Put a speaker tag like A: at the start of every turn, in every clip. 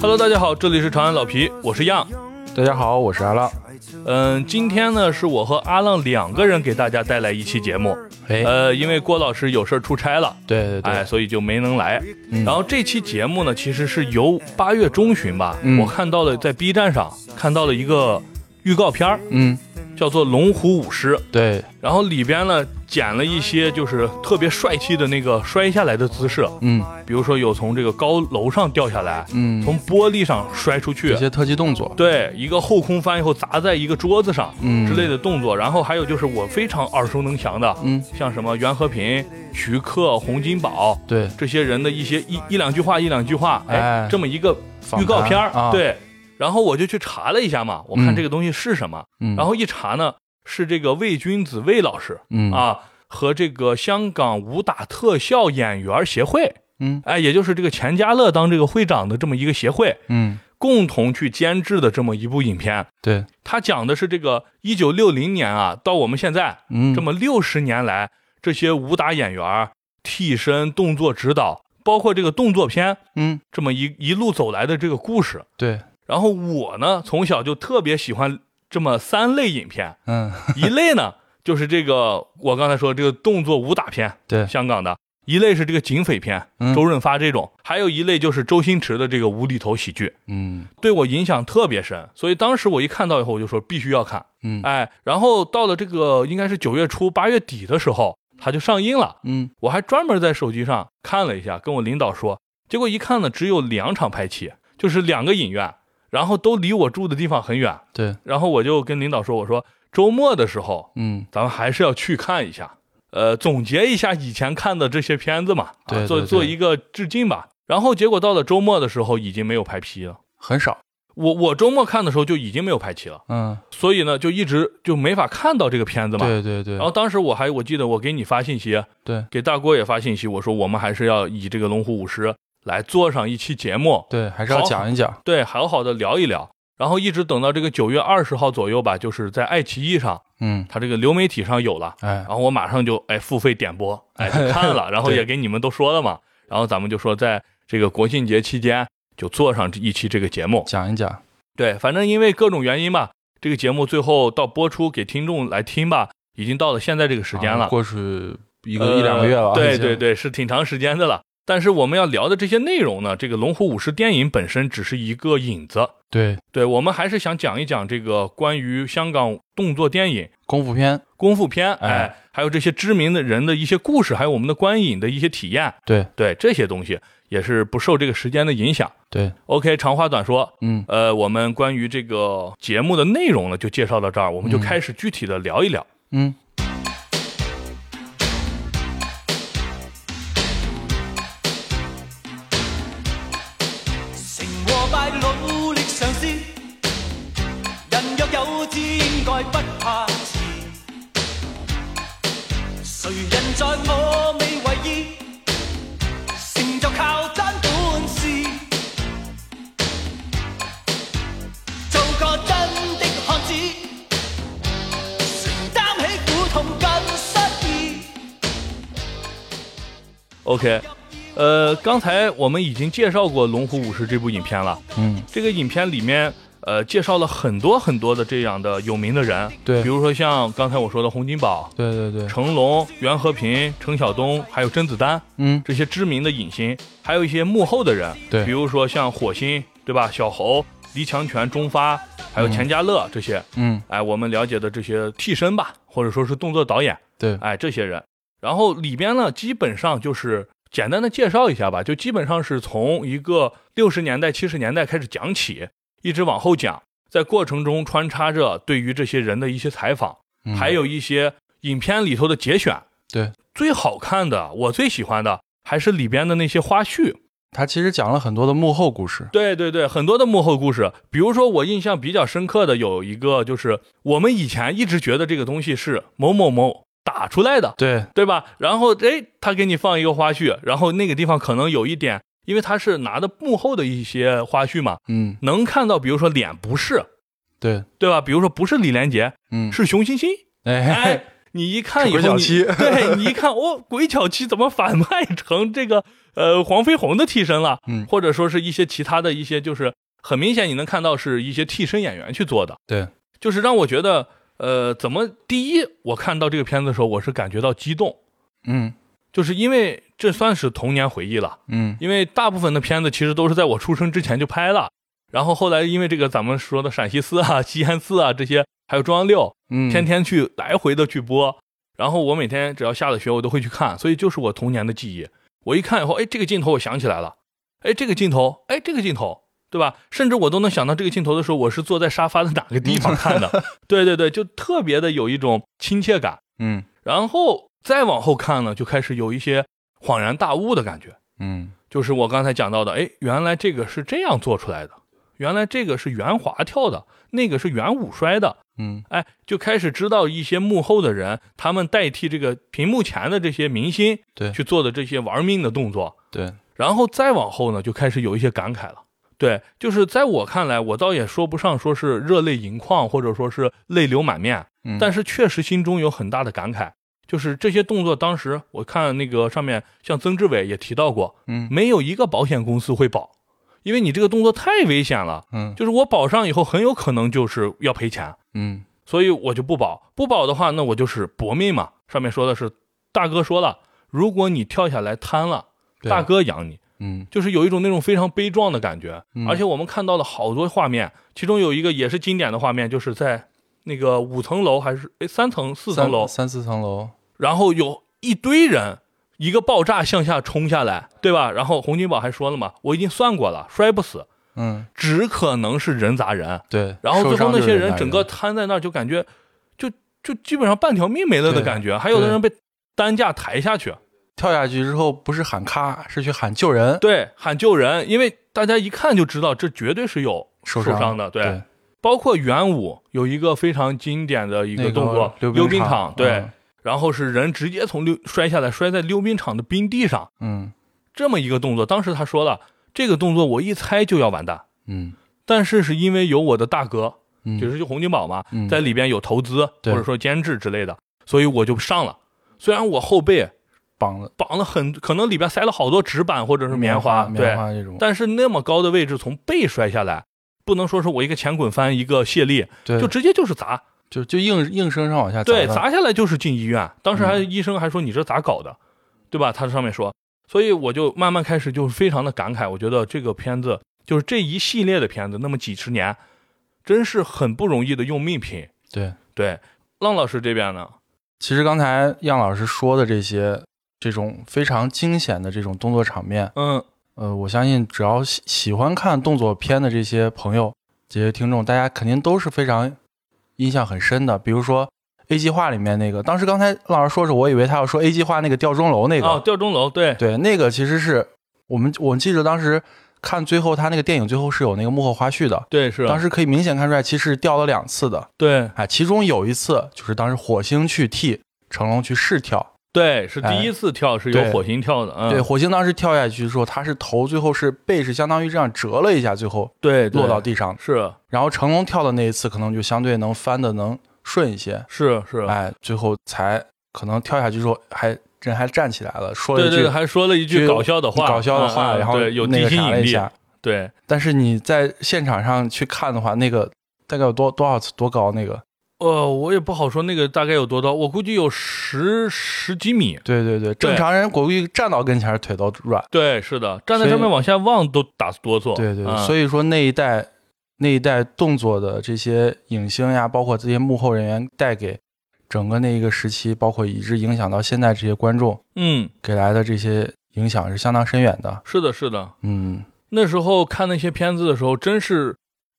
A: Hello，大家好，这里是长安老皮，我是样。
B: 大家好，我是阿浪。
A: 嗯，今天呢是我和阿浪两个人给大家带来一期节目。
B: 哎
A: 呃，因为郭老师有事儿出差了，
B: 对对对，嗯
A: 哎，所以就没能来。然后这期节目呢，其实是由八月中旬吧，
B: 嗯
A: 我看到了在 B 站上看到了一个预告片儿，
B: 嗯，
A: 叫做《龙虎舞狮》，
B: 对，
A: 然后里边呢剪了一些就是特别帅气的那个摔下来的姿势，
B: 嗯
A: 比如说有从这个高楼上掉下来，
B: 嗯，
A: 从玻璃上摔出去
B: 一，些特技动作，
A: 对，一个后空翻以后砸在一个桌子上，
B: 嗯
A: 之类的动作。然后还有就是我非常耳熟能详的，
B: 嗯，
A: 像什么袁和平、徐克、洪金宝
B: 对，
A: 这些人的一些一一两句话，一两句话，哎
B: 哎，
A: 这么一个
B: 访
A: 预告
B: 谈
A: 片儿
B: 啊，，
A: 对。然后我就去查了一下嘛，我看
B: 嗯
A: 这个东西是什么，
B: 嗯，
A: 然后一查呢，是这个魏君子魏老师
B: 嗯
A: 啊。和这个香港武打特效演员协会，
B: 嗯
A: 哎，也就是这个钱嘉乐当这个会长的这么一个协会，
B: 嗯，
A: 共同去监制的这么一部影片。
B: 对，
A: 它讲的是这个一九六零年啊，到我们现在
B: 嗯，
A: 这么六十年来，这些武打演员儿替身、动作指导，包括这个动作片，
B: 嗯，
A: 这么一一路走来的这个故事。
B: 对，
A: 然后我呢，从小就特别喜欢这么三类影 片，
B: 嗯，
A: 一类呢就是这个我刚才说这个动作武打片，
B: 对，
A: 香港的。一类是这个警匪片，
B: 嗯
A: 周润发这种；还有一类就是周星驰的这个无厘头喜剧。
B: 嗯
A: 对我影响特别深，所以当时我一看到以后，我就说必须要看，
B: 嗯
A: 哎，然后到了这个应该是九月初八月底的时候，它就上映了，
B: 嗯，
A: 我还专门在手机上看了一下，跟我领导说，结果一看呢，只有两场排期，就是两个影院，然后都离我住的地方很远，
B: 对，
A: 然后我就跟领导说，我说周末的时候
B: 嗯
A: 咱们还是要去看一下，呃，总结一下以前看的这些片子嘛，
B: 对
A: 啊、
B: 对
A: 做
B: 对
A: 做一个致敬吧，然后结果到了周末的时候，已经没有排期了。
B: 很少，
A: 我我周末看的时候就已经没有排期了，
B: 嗯，
A: 所以呢就一直就没法看到这个片子嘛。
B: 对对对
A: 然，后当时我还我记得我给你发信息，
B: 对
A: 给大郭也发信息，我说我们还是要以这个《龙虎舞狮》来做上一期节目，
B: 对，还是要
A: 好
B: 讲一讲，
A: 对，好好的聊一聊。然后一直等到这个九月二十号左右吧，就是在爱奇艺上，
B: 嗯，
A: 它这个流媒体上有了，
B: 哎
A: 然，后我马上就哎付费点播，哎 就看了，然后也
B: 对
A: 给你们都说了嘛，然后咱们就说在这个国庆节期间就做上这一期这个节目，
B: 讲一讲，
A: 对，反正因为各种原因吧，这个节目最后到播出给听众来听吧，已经到了现在这个时间了，
B: 啊过去一
A: 一
B: 个一两个月了，啊
A: 对
B: 已经
A: 对，对，是挺长时间的了。但是我们要聊的这些内容呢，这个《龙虎舞狮》电影本身只是一个引子，
B: 对，
A: 对我们还是想讲一讲这个关于香港动作电影、
B: 功夫片，
A: 功夫片，
B: 哎
A: 哎，还有这些知名的人的一些故事，还有我们的观影的一些体验，
B: 对
A: 对这些东西也是不受这个时间的影响。
B: 对，
A: OK，长话短说，
B: 嗯，
A: 呃，我们关于这个节目的内容呢，就介绍到这儿，我们就开始具体的聊一聊。
B: 嗯，
C: 成和败努力尝试，人若有志，應該不怕遲。誰人在我未為意，成就靠真本事。做個真的漢子，承擔起苦痛跟失意。
A: OK，呃，刚才我们已经介绍过《龙虎武士》这部影片了。
B: 嗯，
A: 这个影片里面，呃，介绍了很多很多的这样的有名的人，
B: 对
A: 比如说像刚才我说的洪金宝、
B: 对对对，
A: 成龙、袁和平、程晓东，还有甄子丹
B: 嗯，
A: 这些知名的影星，还有一些幕后的人，
B: 对
A: 比如说像火星，对吧？小猴、黎强权、钟发，还有钱嘉乐这些。
B: 嗯，
A: 哎，我们了解的这些替身吧，或者说是动作导演，
B: 对，
A: 哎，这些人。然后里边呢，基本上就是简单的介绍一下吧，就基本上是从一个六十年代、七十年代开始讲起，一直往后讲，在过程中穿插着对于这些人的一些采访，
B: 嗯
A: 还有一些影片里头的节选。
B: 对，
A: 最好看的，我最喜欢的还是里边的那些花絮。
B: 他其实讲了很多的幕后故事，
A: 对对对，很多的幕后故事，比如说我印象比较深刻的有一个，就是我们以前一直觉得这个东西是某某某打出来的，
B: 对，
A: 对吧？然后哎，他给你放一个花絮，然后那个地方可能有一点，因为他是拿的幕后的一些花絮嘛，
B: 嗯，
A: 能看到，比如说脸不是，
B: 对，
A: 对吧？比如说不是李连杰，
B: 嗯，
A: 是熊欣欣，
B: 哎，
A: 哎，你一看以
B: 鬼
A: 后
B: 脚
A: 你，
B: 七
A: 对你一看，哦，鬼脚七怎么反派成这个呃黄飞鸿的替身了？
B: 嗯
A: 或者说是一些其他的一些，就是很明显你能看到是一些替身演员去做的，
B: 对，
A: 就是让我觉得，呃，怎么第一，我看到这个片子的时候，我是感觉到激动，
B: 嗯
A: 就是因为这算是童年回忆了。
B: 嗯
A: 因为大部分的片子其实都是在我出生之前就拍了，然后后来因为这个咱们说的陕西四啊、西安四啊这些，还有中央六，
B: 嗯，
A: 天天去来回的去播，然后我每天只要下了学，我都会去看，所以就是我童年的记忆。我一看以后，哎，这个镜头我想起来了，哎，这个镜头，哎，这个镜头，对吧？甚至我都能想到这个镜头的时候，我是坐在沙发的哪个地方看的。对对对，就特别的有一种亲切感。
B: 嗯
A: 然后再往后看呢，就开始有一些恍然大悟的感觉。
B: 嗯
A: 就是我刚才讲到的，哎，原来这个是这样做出来的，原来这个是圆滑跳的，那个是圆舞摔的，
B: 嗯
A: 哎，就开始知道一些幕后的人，他们代替这个屏幕前的这些明星，
B: 对
A: 去做的这些玩命的动作，
B: 对，
A: 然后再往后呢，就开始有一些感慨了。对，就是在我看来，我倒也说不上说是热泪盈眶，或者说是泪流满面，
B: 嗯
A: 但
B: 是
A: 是确实心中有很大的感慨，就是这些动作，当时我看那个上面，像曾志伟也提到过，
B: 嗯
A: 没有一个保险公司会保，因为你这个动作太危险了，
B: 嗯
A: 就是我保上以后很有可能就是要赔钱，
B: 嗯
A: 所以我就不保。不保的话，那我就是搏命嘛。上面说的是，大哥说了，如果你跳下来瘫了，
B: 对
A: 大哥养你，
B: 嗯
A: 就是有一种那种非常悲壮的感觉。
B: 嗯
A: 而且我们看到了好多画面，其中有一个也是经典的画面，就是在那个五层楼还是哎三层四层
B: 嗯三
A: 楼，
B: 三四层楼，
A: 然后有一堆人，一个爆炸向下冲下来，对吧？然后洪金宝还说了嘛，我已经算过了，摔不死，
B: 嗯
A: 只可能是人砸人。
B: 对，
A: 然后最
B: 受伤
A: 后那
B: 就
A: 些
B: 是
A: 人
B: 打
A: 整个瘫在那儿，就感觉就就基本上半条命没了的
B: 对
A: 感觉，还有的
B: 对
A: 人被担架抬下去，
B: 跳下去之后，不是喊咔，是去喊救人，
A: 对，喊救人，因为大家一看就知道这绝对是有
B: 受
A: 伤
B: 伤
A: 的，
B: 对，
A: 包括元武有一个非常经典的一
B: 一
A: 个动作，溜
B: 溜
A: 冰场，对，
B: 嗯
A: 然后是人直接从溜摔下来，摔在溜冰场的冰地上。
B: 嗯
A: 这么一个动作。当时他说了，这个动作我一猜就要完蛋，
B: 嗯
A: 但是是因为有我的大哥，
B: 嗯，
A: 就是就洪金宝嘛，
B: 嗯
A: 在里边有投资或
B: 对
A: 者说监制之类的，所以我就上了。虽然我后背
B: 绑了
A: 绑了很，可能里边塞了好多纸板或者是棉花，
B: 棉
A: 对，
B: 花这种，
A: 但是那么高的位置从背摔下来，不能说是我一个前滚翻一个卸力，
B: 对，
A: 就直接就是砸，
B: 就就硬硬生生往下
A: 对，
B: 的
A: 砸下来就是进医院。当时还、
B: 嗯
A: 医生还说你这咋搞的，对吧？他上面说，所以我就慢慢开始就是非常的感慨，我觉得这个片子就是这一系列的片子，那么几十年，真是很不容易的用命品。
B: 对。
A: 对，浪老师这边呢，
B: 其实刚才样老师说的这些，这种非常惊险的这种动作场面，
A: 嗯，
B: 呃，我相信只要喜喜欢看动作片的这些朋友、这些听众，大家肯定都是非常印象很深的。比如说 A 计划里面那个，当时刚才老师说是我以为他要说 A 计划那个吊钟楼那个，
A: 哦，吊钟楼，对，
B: 对，那个其实是我们我记得当时看最后他那个电影最后是有那个幕后花絮的，
A: 对是，啊
B: 当时可以明显看出来，其实掉了两次的。
A: 对
B: 哎，其中有一次就是当时火星去替成龙去试跳，
A: 对是第
B: 哎
A: 一次跳是有
B: 对
A: 火星跳的，嗯，
B: 对，火星当时跳下去的时候，他是头最后是背是相当于这样折了一下，最后
A: 对对
B: 落到地上。
A: 是
B: 然后成龙跳的那一次，可能就相对能翻的能顺一些，
A: 是是，
B: 哎，最后才可能跳下去之后还人还站起来了，说了
A: 对
B: 一句
A: 对，还说了一句
B: 句
A: 搞笑的话，
B: 搞笑的话，
A: 嗯嗯
B: 然后
A: 对有
B: 那
A: 地
B: 个
A: 心
B: 啥了
A: 引
B: 一
A: 力，
B: 下。
A: 对，
B: 但是你在现场上去看的话，那个大概有多多少次多高？那个，
A: 呃，我也不好说那个大概有多高，我估计有十十几米。
B: 对对对，正常人国际站到跟前儿腿都软。
A: 对，是的，站在
B: 所以
A: 上面往下望都打哆嗦。
B: 对对，
A: 嗯、
B: 所
A: 以
B: 以说那一代那一代动作的这些影星呀，包括这些幕后人员带给整个那一个时期，包括一直影响到现在这些观众
A: 嗯，
B: 给来的这些影响是相当深远的。
A: 是的，是的。
B: 嗯，
A: 那时候看那些片子的时候，真是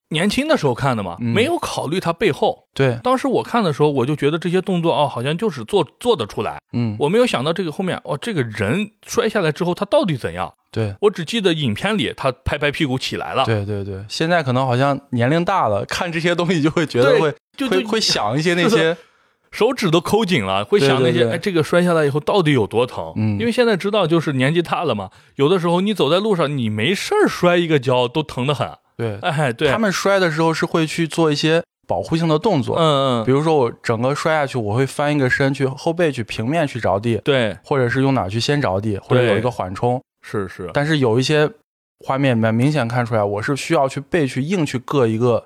A: 年轻的时候看的嘛，
B: 嗯
A: 没有考虑它背后。
B: 对，
A: 当时我看的时候，我就觉得这些动作哦，好像就是做做得出来。
B: 嗯，
A: 我没有想到这个后面哦，这个人摔下来之后他到底怎样？
B: 对。
A: 我只记得影片里他拍拍屁股起来了，
B: 对对对，现在可能好像年龄大了，看这些东西就会觉得
A: 对
B: 会
A: 就
B: 会
A: 就
B: 会想一些那
A: 是
B: 些，
A: 手指都抠紧了，会想那些
B: 对对对
A: 哎，这个摔下来以后到底有多疼？
B: 嗯
A: 因为现在知道就是年纪大了嘛，有的时候你走在路上，你没事儿摔一个跤都疼得很。
B: 对
A: 哎，对，
B: 他们摔的时候是会去做一些保护性的动作，
A: 嗯
B: 比
A: 嗯，
B: 如说我整个摔下去，我会翻一个身去后背去平面去着地，
A: 对，
B: 或者是用哪去先着地，或者
A: 对
B: 有一个缓冲。
A: 是是，
B: 但是有一些画面里面明显看出来，我是需要去背去硬去硌一个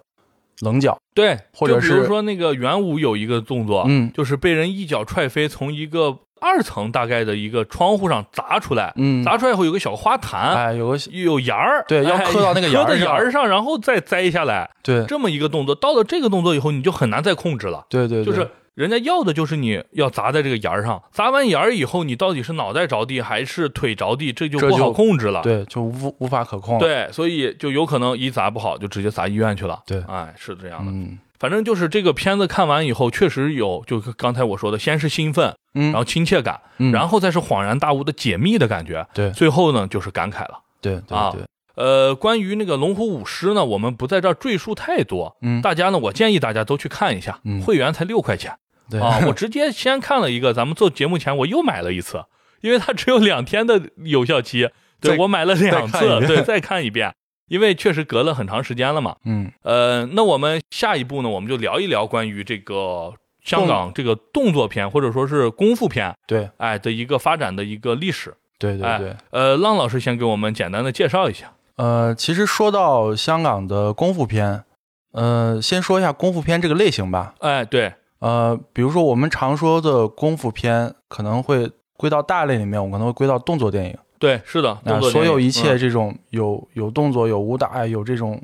B: 棱角，
A: 对，
B: 或者
A: 就比如
B: 是
A: 说那个元武有一个动作，
B: 嗯
A: 就是被人一脚踹飞，从一个二层大概的一个窗户上砸出来，
B: 嗯，
A: 砸出来以后有个小花坛，
B: 哎，有个
A: 有芽儿，
B: 对要
A: 哎
B: 磕到那个芽儿
A: 磕到
B: 上
A: 芽儿上，然后再摘下来，
B: 对
A: 这么一个动作。到了这个动作以后，你就很难再控制了，
B: 对对，
A: 就
B: 对
A: 是。人家要的就是你要砸在这个芽儿上，砸完芽儿以后，你到底是脑袋着地还是腿着地，这就
B: 这
A: 不好
B: 就
A: 控制了。
B: 对，就无无法可控。，
A: 啊对，所以就有可能一砸不好就直接砸医院去了。
B: 对
A: 哎，是这样的。
B: 嗯
A: 反正就是这个片子看完以后，确实有，就刚才我说的，先是兴奋，
B: 嗯，
A: 然后亲切感，
B: 嗯
A: 然后再是恍然大悟的解密的感觉，
B: 对
A: 最后呢就是感慨了。
B: 对对
A: 啊
B: 对，
A: 呃，关于那个龙虎舞狮呢，我们不在这儿赘述太多。
B: 嗯
A: 大家呢，我建议大家都去看一下，
B: 嗯
A: 会员才六块钱
B: 对
A: 啊！ 我直接先看了一个，咱们做节目前我又买了一次，因为它只有两天的有效期，对
B: 再
A: 我买了两
B: 再看
A: 次
B: 一，遍
A: 对，再看一遍，因为确实隔了很长时间了嘛。
B: 嗯
A: 呃，那我们下一步呢，我们就聊一聊关于这个香港这个动作片或者说是功夫片，
B: 对
A: 哎的一个发展的一个历史。
B: 对对
A: 哎
B: 对，
A: 呃，浪老师先给我们简单的介绍一下。
B: 呃，其实说到香港的功夫片，呃，先说一下功夫片这个类型吧。
A: 哎，对，
B: 呃，比如说我们常说的功夫片，可能会归到大类里面，我可能会归到动作电影。
A: 对，是的，
B: 那
A: 动作
B: 啊所
A: 电影
B: 有一切
A: 嗯
B: 这种有有动作、有武打、有这种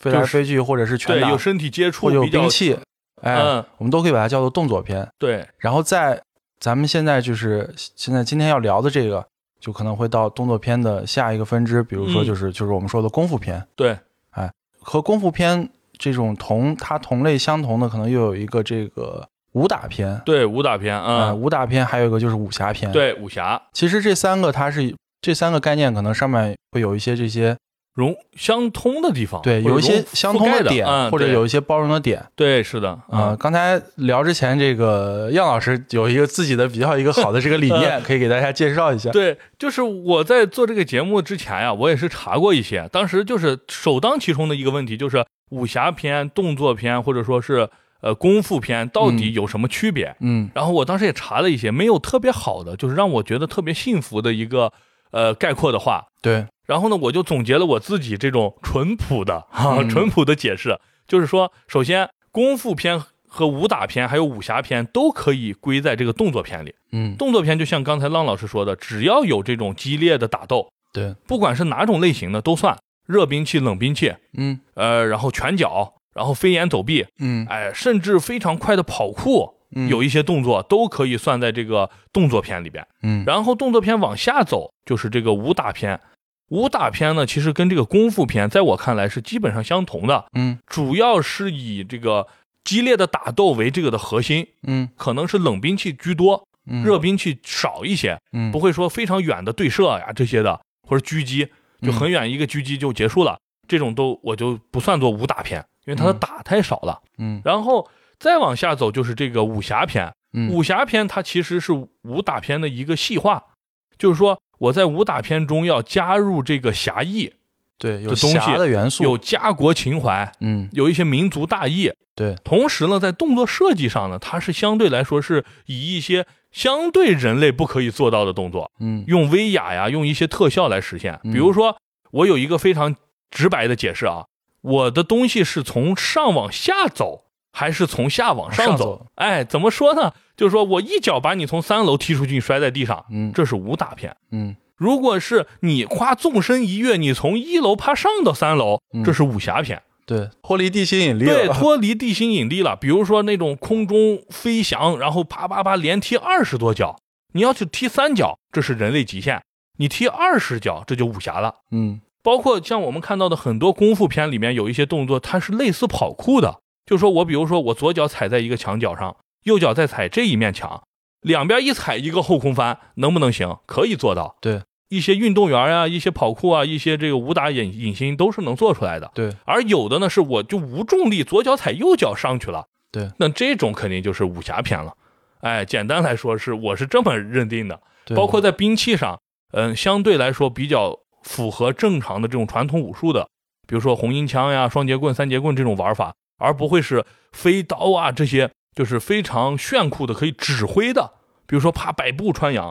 B: 飞来
A: 就是
B: 飞去，或者是拳
A: 对
B: 打，
A: 有身体接触
B: 或者有
A: 比较
B: 兵，器，哎，
A: 嗯
B: 我们都可以把它叫做动作片。
A: 对，
B: 然后在咱们现在就是现在今天要聊的这个，就可能会到动作片的下一个分支，比如说
A: 嗯
B: 就是、就是我们说的功夫片。
A: 对，
B: 哎，和功夫片这种同它同类相同的，可能又有一个这个武打片。
A: 对，武打片
B: 哎
A: 啊，
B: 武打片还有一个就是武侠片。，
A: 对，武侠
B: 其实这三个它是这三个概念，可能上面会有一些这些
A: 融相通的地方，
B: 对，
A: 或者
B: 有一些
A: 融覆
B: 相通
A: 盖
B: 的
A: 的
B: 点，
A: 嗯
B: 或者
A: 对
B: 有一些包容的点。
A: 对，是的，
B: 啊、
A: 啊，
B: 刚才聊之前，这个样老师有一个自己的比较一个好的 这个理念，可以给大家介绍一下。
A: 嗯对，就是我在做这个节目之前呀、我也是查过一些，当时就是首当其冲的一个问题就是武侠片、动作片或者说是呃功夫片到底有什么区别？
B: 嗯
A: 然后我当时也查了一些，没有特别好的，就是让我觉得特别幸福的一个呃概括的话。，
B: 对，
A: 然后呢，我就总结了我自己这种淳朴的哈、
B: 嗯
A: 淳朴的解释，就是说，首先功夫片和武打片还有武侠片都可以归在这个动作片里。
B: 嗯，
A: 动作片就像刚才浪老师说的，只要有这种激烈的打斗，
B: 对，
A: 不管是哪种类型的都算，热兵器、冷兵器，
B: 嗯
A: 呃，然后拳脚，然后飞檐走壁，
B: 嗯，
A: 哎，甚至非常快的跑酷，
B: 嗯
A: 有一些动作都可以算在这个动作片里边。
B: 嗯，
A: 然后动作片往下走就是这个武打片，武打片呢其实跟这个功夫片在我看来是基本上相同的，
B: 嗯
A: 主要是以这个激烈的打斗为这个的核心，
B: 嗯
A: 可能是冷兵器居多，
B: 嗯，
A: 热兵器少一些。
B: 嗯
A: 不会说非常远的对射呀这些的，或者狙击，
B: 嗯
A: 就很远一个狙击就结束了，这种都我就不算作武打片，因为它的
B: 嗯
A: 打太少了。
B: 嗯
A: 然后再往下走就是这个武侠片，
B: 嗯
A: 武侠片它其实是武打片的一个细化，就是说我在武打片中要加入这个侠义，
B: 对有
A: 的东西
B: 侠的元素，
A: 有家国情怀，
B: 嗯
A: 有一些民族大义，
B: 对
A: 同时呢，在动作设计上呢，它是相对来说是以一些相对人类不可以做到的动作，
B: 嗯
A: 用威亚呀，用一些特效来实现。
B: 嗯
A: 比如说，我有一个非常直白的解释啊，我的东西是从上往下走，还是从下往上
B: 上
A: 走？
B: 走
A: 哎，怎么说呢？就是说我一脚把你从三楼踢出去，你摔在地上，
B: 嗯
A: 这是武打片。
B: 嗯
A: 如果是你夸纵身一跃，你从一楼爬上到三楼，
B: 嗯
A: 这是武侠片。
B: 对脱离地心引力
A: 对，
B: 了
A: 脱离地心引力了。比如说那种空中飞翔，然后啪啪啪连踢二十多脚，你要去踢三脚，这是人类极限；你踢二十脚，这就武侠了。
B: 嗯
A: 包括像我们看到的很多功夫片里面有一些动作，它是类似跑酷的。就说我比如说我左脚踩在一个墙角上，右脚再踩这一面墙，两边一踩一个后空翻，能不能行？可以做到。
B: 对，
A: 一些运动员啊，一些跑酷啊，一些这个武打隐隐形都是能做出来的。
B: 对
A: 而有的呢是我就无重力，左脚踩右脚上去了。
B: 对，
A: 那这种肯定就是武侠片了。哎，简单来说是我是这么认定的。
B: 对
A: 包括在兵器上，嗯，相对来说比较符合正常的这种传统武术的，比如说红缨枪呀、双截棍、三节棍这种玩法。而不会是飞刀啊这些，就是非常炫酷的可以指挥的，比如说啪百步穿杨，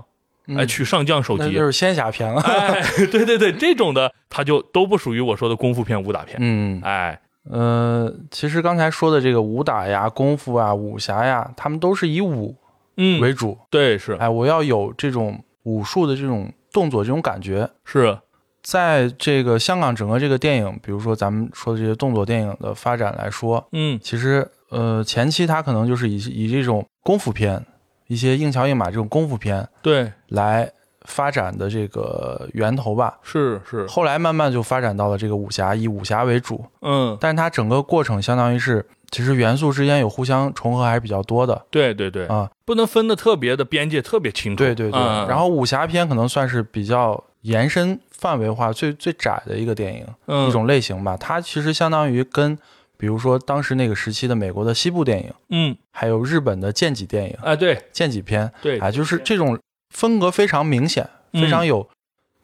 A: 哎，
B: 嗯
A: 取上将首
B: 那
A: 级
B: 就，是仙侠 片了。
A: 哎，对对对，这种的它就都不属于我说的功夫片、武打片，
B: 嗯，
A: 哎，
B: 呃，其实刚才说的这个武打呀、功夫啊、武侠呀，他们都是以武
A: 嗯，
B: 为主。
A: 对是
B: 哎，我要有这种武术的这种动作、这种感觉。
A: 是，
B: 在这个香港整个这个电影，比如说咱们说的这些动作电影的发展来说，
A: 嗯
B: 其实呃前期它可能就是以以这种功夫片、一些硬桥硬马这种功夫片
A: 对
B: 来发展的这个源头吧。
A: 是是，
B: 后来慢慢就发展到了这个武侠，以武侠为主，
A: 嗯
B: 但是它整个过程相当于是，其实元素之间有互相重合还是比较多的
A: 对对对，
B: 啊。
A: 不能分的特别的边界特别清楚，
B: 对对对，
A: 嗯
B: 然后武侠片可能算是比较延伸范围化最最窄的一个电影。
A: 嗯
B: 一种类型吧。它其实相当于跟，比如说当时那个时期的美国的西部电影，
A: 嗯
B: 还有日本的剑戟电影、
A: 哎对
B: 剑戟片
A: 对
B: 啊，就是这种风格非常明显，
A: 嗯
B: 非常有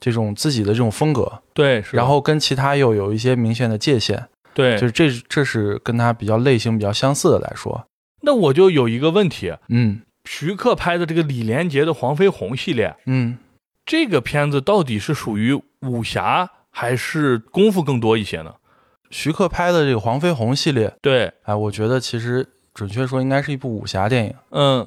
B: 这种自己的这种风格，
A: 对是，
B: 然后跟其他又有一些明显的界限，
A: 对
B: 就是这这是跟它比较类型比较相似的来说，
A: 那我就有一个问题，
B: 嗯
A: 徐克拍的这个李连杰的《黄飞鸿》系列，
B: 嗯，
A: 这个片子到底是属于武侠还是功夫更多一些呢？
B: 徐克拍的这个黄飞鸿系列，
A: 对，
B: 哎，我觉得其实准确说应该是一部武侠电影。
A: 嗯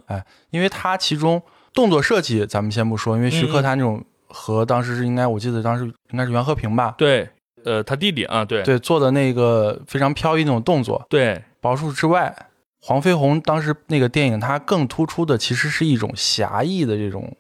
B: 因为它其中动作设计咱们先不说，因为徐
A: 嗯嗯
B: 克他那种和当时是应该我记得当时应该是袁和平吧，
A: 对，呃，他弟弟啊，对
B: 对做的那个非常飘逸那种动作，
A: 对
B: 宝树之外，黄飞鸿当时那个电影它更突出的其实是一种侠义的这种，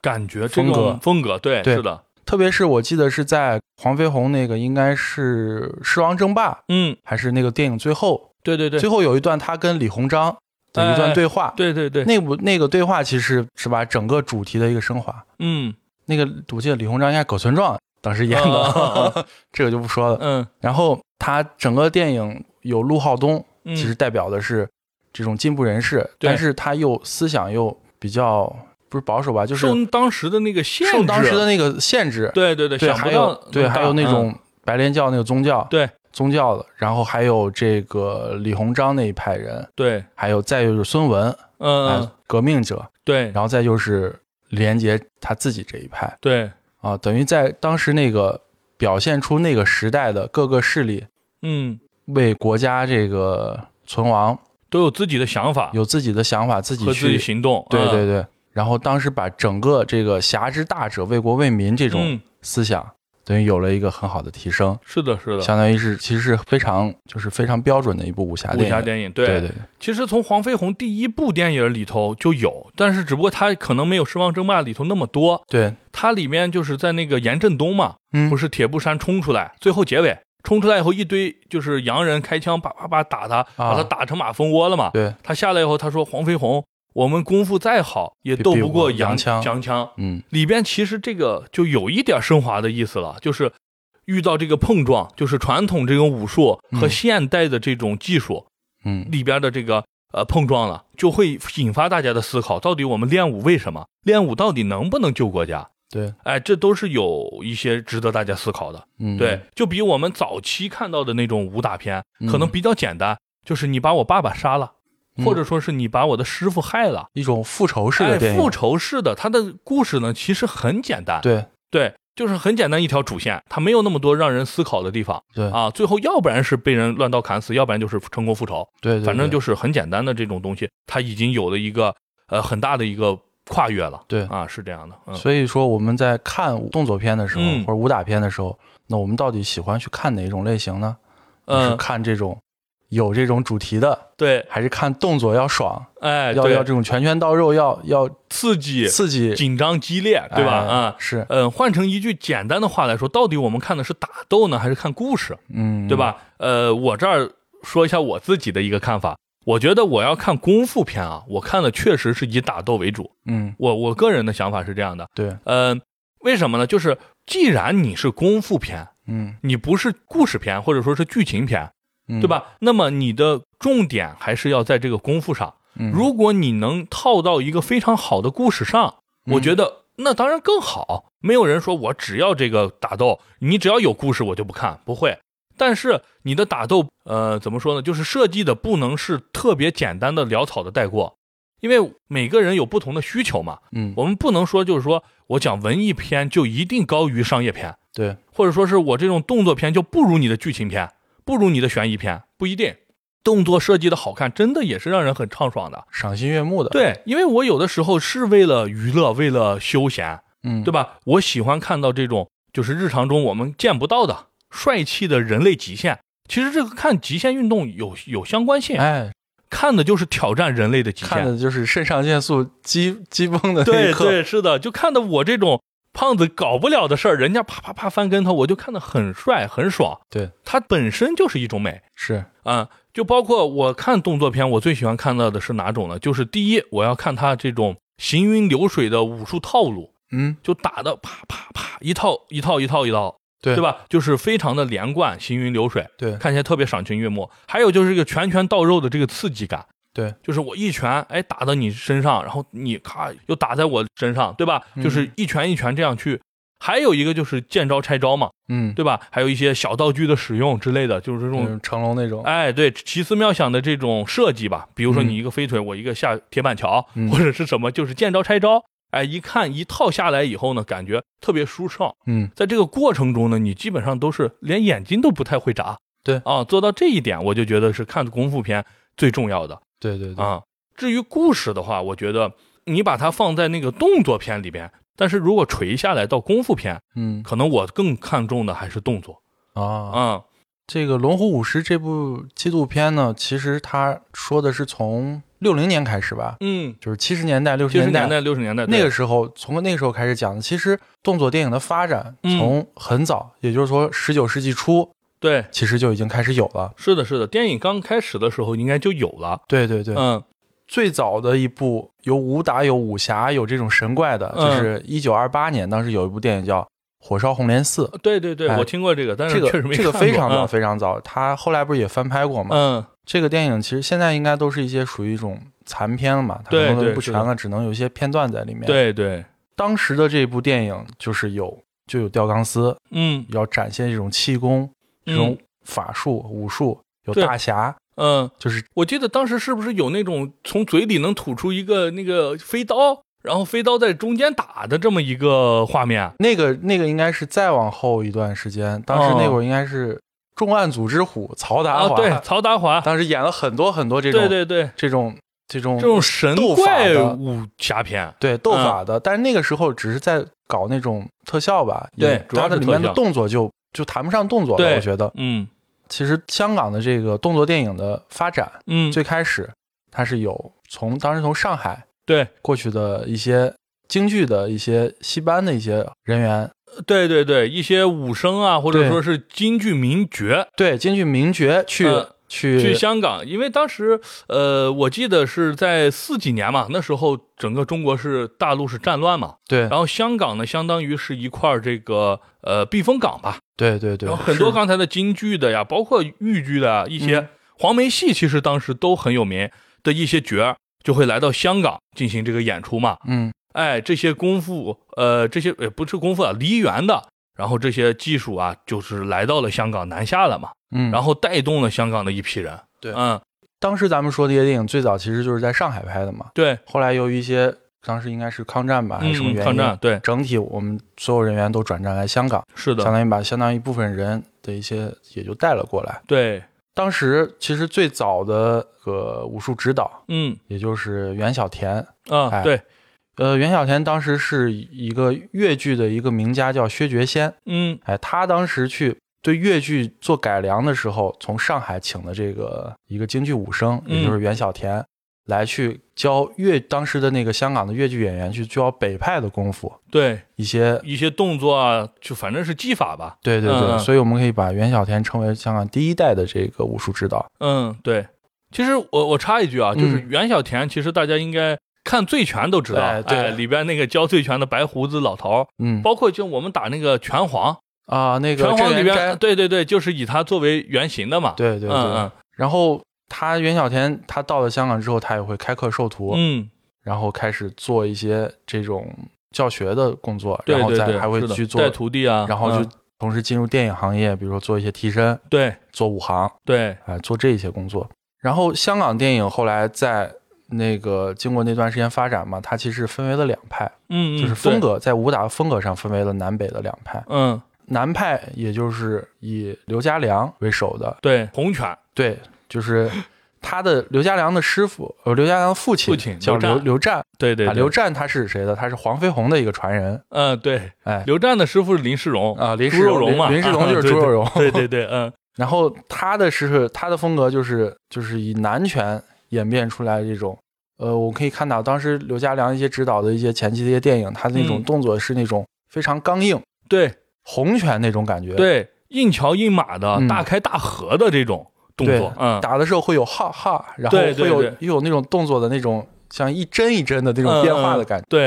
A: 感觉这
B: 风格
A: 种风格，对，
B: 对
A: 是的，
B: 特别是我记得是在黄飞鸿那个应该是《狮王争霸》
A: 嗯，
B: 还是那个电影最后，
A: 对对对，
B: 最后有一段他跟李鸿章的一
A: 哎
B: 段
A: 哎
B: 对话，
A: 对对对，
B: 那部那个对话其实是把整个主题的一个升华。
A: 嗯
B: 那个我记得李鸿章应该是葛存壮当时演
A: 啊啊
B: 的， 这个就不说了。
A: 嗯
B: 然后他整个电影有陆浩东，
A: 嗯，
B: 其实代表的是这种进步人士，
A: 对
B: 但是他又思想又比较不是保守吧，就是
A: 受当时的那个限制，啊
B: 受当时的那个限制，
A: 对对对，
B: 对，
A: 想
B: 还
A: 不到
B: 有对
A: 么大
B: 还有那种白莲教那个宗教
A: 嗯，对
B: 宗教的，然后还有这个李鸿章那一派人，
A: 对，
B: 还有再就是孙文，
A: 嗯
B: 哎，革命者，
A: 对
B: 然后再就是李连杰他自己这一派。
A: 对，
B: 啊，等于在当时那个表现出那个时代的各个势力
A: 嗯，
B: 为国家这个存亡
A: 都有自己的想法
B: 有自己的想法，自己
A: 和自己
B: 去
A: 行动，
B: 对
A: 嗯
B: 对对。然后当时把整个这个侠之大者、为国为民这种
A: 嗯，
B: 思想，等于有了一个很好的提升，
A: 是的是的，
B: 相当于是其实是非常就是非常标准的一部武侠
A: 武
B: 电影。
A: 侠电影，
B: 对对
A: 其实从黄飞鸿第一部电影里头就有，但是只不过它可能没有《狮王争霸》里头那么多。
B: 对，
A: 它里面就是在那个严振东嘛，
B: 嗯
A: 不是铁布衫冲出来，最后结尾冲出来以后，一堆就是洋人开枪叭叭叭打
B: 啊
A: 他，把他打成马蜂窝了嘛。
B: 对，
A: 他下来以后，他说：“黄飞鸿，我们功夫再好，也斗
B: 比
A: 不
B: 不
A: 过
B: 过
A: 洋
B: 洋枪
A: 洋枪。”
B: 嗯
A: 里边其实这个就有一点升华的意思了，就是遇到这个碰撞，就是传统这种武术和
B: 嗯
A: 现代的这种技术，
B: 嗯，
A: 里边的这个呃碰撞了，就会引发大家的思考：到底我们练武为什么？练武到底能不能救国家？
B: 对，
A: 哎，这都是有一些值得大家思考的。
B: 嗯
A: 对，，就比我们早期看到的那种武打片，
B: 嗯
A: 可能比较简单，就是你把我爸爸杀了，
B: 嗯
A: 或者说是你把我的师傅害了，
B: 一种复仇式
A: 哎
B: 的，电影
A: 复，仇式的，它的故事呢其实很简单，
B: 对
A: 对，就是很简单一条主线，它没有那么多让人思考的地方
B: 对
A: 啊。最后要不然是被人乱刀砍死，要不然就是成功复仇。
B: 对，对
A: 反正
B: 对
A: 就是很简单的这种东西，它已经有了一个呃很大的一个跨越了。
B: 对
A: 啊，是这样的，嗯，
B: 所以说我们在看动作片的时候、
A: 嗯
B: 或者武打片的时候，那我们到底喜欢去看哪种类型呢？是
A: 嗯，
B: 看这种有这种主题的，
A: 对，
B: 还是看动作要爽，
A: 哎，
B: 要
A: 对
B: 要这种拳拳到肉，要要
A: 刺激、
B: 刺激，
A: 紧张、激烈，对吧？
B: 哎
A: 啊，
B: 是，
A: 嗯，换成一句简单的话来说，到底我们看的是打斗呢，还是看故事，
B: 嗯，
A: 对？吧？呃，我这儿说一下我自己的一个看法，我觉得我要看功夫片啊，我看的确实是以打斗为主。
B: 嗯，
A: 我我个人的想法是这样的，
B: 对，
A: 嗯、为什么呢？就是既然你是功夫片，
B: 嗯，
A: 你不是故事片或者说是剧情片，
B: 嗯
A: 对？吧？那么你的重点还是要在这个功夫上。
B: 嗯
A: 如果你能套到一个非常好的故事上，我觉得那当然更好。没有人说我只要这个打斗，你只要有故事我就不看，不会。但是你的打斗，呃，怎么说呢？就是设计的不能是特别简单的潦草的带过，因为每个人有不同的需求嘛。
B: 嗯，
A: 我们不能说就是说我讲文艺片就一定高于商业片，
B: 对，
A: 或者说是我这种动作片就不如你的剧情片，不如你的悬疑片，不一定。动作设计的好看，真的也是让人很畅爽的。
B: 赏心悦目 的，，
A: 对，因为我有的时候是为了娱乐，为了休闲，
B: 嗯，
A: 对吧？我喜欢看到这种就是日常中我们见不到的帅气的人类极限。其实这个看极限运动有有相关性，
B: 哎，
A: 看的就是挑战人类的极
B: 看
A: 限。
B: 的就是肾上腺素激激崩的那
A: 对
B: 一刻，
A: 对，是的，就看的我这种胖子搞不了的事儿，人家啪啪啪翻跟头，我就看的很帅很爽。
B: 对，
A: 它本身就是一种美
B: 是，
A: 啊、就包括我看动作片，我最喜欢看到的是哪种呢？就是第一，我要看他这种行云流水的武术套路，
B: 嗯，
A: 就打的啪啪啪，一套一套一套一套，
B: 对
A: 对吧？就是非常的连贯，行云流水，
B: 对
A: 看起来特别赏心悦目。还有就是这个拳拳到肉的这个刺激感，
B: 对，
A: 就是我一拳哎打到你身上，然后你咔又打在我身上，对吧？
B: 嗯
A: 就是一拳一拳这样去。还有一个就是见招拆招嘛，
B: 嗯，
A: 对吧？还有一些小道具的使用之类的，就是这
B: 那
A: 种
B: 种成龙那种，
A: 哎，对，奇思妙想的这种设计吧，比如说
B: 嗯
A: 你一个飞腿，我一个下铁板桥，
B: 嗯
A: 或者是什么，就是见招拆招。哎，一看一套下来以后呢，感觉特别舒畅。
B: 嗯，
A: 在这个过程中呢，你基本上都是连眼睛都不太会眨。
B: 对
A: 啊，做到这一点，我就觉得是看功夫片最重要的
B: 对对对，
A: 啊。至于故事的话，我觉得你把它放在那个动作片里边，但是如果垂下来到功夫片，
B: 嗯
A: 可能我更看重的还是动作
B: 啊，
A: 啊。
B: 这个《龙虎舞狮》这部纪录片呢，其实它说的是从六零年开始吧，
A: 嗯，
B: 就是七十年代、六十
A: 七十
B: 年代
A: 年代、六十年代
B: 那
A: 对
B: 个时候，从那个时候开始讲的。其实动作电影的发展
A: 嗯
B: 从很早，也就是说十九世纪初，
A: 对
B: 其实就已经开始有了。
A: 是的，是的，电影刚开始的时候应该就有了。
B: 对对对，
A: 嗯，
B: 最早的一部有武打、有武侠、有这种神怪的，
A: 嗯
B: 就是一九二八年，当时有一部电影叫《火烧红莲寺》，
A: 对对对，
B: 哎
A: 我听过这个，但是
B: 这
A: 确
B: 个
A: 实没
B: 这个
A: 看
B: 非
A: 过
B: 常早，非常早。它后来不是也翻拍过吗？
A: 嗯嗯，
B: 这个电影其实现在应该都是一些属于一种残片了嘛，它
A: 对
B: 很多
A: 对
B: 都不全了，只能有一些片段在里面。，
A: 对对，
B: 当时的这部电影就是有就有吊钢丝，
A: 嗯
B: 要展现这种气功、这种
A: 嗯
B: 法术、武术，有
A: 对
B: 大侠，
A: 嗯，
B: 就是
A: 我记得当时是不是有那种从嘴里能吐出一个那个飞刀，然后飞刀在中间打的这么一个画面？
B: 那个那个应该是再往后一段时间，当时那会儿应该是重案组之虎曹达
A: 啊，
B: 华，
A: 哦对，曹达华，
B: 当时演了很多很多这种嗯
A: 对对对，
B: 这种这种
A: 这种神
B: 斗法
A: 怪
B: 的
A: 武侠片，
B: 对斗法的，但是那个时候只是在搞那种特效吧，
A: 对
B: 也
A: 主要
B: 它的
A: 是
B: 里面
A: 特
B: 的
A: 效
B: 动作就就谈不上动作了。
A: 对
B: 我觉得，
A: 嗯
B: 其实香港的这个动作电影的发展，
A: 嗯，
B: 最开始它是有从当时从上海
A: 对
B: 过去的一些京剧的一些戏班的一些人员，
A: 对对对，一些武生啊，或者
B: 对
A: 说是京剧名角，
B: 对京剧名角去
A: 呃
B: 去
A: 去香港，因为当时呃，我记得是在四几年嘛，那时候整个中国是大陆是战乱嘛，
B: 对
A: 然后香港呢，相当于是一块儿这个呃避风港吧，
B: 对对对
A: 然后，很多
B: 是
A: 刚才的京剧的呀，包括豫剧的啊一些
B: 嗯
A: 黄梅戏，其实当时都很有名的一些角儿，就会来到香港进行这个演出嘛。
B: 嗯
A: 哎，这些功夫，呃，这些呃不是功夫啊，梨园的，然后这些技术啊，就是来到了香港南下了嘛，
B: 嗯，
A: 然后
B: 后
A: 带动了香港的一批人。
B: 对
A: 嗯，
B: 当时咱们说的这些电影最早其实就是在上海拍的嘛，
A: 对，
B: 后来由于一些当时应该是抗战啊吧还是什么
A: 嗯，
B: 原因，
A: 抗战，对，
B: 整体我们所有人员都转战来香港，
A: 是
B: 相
A: 的，
B: 当于把相当一部分人的一些也就带了过来。
A: 对，
B: 当时其实最早的呃武术指导，
A: 嗯
B: 也就是袁小田。
A: 啊，
B: 哎
A: 对，
B: 呃，袁小田当时是一个越剧的一个名家，叫薛觉先。
A: 嗯
B: 哎，他当时去对越剧做改良的时候，从上海请的这个一个京剧武生，
A: 嗯
B: 也就是袁小田，来去教越当时的那个香港的越剧演员去教北派的功夫，
A: 对，
B: 一些
A: 一些动作啊，就反正是技法吧。
B: 对对对，
A: 嗯嗯
B: 所以我们可以把袁小田称为香港第一代的这个武术指导。
A: 嗯，对。其实我我插一句啊，就是
B: 嗯
A: 袁小田，其实大家应该看《醉拳》都知道，
B: 哎对
A: 里边那个教醉拳的白胡子老头儿，
B: 嗯
A: 包括就我们打那个拳皇，
B: 啊，那个
A: 拳
B: 郑
A: 皇里
B: 元斋
A: 边，对对对，就是以他作为原型的嘛。
B: 对对对。
A: 嗯
B: 然后他袁小田他到了香港之后，他也会开课授徒，
A: 嗯
B: 然后开始做一些这种教学的工作，
A: 对对
B: 然后
A: 对
B: 再还会
A: 是的
B: 去做
A: 带，徒弟啊，
B: 然后就
A: 嗯
B: 同时进入电影行业，比如说做一些替身、
A: 对
B: 做武行，
A: 对，
B: 哎，做这一些工作。然后香港电影后来在那个经过那段时间发展嘛，它其实分为了两派，
A: 嗯，嗯
B: 就是风，
A: 对
B: 格在武打风格上分为了南北的两派。
A: 嗯，
B: 南派也就是以刘家良为首的，
A: 对，红拳，
B: 对，就是他的刘家良的师傅，呃，刘家良的父亲
A: 父亲
B: 叫
A: 刘湛
B: 刘刘湛，
A: 对对
B: 啊，
A: 对，
B: 刘湛他是谁的？他是黄飞鸿的一个传人，
A: 嗯，对，
B: 哎，
A: 刘湛的师傅是林世荣，
B: 啊，林
A: 猪
B: 世
A: 肉
B: 荣
A: 荣嘛，
B: 林林世荣
A: 啊
B: 就是
A: 对
B: 猪肉
A: 对
B: 荣，
A: 对对对，嗯，
B: 然后他的是他的风格就是就是以南拳演变出来这种，呃，我可以看到当时刘家良一些指导的一些前期的一些电影，他那种
A: 嗯
B: 动作是那种非常刚硬，
A: 对
B: 洪拳那种感觉，
A: 对，硬桥硬马的
B: 嗯
A: 大开大合的这种动
B: 对
A: 作，嗯，
B: 打的时候会有哈哈，然后
A: 对
B: 会
A: 对
B: 有
A: 对
B: 又有那种动作的那种像一针一针的那种
A: 嗯
B: 变化的
A: 嗯
B: 感觉，
A: 对，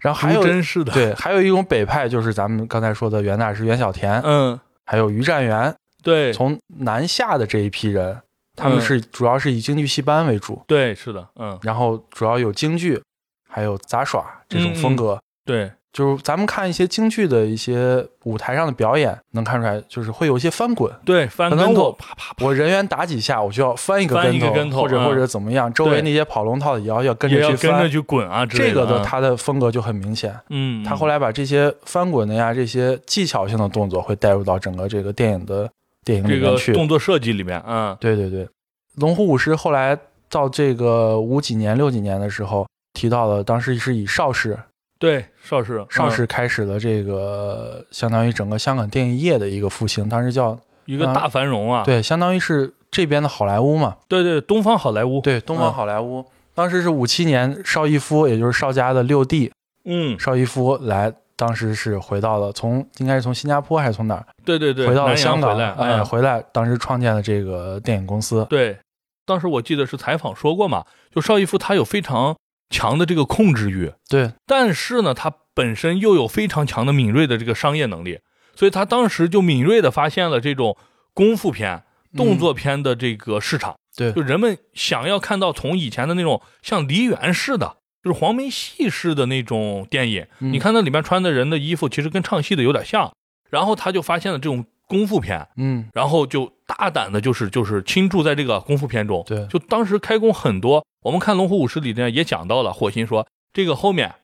B: 然后还
A: 还
B: 有
A: 真是的，，
B: 对，还有一种北派就是咱们刚才说的袁大师袁小田，
A: 嗯，
B: 还有于占元，
A: 对，
B: 从南下的这一批人，他们
A: 嗯
B: 是主要是以京剧戏班为主，
A: 对，是的，嗯，
B: 然后主要有京剧，还有杂耍这种风
A: 嗯
B: 格。
A: 对，
B: 就是咱们看一些京剧的一些舞台上的表演，能看出来，就是会有一些翻滚。
A: 对，翻
B: 可
A: 跟
B: 能
A: 头
B: 我，
A: 啪啪啪，
B: 我人员打几下，我就要翻一个
A: 翻
B: 跟
A: 一
B: 头，
A: 个跟头
B: 或者
A: 嗯
B: 或者怎么样，周围
A: 对
B: 那些跑龙套的也要要跟着
A: 也要
B: 去
A: 跟着
B: 翻。
A: 去滚啊之类
B: 这个的
A: 啊
B: 他的风格就很明显，
A: 嗯，
B: 他后来把这些翻滚的呀，这些技巧性的动作会带入到整个这个电影的电影里
A: 这
B: 面
A: 个
B: 去。
A: 动作设计里面，嗯，
B: 对对对，龙虎舞狮后来到这个五几年、六几年的时候，提到了当时是以邵氏
A: 对，邵氏，
B: 邵
A: 嗯
B: 氏开始了这个相当于整个香港电影业的一个复兴，当时叫
A: 一个
B: 啊
A: 大繁荣啊，
B: 对，相当于是这边的好莱坞嘛，
A: 对对，东方好莱坞，
B: 对，东方
A: 嗯
B: 好莱坞。当时是五七年，邵逸夫也就是邵家的六弟
A: 嗯，
B: 邵逸夫来，当时是回到了从应该是从新加坡还是从哪儿
A: 对对对，
B: 回到了
A: 南洋
B: 香港，
A: 回来，
B: 哎，
A: 嗯
B: 回来当时创建了这个电影公司，
A: 对，当时我记得是采访说过嘛，就邵逸夫他有非常强的这个控制欲，
B: 对
A: 但是呢，他本身又有非常强的敏锐的这个商业能力，所以他当时就敏锐的发现了这种功夫片、动作片的这个市场。
B: 嗯对
A: 就人们想要看到从以前的那种像梨园式的，就是黄梅戏式的那种电影，
B: 嗯
A: 你看那里面穿的人的衣服其实跟唱戏的有点像，然后他就发现了这种功夫片，
B: 嗯，
A: 然后就大胆的，就是就是倾注在这个功夫片中。
B: 对
A: 就当时开工很多，我们看《龙虎舞狮》里面也讲到了，火星说这个后面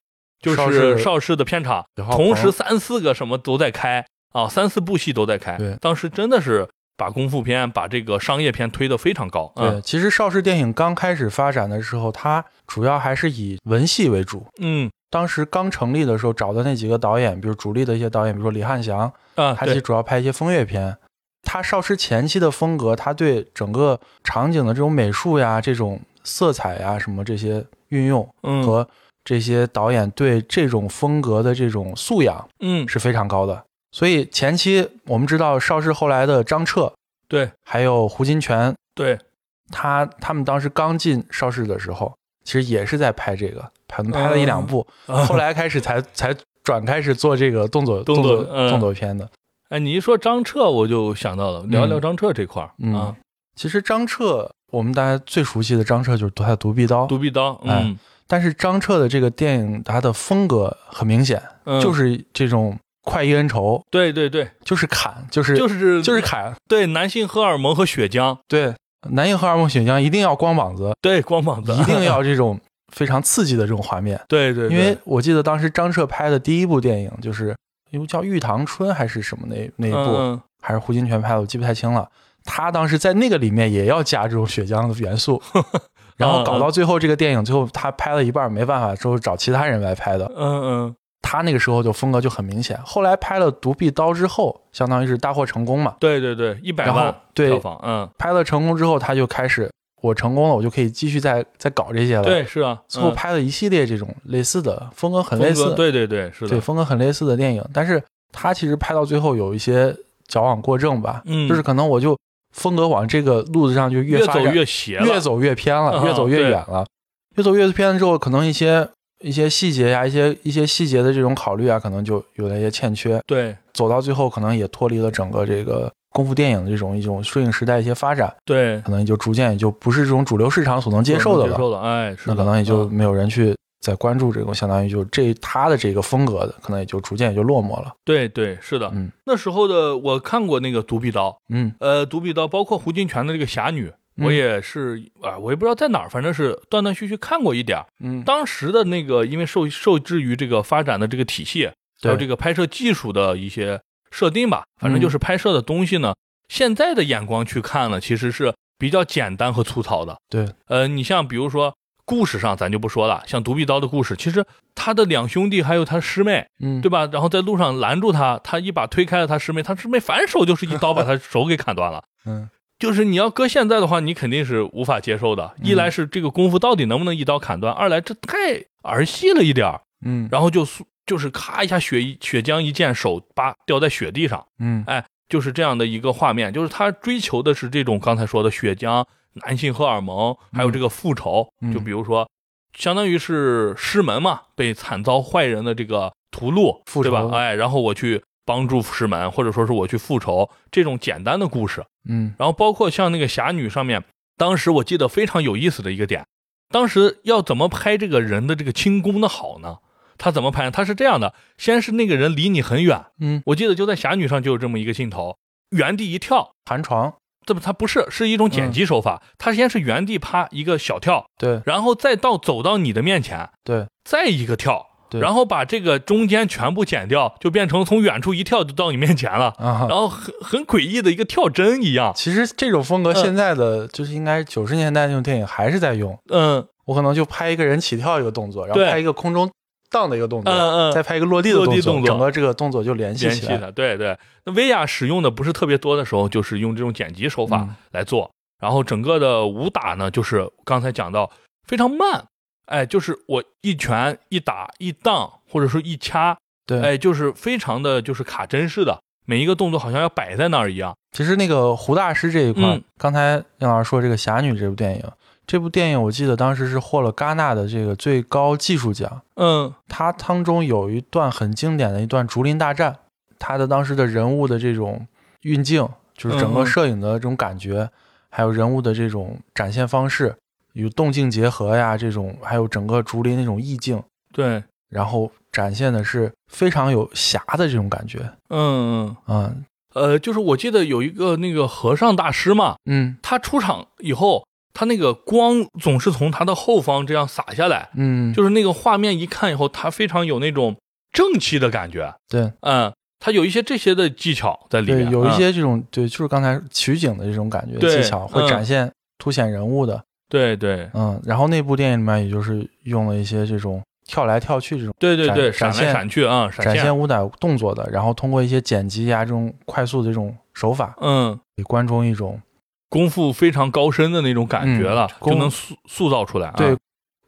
A: 就
B: 邵
A: 是
B: 氏
A: 邵氏的片场，
B: 李浩
A: 同
B: 鹏
A: 时三四个什么都在开啊，三四部戏都在开。
B: 对
A: 当时真的是把功夫片、把这个商业片推得非常高。
B: 对，
A: 嗯
B: 其实邵氏电影刚开始发展的时候，它主要还是以文戏为主。
A: 嗯
B: 当时刚成立的时候找的那几个导演，比如主力的一些导演，比如说李翰祥，
A: 啊，
B: 他其
A: 对
B: 实主要拍一些风月片。他邵氏前期的风格，他对整个场景的这种美术呀、这种色彩呀、什么这些运用，
A: 嗯
B: 和这些导演对这种风格的这种素养
A: 嗯
B: 是非常高的。所以前期我们知道邵氏后来的张彻，
A: 对
B: 还有胡金铨，
A: 对
B: 他他们当时刚进邵氏的时候，其实也是在拍这个，拍拍了一 两部，
A: 啊
B: 后来开始才才转开始做这个动作
A: 动作
B: 作
A: 嗯
B: 动作片的。
A: 哎，你一说张彻，我就想到了，聊聊张彻这块儿、
B: 嗯
A: 啊，
B: 其实张彻，我们大家最熟悉的张彻就是他的《独臂刀》，
A: 独臂刀，
B: 哎
A: 嗯，
B: 但是张彻的这个电影，他的风格很明显，
A: 嗯
B: 就是这种快意恩仇，
A: 对对对，
B: 就是砍，就是
A: 就是
B: 就是砍，
A: 对男性荷尔蒙和血浆，
B: 对，男性荷尔蒙血浆一定要光膀子，
A: 对光膀子
B: 一定，要这种非常刺激的这种画面。
A: 对对，对
B: 因为我记得当时张彻拍的第一部电影就是因为叫《玉堂春》还是什么那那一部，
A: 嗯
B: 还是胡金铨拍的，我记不太清了。他当时在那个里面也要加这种血浆的 元素，然后
A: 嗯
B: 搞到最后这个电影最后他拍了一半没办法，之后找其他人来拍的。
A: 嗯嗯
B: 他那个时候就风格就很明显。后来拍了《独臂刀》之后，相当于是大获成功嘛。
A: 对对对，一百
B: 然后
A: 万
B: 对
A: 票房，嗯，
B: 拍了成功之后，他就开始我成功了，我就可以继续再再搞这些了。，
A: 对是啊，
B: 最后
A: 嗯
B: 拍了一系列这种类似的风格很类
A: 风
B: 似
A: 格，对对对是
B: 对
A: 的，
B: 风格很类似的电影，但是他其实拍到最后有一些矫枉过正吧，
A: 嗯
B: 就是可能我就风格往这个路子上就
A: 越
B: 发
A: 走
B: 展
A: 越邪了，
B: 越走越偏了，
A: 嗯
B: 越走越
A: 对
B: 远了，越走越偏了之后，可能一些一些细节呀、一些一些细节的这种考虑啊，可能就有了一些欠缺，
A: 对
B: 走到最后可能也脱离了整个这个功夫电影的这种一种顺应时代一些发展，
A: 对
B: 可能也就逐渐也就不是这种主流市场所能接受的
A: 接
B: 了，
A: 受了，哎，是
B: 那
A: 的
B: 可能也就
A: 嗯
B: 没有人去在关注这种，相当于就这他的这个风格的，可能也就逐渐也就落寞了。
A: 对对，是的，
B: 嗯
A: 那时候的我看过那个独臂刀，
B: 嗯
A: 呃，独臂刀包括胡金铨的这个侠女，
B: 嗯
A: 我也是啊、我也不知道在哪儿，反正是断断续续看过一点儿。
B: 嗯，
A: 当时的那个，因为受受制于这个发展的这个体系，还有这个
B: 个
A: 拍摄技术的一些设定吧，反正
B: 嗯
A: 就是拍摄的东西呢，现在的眼光去看呢，其实是比较简单和粗糙的。
B: 对，
A: 呃，你像比如说故事上，咱就不说了，像独臂刀的故事，其实他的两兄弟还有他师妹，
B: 嗯
A: 对吧？然后在路上拦住他，他一把推开了他师妹，他师妹反手就是一刀把他手给砍断了。
B: 嗯
A: 就是你要搁现在的话，你肯定是无法接受的。一
B: 嗯
A: 来是这个功夫到底能不能一刀砍断，二来这太儿戏了一点儿。
B: 嗯
A: 然后就速就是咔一下血一血浆一溅，手扒掉在雪地上，
B: 嗯
A: 就是这样的一个画面。就是他追求的是这种刚才说的血浆、男性荷尔蒙，还有这个复仇。
B: 嗯
A: 就比如说，相当于是师门嘛，被惨遭坏人的这个屠戮，
B: 复
A: 对吧
B: 仇？
A: 哎，然后我去帮助师门，或者说是我去复仇这种简单的故事。
B: 嗯
A: 然后包括像那个侠女上面，当时我记得非常有意思的一个点，当时要怎么拍这个人的这个轻功的好呢？他怎么拍？他是这样的，先是那个人离你很远，
B: 嗯，
A: 我记得就在侠女上就有这么一个镜头，原地一跳，
B: 弹床，
A: 这不他不是是一种剪辑手法，他先是原地啪一个小跳，
B: 对
A: 然后再到走到你的面前，
B: 对，
A: 再一个跳。
B: 对
A: 然后把这个中间全部剪掉，就变成从远处一跳就到你面前了，
B: 啊哈
A: 然。后很很诡异的一个跳帧一样。
B: 其实这种
A: 嗯
B: 风格现在的、就是应该九十年代那种电影还是在用，
A: 嗯
B: 我可能就拍一个人起跳一个动作，然后
A: 对
B: 拍一个空中荡的一个动作，
A: 嗯嗯，
B: 再拍一个落地的
A: 落
B: 动作，
A: 地动作
B: 整个这个动作就联系
A: 联
B: 起
A: 系
B: 来。
A: 的，对对。那薇娅使用的不是特别多的时候，就是用这种剪辑手法
B: 嗯
A: 来做。然后整个的武打呢，就是刚才讲到非常慢，哎，就是我一拳一打一荡，或者说一掐，
B: 对，
A: 哎，就是非常的就是卡针似的，每一个动作好像要摆在那儿一样。
B: 其实那个胡大师这一块，
A: 嗯
B: 刚才杨老师说这个《侠女》这部电影，这部电影我记得当时是获了戛纳的这个最高技术奖。
A: 嗯
B: 它当中有一段很经典的一段竹林大战，它的当时的人物的这种运镜，就是整
A: 嗯
B: 个
A: 嗯
B: 摄影的这种感觉，还有人物的这种展现方式，与动静结合呀，这种还有整个竹林那种意境，
A: 对，
B: 然后展现的是非常有侠的这种感觉。
A: 嗯嗯，
B: 嗯
A: 呃，就是我记得有一个那个和尚大师嘛，
B: 嗯
A: 他出场以后，他那个光总是从他的后方这样洒下来。
B: 嗯，
A: 就是那个画面一看以后，它非常有那种正气的感觉。
B: 对
A: 嗯，它有一些这些的技巧在里
B: 对，
A: 面，
B: 有一
A: 嗯
B: 些这种、对，就是刚才取景的这种感觉
A: 对
B: 技巧，会
A: 嗯
B: 展现凸显人物的。
A: 对对
B: 嗯，然后那部电影里面也就是用了一些这种跳来跳去这种。
A: 对对对，闪
B: 展
A: 来
B: 现
A: 闪去啊，闪
B: 展
A: 现，
B: 现武打动作的，然后通过一些剪辑呀、这种快速的这种手法，
A: 嗯，
B: 给观众一种
A: 功夫非常高深的那种感觉了，
B: 嗯
A: 就能塑塑造出来。啊、
B: 对，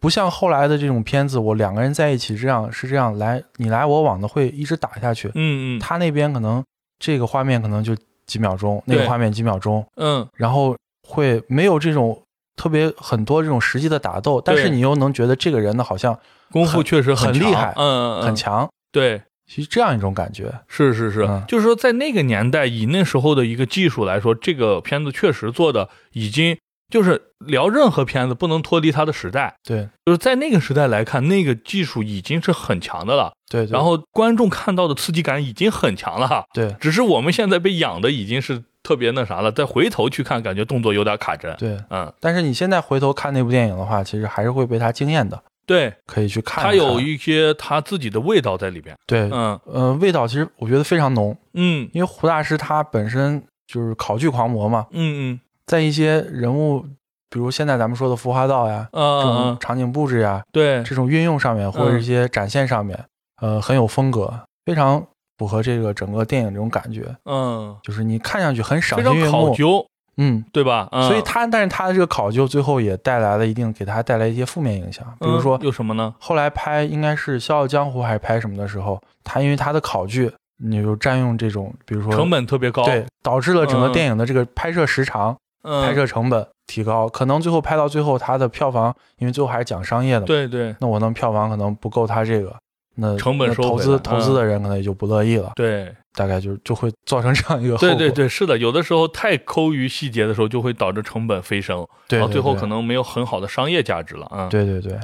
B: 不像后来的这种片子，我两个人在一起这样是这样来你来我往的会一直打下去。
A: 嗯嗯
B: 他那边可能这个画面可能就几秒钟，那个
A: 对
B: 画面几秒钟，
A: 嗯，
B: 然后会没有这种特别很多这种实际的打斗，但是
A: 对
B: 你又能觉得这个人呢好像
A: 功夫
B: 很
A: 确实
B: 很
A: 强
B: 厉害
A: 嗯嗯嗯，
B: 很强，
A: 对。
B: 其实这样一种感觉。
A: 是是是，
B: 嗯
A: 就是说，在那个年代，以那时候的一个技术来说，这个片子确实做的已经就是聊任何片子不能脱离它的时代，
B: 对
A: 就是在那个时代来看，那个技术已经是很强的了，
B: 对，对
A: 然后观众看到的刺激感已经很强了，
B: 对
A: 只是我们现在被养的已经是特别那啥了，再回头去看，感觉动作有点卡针。
B: 对，
A: 嗯，
B: 但是你现在回头看那部电影的话，其实还是会被他惊艳的。
A: 对，
B: 可以去看
A: 它
B: 一
A: 有
B: 看
A: 一些它自己的味道在里边。
B: 对，
A: 嗯
B: 呃，味道其实我觉得非常浓，
A: 嗯
B: 因为胡大师他本身就是考据狂魔嘛，
A: 嗯
B: 在一些人物，比如现在咱们说的服化道呀
A: 嗯，
B: 这
A: 啊
B: 种
A: 啊，
B: 场景布置呀，
A: 对，
B: 这种运用上面或者
A: 嗯
B: 一些展现上面，呃，很有风格，非常符合这个整个电影这种感觉，
A: 嗯，
B: 就是你看上去很赏
A: 非
B: 心
A: 常
B: 悦
A: 考
B: 目，
A: 究，
B: 嗯。
A: 对吧？嗯、
B: 所以他，但是他的这个考究最后也带来了一定给他带来一些负面影响，比如
A: 嗯
B: 说
A: 有什么呢？
B: 后来拍应该是《笑傲江湖》还是拍什么的时候，他因为他的考据，你就占用这种，比如说
A: 成本特别高，
B: 对，导致了整个
A: 嗯
B: 电影的这个拍摄时长、
A: 嗯，
B: 拍摄成本提高，可能最后拍到最后，它的票房，因为最后还是讲商业的嘛，
A: 对对
B: 那我能票房可能不够他这个，那
A: 成本
B: 那
A: 收
B: 投
A: 回
B: 资
A: 来嗯
B: 投资的人可能也就不乐意了，
A: 对
B: 大概就就会 造成这样一个后
A: 对
B: 果，
A: 对对，是的，有的时候太抠于细节的时候，就会导致成本飞升。
B: 对
A: 哦然后最后
B: 对
A: 可能没有很好的商业价值了啊。
B: 对对对，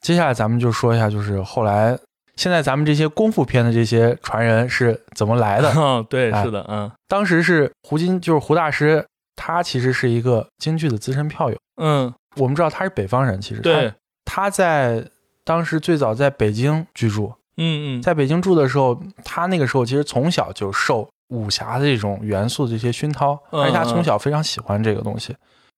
B: 接下来咱们就说一下，就是后来现在咱们这些功夫片的这些传人是怎么来的。
A: 嗯， 对，
B: 哎
A: 是的，嗯
B: 当时是胡金，就是胡大师，他其实是一个京剧的资深票友。
A: 嗯，
B: 我们知道他是北方人，其实
A: 对，
B: 他，他在当时最早在北京居住，
A: 嗯嗯，
B: 在北京住的时候，他那个时候其实从小就受武侠的这种元素的这些熏陶，
A: 嗯
B: 而且他
A: 嗯
B: 从小非常喜欢这个东西。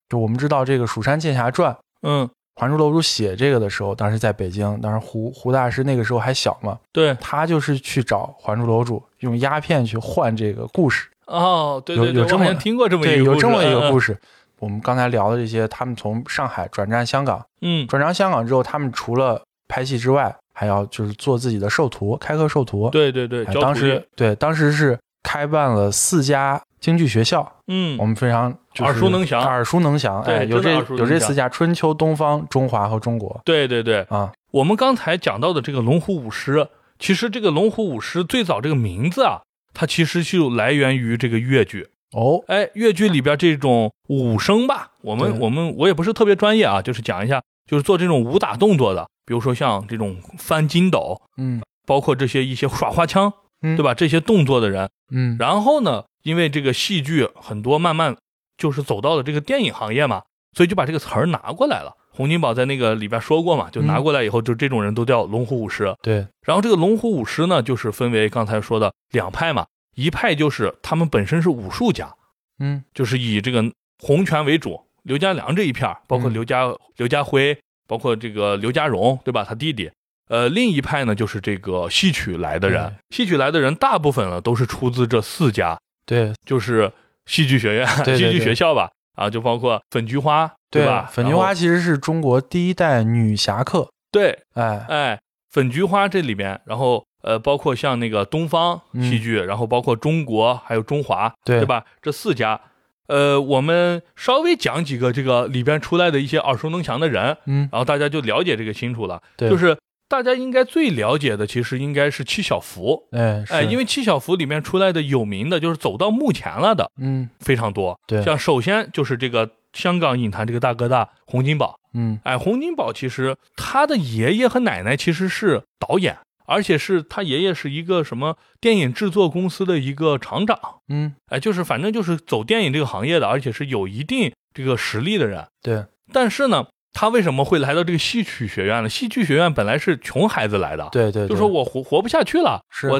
B: 就我们知道这个《蜀山剑侠传》《
A: 嗯
B: 还珠楼主》写这个的时候，当时在北京，当时胡胡大师那个时候还小嘛，
A: 对，
B: 他就是去找《还珠楼主》，用鸦片去换这个故事。
A: 哦，对
B: 有
A: 对对，
B: 有
A: 我
B: 这
A: 好
B: 么
A: 像听过这么一
B: 对，
A: 个
B: 有这么一个故
A: 事，嗯
B: 事。我们刚才聊的这些，他们从上海转战香港，
A: 嗯，嗯
B: 转战香港之后，他们除了拍戏之外，还要就是做自己的授徒，开课授徒。
A: 对对对，
B: 哎
A: 教
B: 当
A: 徒弟
B: 时对，当时是开办了四家京剧学校，
A: 嗯
B: 我们非常、就是、
A: 耳熟能详
B: 耳熟能详。
A: 对
B: 哎，有
A: 真的
B: 这
A: 耳熟能
B: 有这
A: 详
B: 四家：春秋、东方、中华和中国
A: 对对对，
B: 啊。
A: 我们刚才讲到的这个龙虎舞狮，其实这个龙虎舞狮最早这个名字啊，它其实就来源于这个越剧。
B: 哦，
A: 哎，越剧里边这种武生吧，我们
B: 对
A: 我们我也不是特别专业啊，就是讲一下，就是做这种武打动作的，比如说像这种翻筋斗，
B: 嗯
A: 包括这些一些耍花枪，
B: 嗯
A: 对吧？这些动作的人，
B: 嗯，
A: 然后呢，因为这个戏剧很多慢慢就是走到了这个电影行业嘛，所以就把这个词儿拿过来了。洪金宝在那个里边说过嘛，就拿过来以后，就这种人都叫龙虎舞狮。
B: 对，
A: 然后这个龙虎舞狮呢，就是分为刚才说的两派嘛，一派就是他们本身是武术家，
B: 嗯
A: 就是以这个洪拳为主，刘家良这一片儿包括
B: 嗯
A: 刘家、刘家辉，包括这个刘家荣，对吧？他弟弟。呃，另一派呢，就是这个戏曲来的
B: 嗯
A: 人，戏曲来的人大部分呢都是出自这四家，
B: 对
A: 就是戏剧学院、
B: 对对
A: 戏剧
B: 对
A: 学校吧，啊，就包括粉菊花，吧？
B: 粉菊
A: 然后
B: 花其实是中国第一代女侠客，
A: 对，
B: 哎，
A: 哎，粉菊花这里面，然后呃，包括像那个东方戏剧，然后包括中国还有中华，
B: 嗯对
A: 吧？这四家，呃，我们稍微讲几个这个里边出来的一些耳熟能详的人，
B: 嗯，
A: 然后大家就了解这个清楚了。
B: 对，
A: 就是大家应该最了解的，其实应该是七小福。
B: 哎
A: 哎，因
B: 为
A: 为七小福里面出来的有名的，就是走到目前了的
B: 嗯
A: 非常多。
B: 对
A: 像首先就是这个香港影坛这个大哥大洪金宝，
B: 嗯
A: 哎，洪金宝其实他的爷爷和奶奶其实是导演，而且是他爷爷是一个什么电影制作公司的一个厂长，
B: 嗯，
A: 哎，就是反正就是走电影这个行业的，而且是有一定这个实力的人。
B: 对，
A: 但是呢，他为什么会来到这个戏曲学院呢？戏剧学院本来是穷孩子来的，
B: 对对，
A: 就
B: 对
A: 说我活活不下去了，
B: 是
A: 我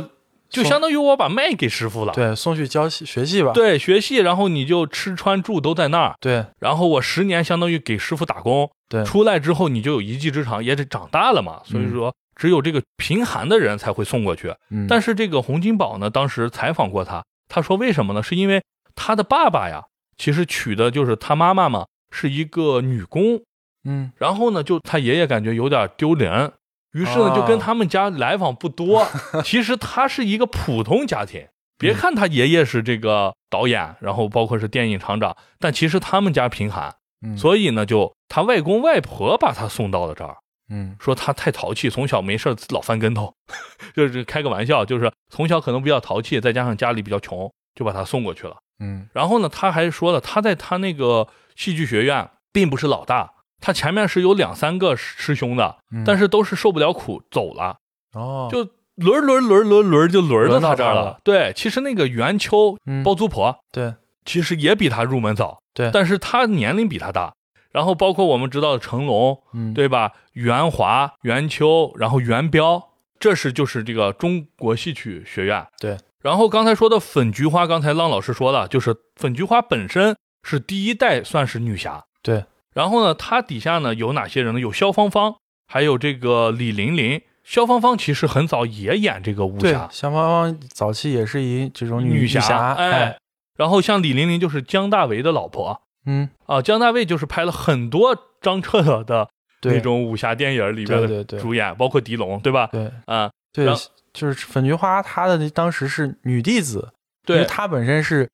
A: 就
B: 送
A: 相当于我把麦给师傅了。
B: 对送去教戏学戏吧，
A: 对，学戏，然后你就吃穿住都在那儿，
B: 对
A: 然后我十年相当于给师傅打工，
B: 对
A: 出来之后你就有一技之长，也得长大了嘛，所以说只有这个贫寒的人才会送过去。
B: 嗯，
A: 但
B: 是
A: 是这个洪金宝呢，当时采访过他，他说为什么呢？是因为他的爸爸呀，其实娶的就是他妈妈嘛，是一个女工，
B: 嗯，
A: 然后呢，就他爷爷感觉有点丢人。于是呢，
B: 啊
A: 就跟他们家来往不多。 其实他是一个普通家庭，
B: 嗯
A: 别看他爷爷是这个导演，然后包括是电影厂长，但其实他们家贫寒，
B: 嗯
A: 所以呢，就他外公外婆把他送到了这儿，
B: 嗯
A: 说他太淘气，从小没事儿老翻跟头， 就是开个玩笑，就是从小可能比较淘气，再加上家里比较穷，就把他送过去了。
B: 嗯
A: 然后呢，他还说了，他在他那个戏剧学院并不是老大，他前面是有两三个师兄的，
B: 嗯，
A: 但是都是受不了苦走了，
B: 哦，
A: 就轮轮轮轮轮就轮到他这儿
B: 轮到他
A: 了
B: 了。
A: 对，其实那个袁秋
B: 嗯
A: 包租婆
B: 对
A: 其实也比他入门早，
B: 对
A: 但是他年龄比他大。然后包括我们知道的成龙，
B: 嗯
A: 对吧？袁华、袁秋，然后袁彪，这是就是这个中国戏曲学院。
B: 对，
A: 然后刚才说的粉菊花，刚才浪老师说了，就是粉菊花本身是第一代算是女侠。
B: 对，
A: 然后呢，她底下呢有哪些人呢？有萧芳芳，还有这个李玲玲。萧芳芳其实很早也演这个武
B: 对
A: 侠，
B: 香芳芳早期也是以这种女
A: 侠，
B: 侠，
A: 哎
B: 哎，，
A: 然后像李玲玲就是姜大为的老婆
B: 嗯，
A: 啊，姜大卫就是拍了很多张彻的
B: 对，
A: 那种武侠电影里边
B: 对
A: 的
B: 对对
A: 主演，包括狄龙，对吧？
B: 对
A: 啊，
B: 对
A: 然后，
B: 就是粉菊花，她的那当时是女弟子，因
A: 对
B: 为，她本身是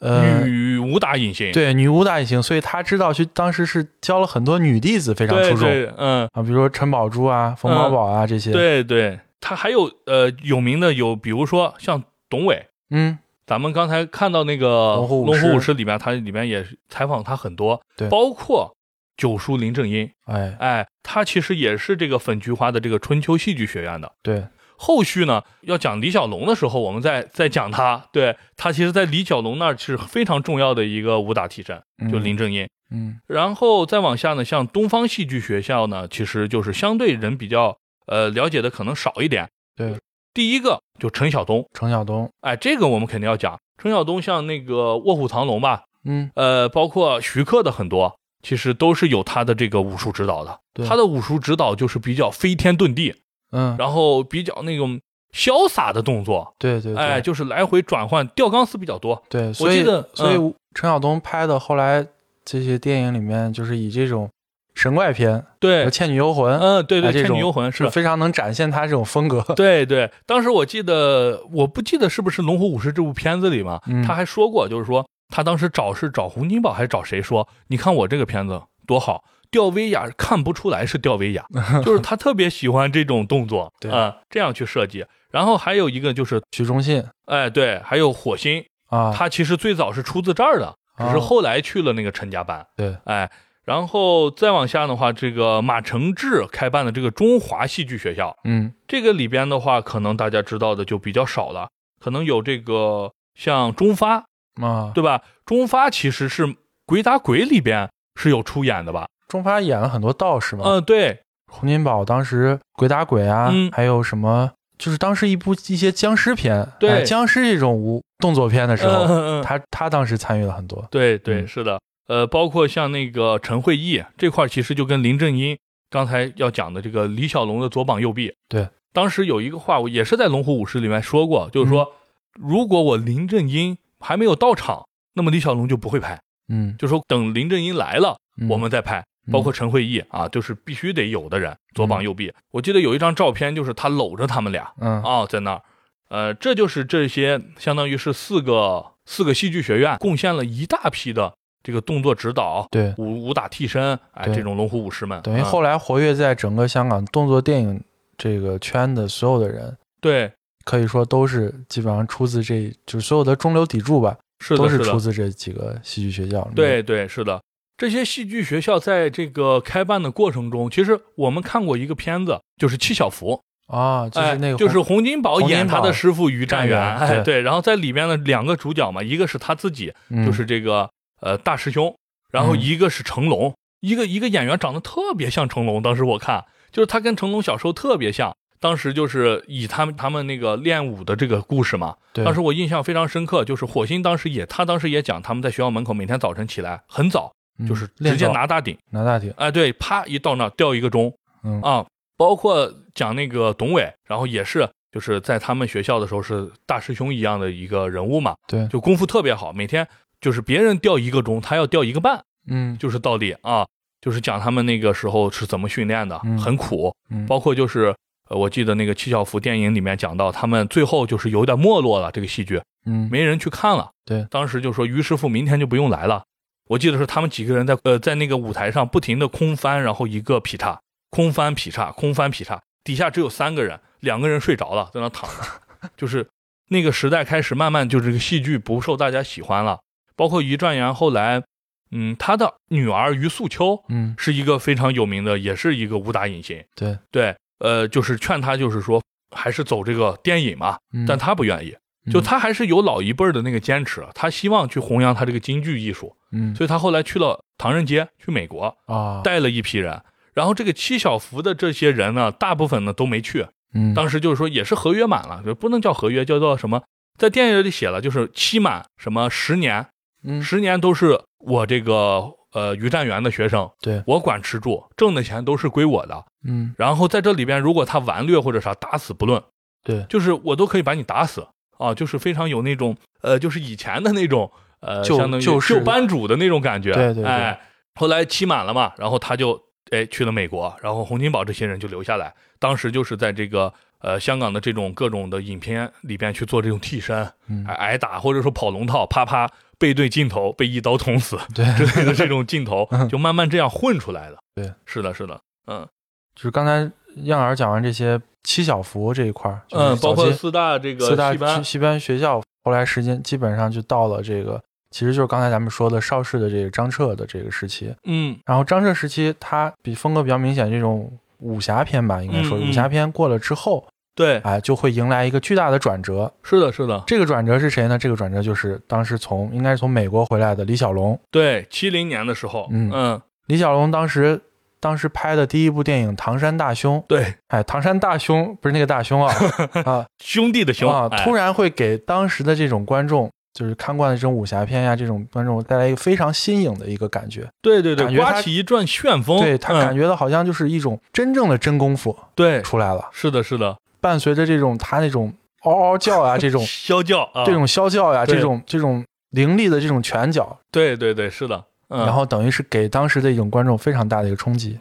B: 呃
A: 女武打影星，
B: 对女武打也行，所以她知道去当时是教了很多女弟子，非常
A: 对
B: 出众
A: 对，嗯，
B: 啊，比如说陈宝珠啊、冯宝宝啊这些，，
A: 对对，他还有呃有名的有，比如说像董伟，
B: 嗯，
A: 咱们刚才看到那个《
B: 龙虎
A: 龙
B: 舞狮
A: 虎舞狮》里面，他里面也采访他很多，
B: 对
A: 包括九叔林正英，
B: 哎，
A: 哎，他其实也是这个粉菊花的这个春秋戏剧学院的。
B: 对，
A: 后续呢，要讲李小龙的时候，我们再再讲他。对他，其实，在李小龙那儿是非常重要的一个武打替身，就
B: 嗯
A: 林正英。
B: 嗯
A: 然后再往下呢，像东方戏剧学校呢，其实就是相对人比较呃了解的可能少一点。
B: 对，
A: 第一个就陈晓东，
B: 程晓东，
A: 哎，这个我们肯定要讲。陈晓东像那个《卧虎藏龙》吧，
B: 嗯
A: 呃，包括徐克的很多，其实都是有他的这个武术指导的
B: 对。
A: 他的武术指导就是比较飞天遁地，
B: 嗯，
A: 然后比较那种潇洒的动作，
B: 对对
A: 哎，
B: 对
A: 就是来回转换，吊钢丝比较多。
B: 对，所
A: 记
B: 以
A: 得
B: 所以
A: 嗯
B: 陈晓东拍的后来这些电影里面，就是以这种神怪片和
A: 对，
B: 《倩女幽魂》
A: 嗯，对对，
B: 哎这
A: 《倩
B: 种
A: 女幽魂》是
B: 是非常能展现他这种风格。
A: 对对，当时我记得，我不记得是不是《龙虎武师》这部片子里嘛，
B: 嗯
A: 他还说过，就是说他当时找是找洪金宝还是找谁说，你看我这个片子多好，吊威亚看不出来是吊 威亚，就是他特别喜欢这种动作，
B: 对
A: 啊、这样去设计。然后还有一个就是，
B: 许忠信
A: 哎，对，还有火星，
B: 啊，
A: 他其实最早是出自这儿的，只是
B: 哦
A: 后来去了那个陈家班，
B: 对，
A: 哎。然后再往下的话，这个马承志开办的这个中华戏剧学校，
B: 嗯
A: 这个里边的话，可能大家知道的就比较少了，可能有这个像中发，
B: 啊，
A: 对吧？中发其实是《鬼打鬼》里边是有出演的吧？
B: 中发演了很多道士嘛，
A: 嗯、对，
B: 洪金宝当时鬼打鬼啊，
A: 嗯
B: 还有什么，就是当时一部一些僵尸片，
A: 对
B: 哎僵尸这种无动作片的时候，
A: 嗯嗯嗯，
B: 他他当时参与了很多，
A: 对对、
B: 嗯
A: 是的，呃，包括像那个陈慧义这块，其实就跟林正英刚才要讲的这个李小龙的左膀右臂，
B: 对，
A: 当时有一个话，我也是在《龙虎武师》里面说过，就是说，
B: 嗯
A: 如果我林正英还没有到场，那么李小龙就不会拍，
B: 嗯，
A: 就说等林正英来了，
B: 嗯
A: 我们再拍。
B: 嗯
A: 包括陈慧义啊，就是必须得有的人，左膀右臂。我记得有一张照片，就是他搂着他们俩
B: 嗯
A: 啊、在那儿。呃，这就是这些，相当于是四个四个戏剧学院贡献了一大批的这个动作指导、
B: 对，
A: 武武打替身，哎，
B: 对
A: 这种龙虎武师们。
B: 等于
A: 嗯
B: 后来活跃在整个香港动作电影这个圈的所有的人，
A: 对，
B: 可以说都是基本上出自这，就是所有的中流砥柱吧，
A: 是
B: 都
A: 的，
B: 是
A: 的
B: 出自这几个戏剧学校里面。
A: 对对，是的，这些戏剧学校在这个开办的过程中，其实我们看过一个片子，就是《七小福》，
B: 啊，就是那个
A: 哎、就是
B: 洪
A: 洪金宝
B: 洪金
A: 演他
B: 宝
A: 的师傅于占
B: 占元
A: 元，哎，
B: 对
A: 对，然后在里边的两个主角嘛，一个是他自己，
B: 嗯
A: 就是这个呃大师兄，然后
B: 嗯
A: 一个是成龙，一个一个演员长得特别像成龙，当时我看就是他跟成龙小时候特别像，当时就是以他们他们那个练武的这个故事嘛，
B: 对
A: 当时我印象非常深刻，就是火星当时也他当时也讲他们在学校门口每天早晨起来很早，
B: 嗯
A: 就是直
B: 练
A: 接
B: 手
A: 拿大顶，
B: 拿大铁，
A: 哎，对，啪一到那儿掉一个钟，
B: 嗯
A: 啊，包括讲那个董伟，然后也是就是在他们学校的时候是大师兄一样的一个人物嘛，
B: 对，
A: 就功夫特别好，每天就是别人掉一个钟，他要掉一个半，
B: 嗯
A: 就是道理啊，就是讲他们那个时候是怎么训练的，
B: 嗯
A: 很苦，
B: 嗯
A: 包括就是。呃我记得那个七小福电影里面讲到，他们最后就是有点没落了，这个戏剧
B: 嗯
A: 没人去看了。
B: 对
A: 当时就说于师傅明天就不用来了。我记得是他们几个人在呃在那个舞台上不停的空翻，然后一个劈叉，空翻劈叉，空翻劈叉，底下只有三个人，两个人睡着了，在那躺着， 就是那个时代开始慢慢就这个戏剧不受大家喜欢了，包括于占元后来，嗯，他的女儿于素秋
B: 嗯
A: 是一个非常有名的，也是一个武打影星，
B: 对，
A: 对，呃，就是劝他就是说还是走这个电影嘛，
B: 嗯
A: 但他不愿意，就他还是有老一辈儿的那个坚持，啊他希望去弘扬他这个京剧艺术，
B: 嗯
A: 所以他后来去了唐人街，去美国
B: 啊，
A: 带了一批人。然后这个七小福的这些人呢，大部分呢都没去，
B: 嗯
A: 当时就是说也是合约满了，就不能叫合约，叫做什么？在电影里写了，就是期满什么十年，
B: 嗯
A: 十年都是我这个呃于占元的学生，
B: 对
A: 我管吃住，挣的钱都是归我的。
B: 嗯
A: 然后在这里边，如果他顽劣或者啥，打死不论，
B: 对
A: 就是我都可以把你打死啊，就是非常有那种呃，就是以前的那种呃，
B: 旧
A: 相当于
B: 旧式的
A: 旧班主的那种感觉。
B: 对对对
A: 哎，后来期满了嘛，然后他就哎去了美国，然后洪金宝这些人就留下来，当时就是在这个。呃，香港的这种各种的影片里边去做这种替身，
B: 嗯
A: 挨挨打或者说跑龙套，啪啪背对镜头被一刀捅死
B: 对，
A: 之类的这种镜头
B: 嗯，
A: 就慢慢这样混出来的。
B: 对，
A: 是的，是的，嗯
B: 就是刚才样儿讲完这些七小福这一块儿，就是
A: 嗯，包括
B: 早期
A: 四大这个
B: 四大
A: 戏班
B: 西西班学校，后来时间基本上就到了这个其实就是刚才咱们说的邵氏的这个张彻的这个时期。
A: 嗯
B: 然后张彻时期，他比风格比较明显这种武侠片吧，应该说
A: 嗯嗯
B: 武侠片过了之后，
A: 对，
B: 哎，就会迎来一个巨大的转折。
A: 是的，是的，
B: 这个转折是谁呢？这个转折就是当时从应该是从美国回来的李小龙。
A: 对，七零年的时候，
B: 嗯
A: 嗯，
B: 李小龙当时当时拍的第一部电影《唐山大兄》，
A: 对，
B: 哎，唐山大兄不是那个 大兄啊啊
A: 兄弟的兄
B: 啊！
A: 哎
B: 突然会给当时的这种观众，就是看惯了这种武侠片呀、这种观众带来一个非常新颖的一个感觉。
A: 对对对，
B: 感觉他
A: 刮起一阵旋风，
B: 对他
A: 嗯
B: 感觉到好像就是一种真正的真功夫
A: 对，
B: 出来了，
A: 是的，是的，
B: 伴随着这种他那种嗷嗷叫呀、这种
A: 消教啊，
B: 这种啸叫呀、
A: 对
B: 这种这种凌厉的这种拳脚，
A: 对对对，是的，嗯，
B: 然后等于是给当时的一种观众非常大的一个冲击。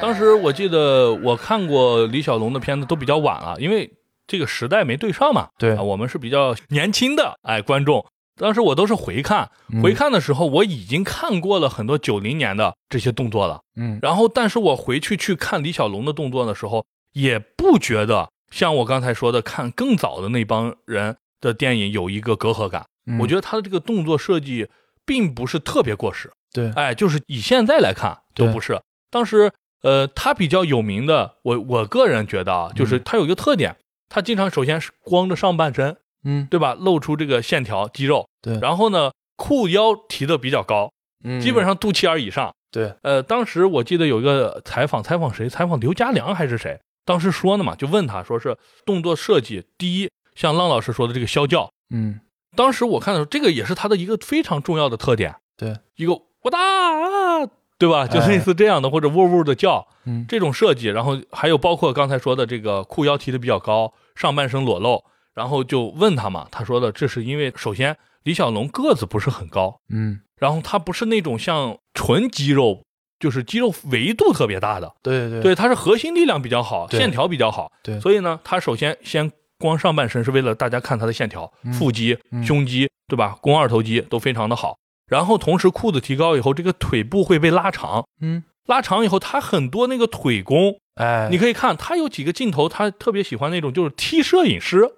A: 当时我记得我看过李小龙的片子都比较晚了，因为这个时代没对上嘛。
B: 对
A: 啊我们是比较年轻的哎观众。当时我都是回看，
B: 嗯
A: 回看的时候我已经看过了很多九零年的这些动作了。
B: 嗯，
A: 然后，但是我回去去看李小龙的动作的时候，也不觉得像我刚才说的看更早的那帮人的电影有一个隔阂感。
B: 嗯
A: 我觉得他的这个动作设计并不是特别过时。
B: 对
A: 哎，就是以现在来看都
B: 对
A: 不是。当时，呃，他比较有名的，我我个人觉得啊，就是
B: 嗯
A: 他有一个特点，他经常首先是光着上半身，
B: 嗯
A: 对吧？露出这个线条、肌肉，
B: 对
A: 然后呢，裤腰提的比较高，
B: 嗯
A: 基本上肚脐眼以上。
B: 对
A: 呃，当时我记得有一个采访，采访谁？采访刘家良还是谁？当时说呢嘛，就问他说是动作设计，第一，像浪老师说的这个消教，
B: 嗯
A: 当时我看的时候，这个也是他的一个非常重要的特点。
B: 对，
A: 一个哇哒啊，对吧？就类似这样的，或者喔喔的叫
B: 嗯
A: 这种设计。然后还有包括刚才说的这个裤腰提的比较高，上半身裸露。然后就问他嘛，他说的这是因为首先李小龙个子不是很高，
B: 嗯
A: 然后他不是那种像纯肌肉，就是肌肉维度特别大的，
B: 对对
A: 对，他是核心力量比较好，
B: 对
A: 线条比较好，
B: 对
A: 所以呢，他首先先光上半身是为了大家看他的线条，
B: 嗯
A: 腹肌、
B: 嗯
A: 胸肌，对吧？肱二头肌都非常的好。然后同时裤子提高以后，这个腿部会被拉长，
B: 嗯
A: 拉长以后，他很多那个腿功，
B: 哎
A: 你可以看他有几个镜头，他特别喜欢那种就是踢摄影 师。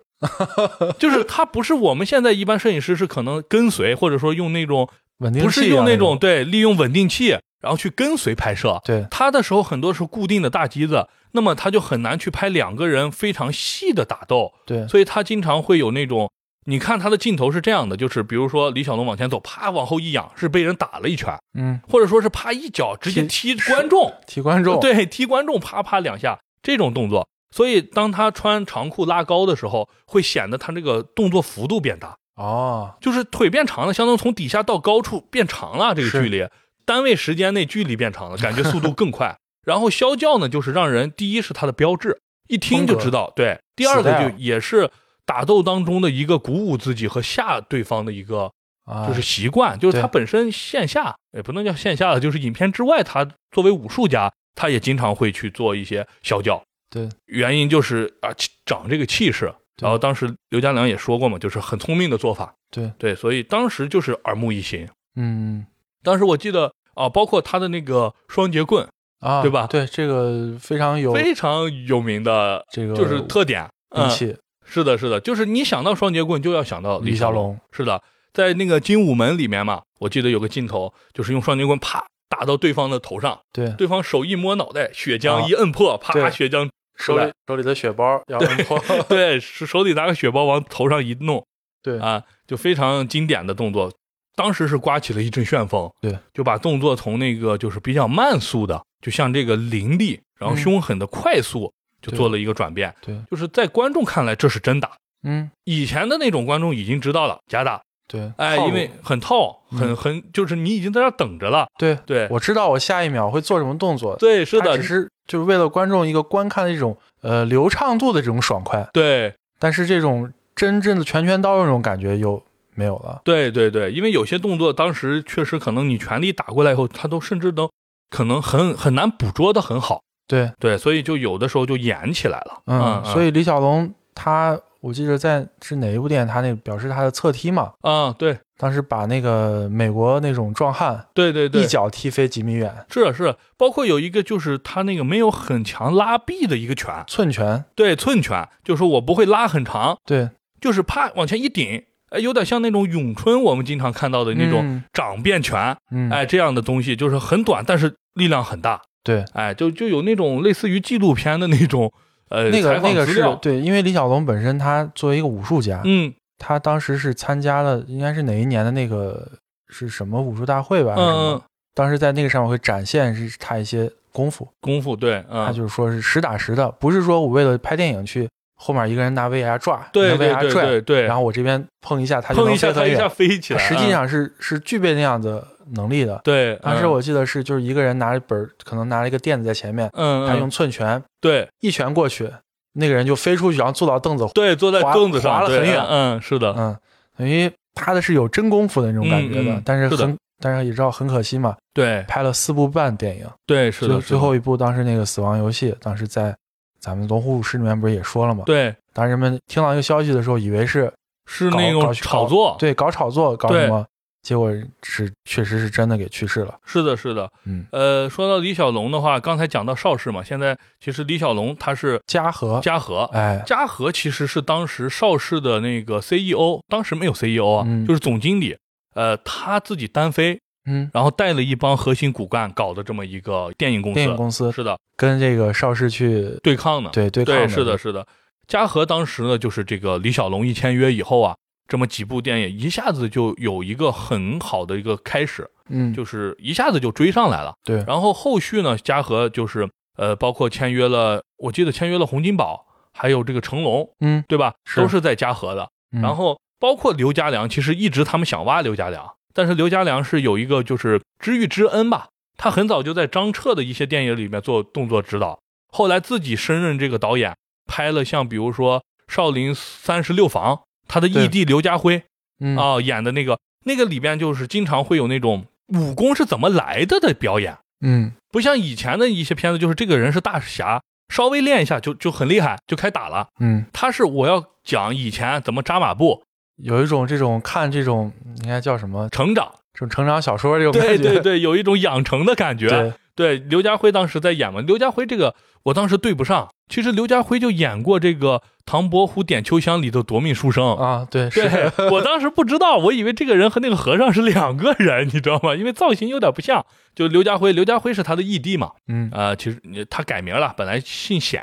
A: 就是他不是我们现在一般摄影师是可能跟随，或者说用那种
B: 稳定
A: 不
B: 器
A: 是
B: 啊
A: 用
B: 那
A: 那种对利用稳定器，然后去跟随拍摄，
B: 对
A: 他的时候很多是固定的大机子，那么他就很难去拍两个人非常细的打斗，
B: 对
A: 所以他经常会有那种，你看他的镜头是这样的，就是比如说李小龙往前走，啪往后一仰，是被人打了一拳，
B: 嗯
A: 或者说是啪一脚直接踢观众，
B: 提观众
A: 对，踢观众啪啪两下这种动作。所以当他穿长裤拉高的时候，会显得他这个动作幅度变大，
B: 哦
A: 就是腿变长了，相当于从底下到高处变长了，这个
B: 是
A: 距离单位时间内距离变长了，感觉速度更 快。然后消教呢，就是让人第一是它的标志，一听就知道，对；第二
B: 死带
A: 个
B: 了
A: 就也是打斗当中的一个鼓舞自己和吓对方的一个
B: 啊
A: 就是习惯，就是
B: 对
A: 他本身线下也不能叫线下了，就是影片之外，他作为武术家，他也经常会去做一些消教。
B: 对
A: 原因就是啊，气长这个气势。
B: 对
A: 然后当时刘家良也说过嘛，就是很聪明的做法。
B: 对
A: 对，所以当时就是耳目一新。
B: 嗯
A: 当时我记得啊，包括他的那个双节棍，
B: 啊
A: 对吧
B: 对这个非常有
A: 非常有名的，
B: 这个
A: 就是特点。
B: 兵
A: 嗯，
B: 器
A: 是的，是的，就是你想到双节棍就要想到
B: 李
A: 小
B: 小。龙
A: 是的，在那个精武门里面嘛，我记得有个镜头，就是用双节棍啪打到对方的头上，
B: 对
A: 对方手一摸脑袋，血
B: 啊
A: 浆一摁破，啪，
B: 对
A: 血浆
B: 手里手里的血包要扔破
A: 对手手里拿个血包往头上一弄，
B: 对
A: 啊，就非常经典的动作。当时是刮起了一阵旋风，
B: 对，
A: 就把动作从那个就是比较慢速的，就像这个凌厉，然后
B: 嗯
A: 凶狠的快速，就
B: 对
A: 做了一个转变。
B: 对
A: 就是在观众看来这是真打，
B: 嗯
A: 以前的那种观众已经知道了假打，
B: 对
A: 哎，
B: 套路
A: 因为很套，
B: 嗯
A: 很很就是你已经在这儿等着了，
B: 对
A: 对，
B: 我知道我下一秒会做什么动作
A: 对，是
B: 它
A: 的
B: 只，是就是为了观众一个观看的一种呃流畅度的这种爽快，
A: 对
B: 但是这种真正的拳拳到肉那种感觉又没有了。
A: 对对对，因为有些动作当时确实可能你全力打过来以后，他都甚至都可能很很难捕捉的很好，
B: 对，
A: 对，所以就有的时候就演起来了，
B: 嗯，所
A: 以
B: 以李小龙他我记得在是哪一部电影，他那表示他的侧踢嘛，
A: 啊，对
B: 当时把那个美国那种壮汉
A: 对对对
B: 一，脚踢飞几米远，
A: 是啊的是的，包括有一个就是他那个没有很强拉臂的一个拳，
B: 寸拳，
A: 对寸拳，就是我不会拉很长，
B: 对
A: 就是啪往前一顶，哎，有点像那种咏春我们经常看到的那种
B: 嗯
A: 掌变拳，
B: 嗯，
A: 哎，这样的东西就是很短，但是力量很大，
B: 对，
A: 哎，就就有那种类似于纪录片的那种，呃，
B: 那个
A: 采访
B: 那个
A: 资
B: 是
A: 料
B: 对，因为李小龙本身他作为一个武术家，
A: 嗯
B: 他当时是参加了应该是哪一年的那个是什么武术大会吧？
A: 嗯
B: 还是什么
A: 嗯，
B: 当时在那个上面会展现是他一些功夫，
A: 功夫对，
B: 他
A: 嗯，
B: 就是说是实打实的，不是说我为了拍电影去后面一个人拿威亚抓，
A: 对
B: 拿威
A: 对
B: 亚
A: 对
B: 拽，
A: 对对，
B: 然后我这边碰一下他就
A: 碰
B: 能
A: 一下
B: 飞
A: 它
B: 很
A: 一
B: 远
A: 下。飞起来，
B: 实际
A: 嗯
B: 上是是具备那样的能力的。
A: 对，
B: 当时
A: 嗯
B: 我记得是就是一个人拿着本儿，可能拿了一个垫子在前面，
A: 嗯，
B: 他
A: 嗯
B: 用寸拳
A: 对
B: 一拳过去，那个人就飞出去，然后坐到凳子。
A: 对坐在
B: 滑
A: 凳子上
B: 滑了
A: 对
B: 很远
A: 嗯，是的，
B: 嗯，等于他的是有真功夫的那种感觉的，
A: 嗯嗯
B: 但是
A: 是的
B: 很但是也知道很可惜嘛，
A: 对
B: 拍了四部半电影，
A: 对是
B: 最
A: 的，是
B: 最
A: 的
B: 后一部当时那个《死亡游戏》，当时在咱们龙虎武师里面不是也说了嘛，
A: 对
B: 当人们听到一个消息的时候，以为是
A: 是
B: 搞
A: 那
B: 搞
A: 种
B: 去
A: 炒
B: 搞
A: 作，
B: 对搞炒作搞
A: 对
B: 什么，结果是确实是真的给去世了，
A: 是的，是的。
B: 嗯，
A: 呃，说到李小龙的话，刚才讲到邵氏嘛，现在其实李小龙他是
B: 嘉禾，
A: 嘉禾，
B: 哎，
A: 嘉禾其实是当时邵氏的那个 CEO，当时没有 CEO 啊，
B: 嗯
A: 就是总经理。呃，他自己单飞，
B: 嗯，
A: 然后带了一帮核心骨干搞的这么一个电影公司，
B: 电影公司
A: 是的，
B: 跟这个邵氏去
A: 对抗呢，
B: 对对抗
A: 对，是的，，是的。嘉禾当时呢，就是这个李小龙一签约以后啊，这么几部电影一下子就有一个很好的一个开始，
B: 嗯，
A: 就是一下子就追上来了。
B: 对
A: 然后后续呢，嘉禾就是呃，包括签约了，我记得签约了洪金宝，还有这个成龙，
B: 嗯，
A: 对吧？
B: 是
A: 都是在嘉禾的。
B: 嗯
A: 然后包括刘家良，其实一直他们想挖刘家良，但是刘家良是有一个就是知遇之恩吧，他很早就在张彻的一些电影里面做动作指导，后来自己升任这个导演，拍了像比如说《少林三十六房》，他的义
B: 对
A: 弟刘家辉
B: 嗯
A: 啊、演的那个，那个里边就是经常会有那种武功是怎么来的的表演，
B: 嗯
A: 不像以前的一些片子，就是这个人是大侠，稍微练一下就就很厉害，就开打了。
B: 嗯，
A: 他是我要讲以前怎么扎马步、
B: 有一种这种看这种应该叫什么
A: 成长，
B: 这种成长小说这种感
A: 对
B: 觉，
A: 对对，有一种养成的感觉。
B: 对
A: 对刘家辉当时在演嘛，刘家辉这个我当时对不上，其实刘家辉就演过这个《唐伯虎点秋香》里的夺命书生。
B: 啊，对是
A: 对我当时不知道，我以为这个人和那个和尚是两个人，你知道吗？因为造型有点不像。就刘家辉，刘家辉是他的义弟嘛，
B: 嗯
A: 呃，其实呃他改名了，本来姓冼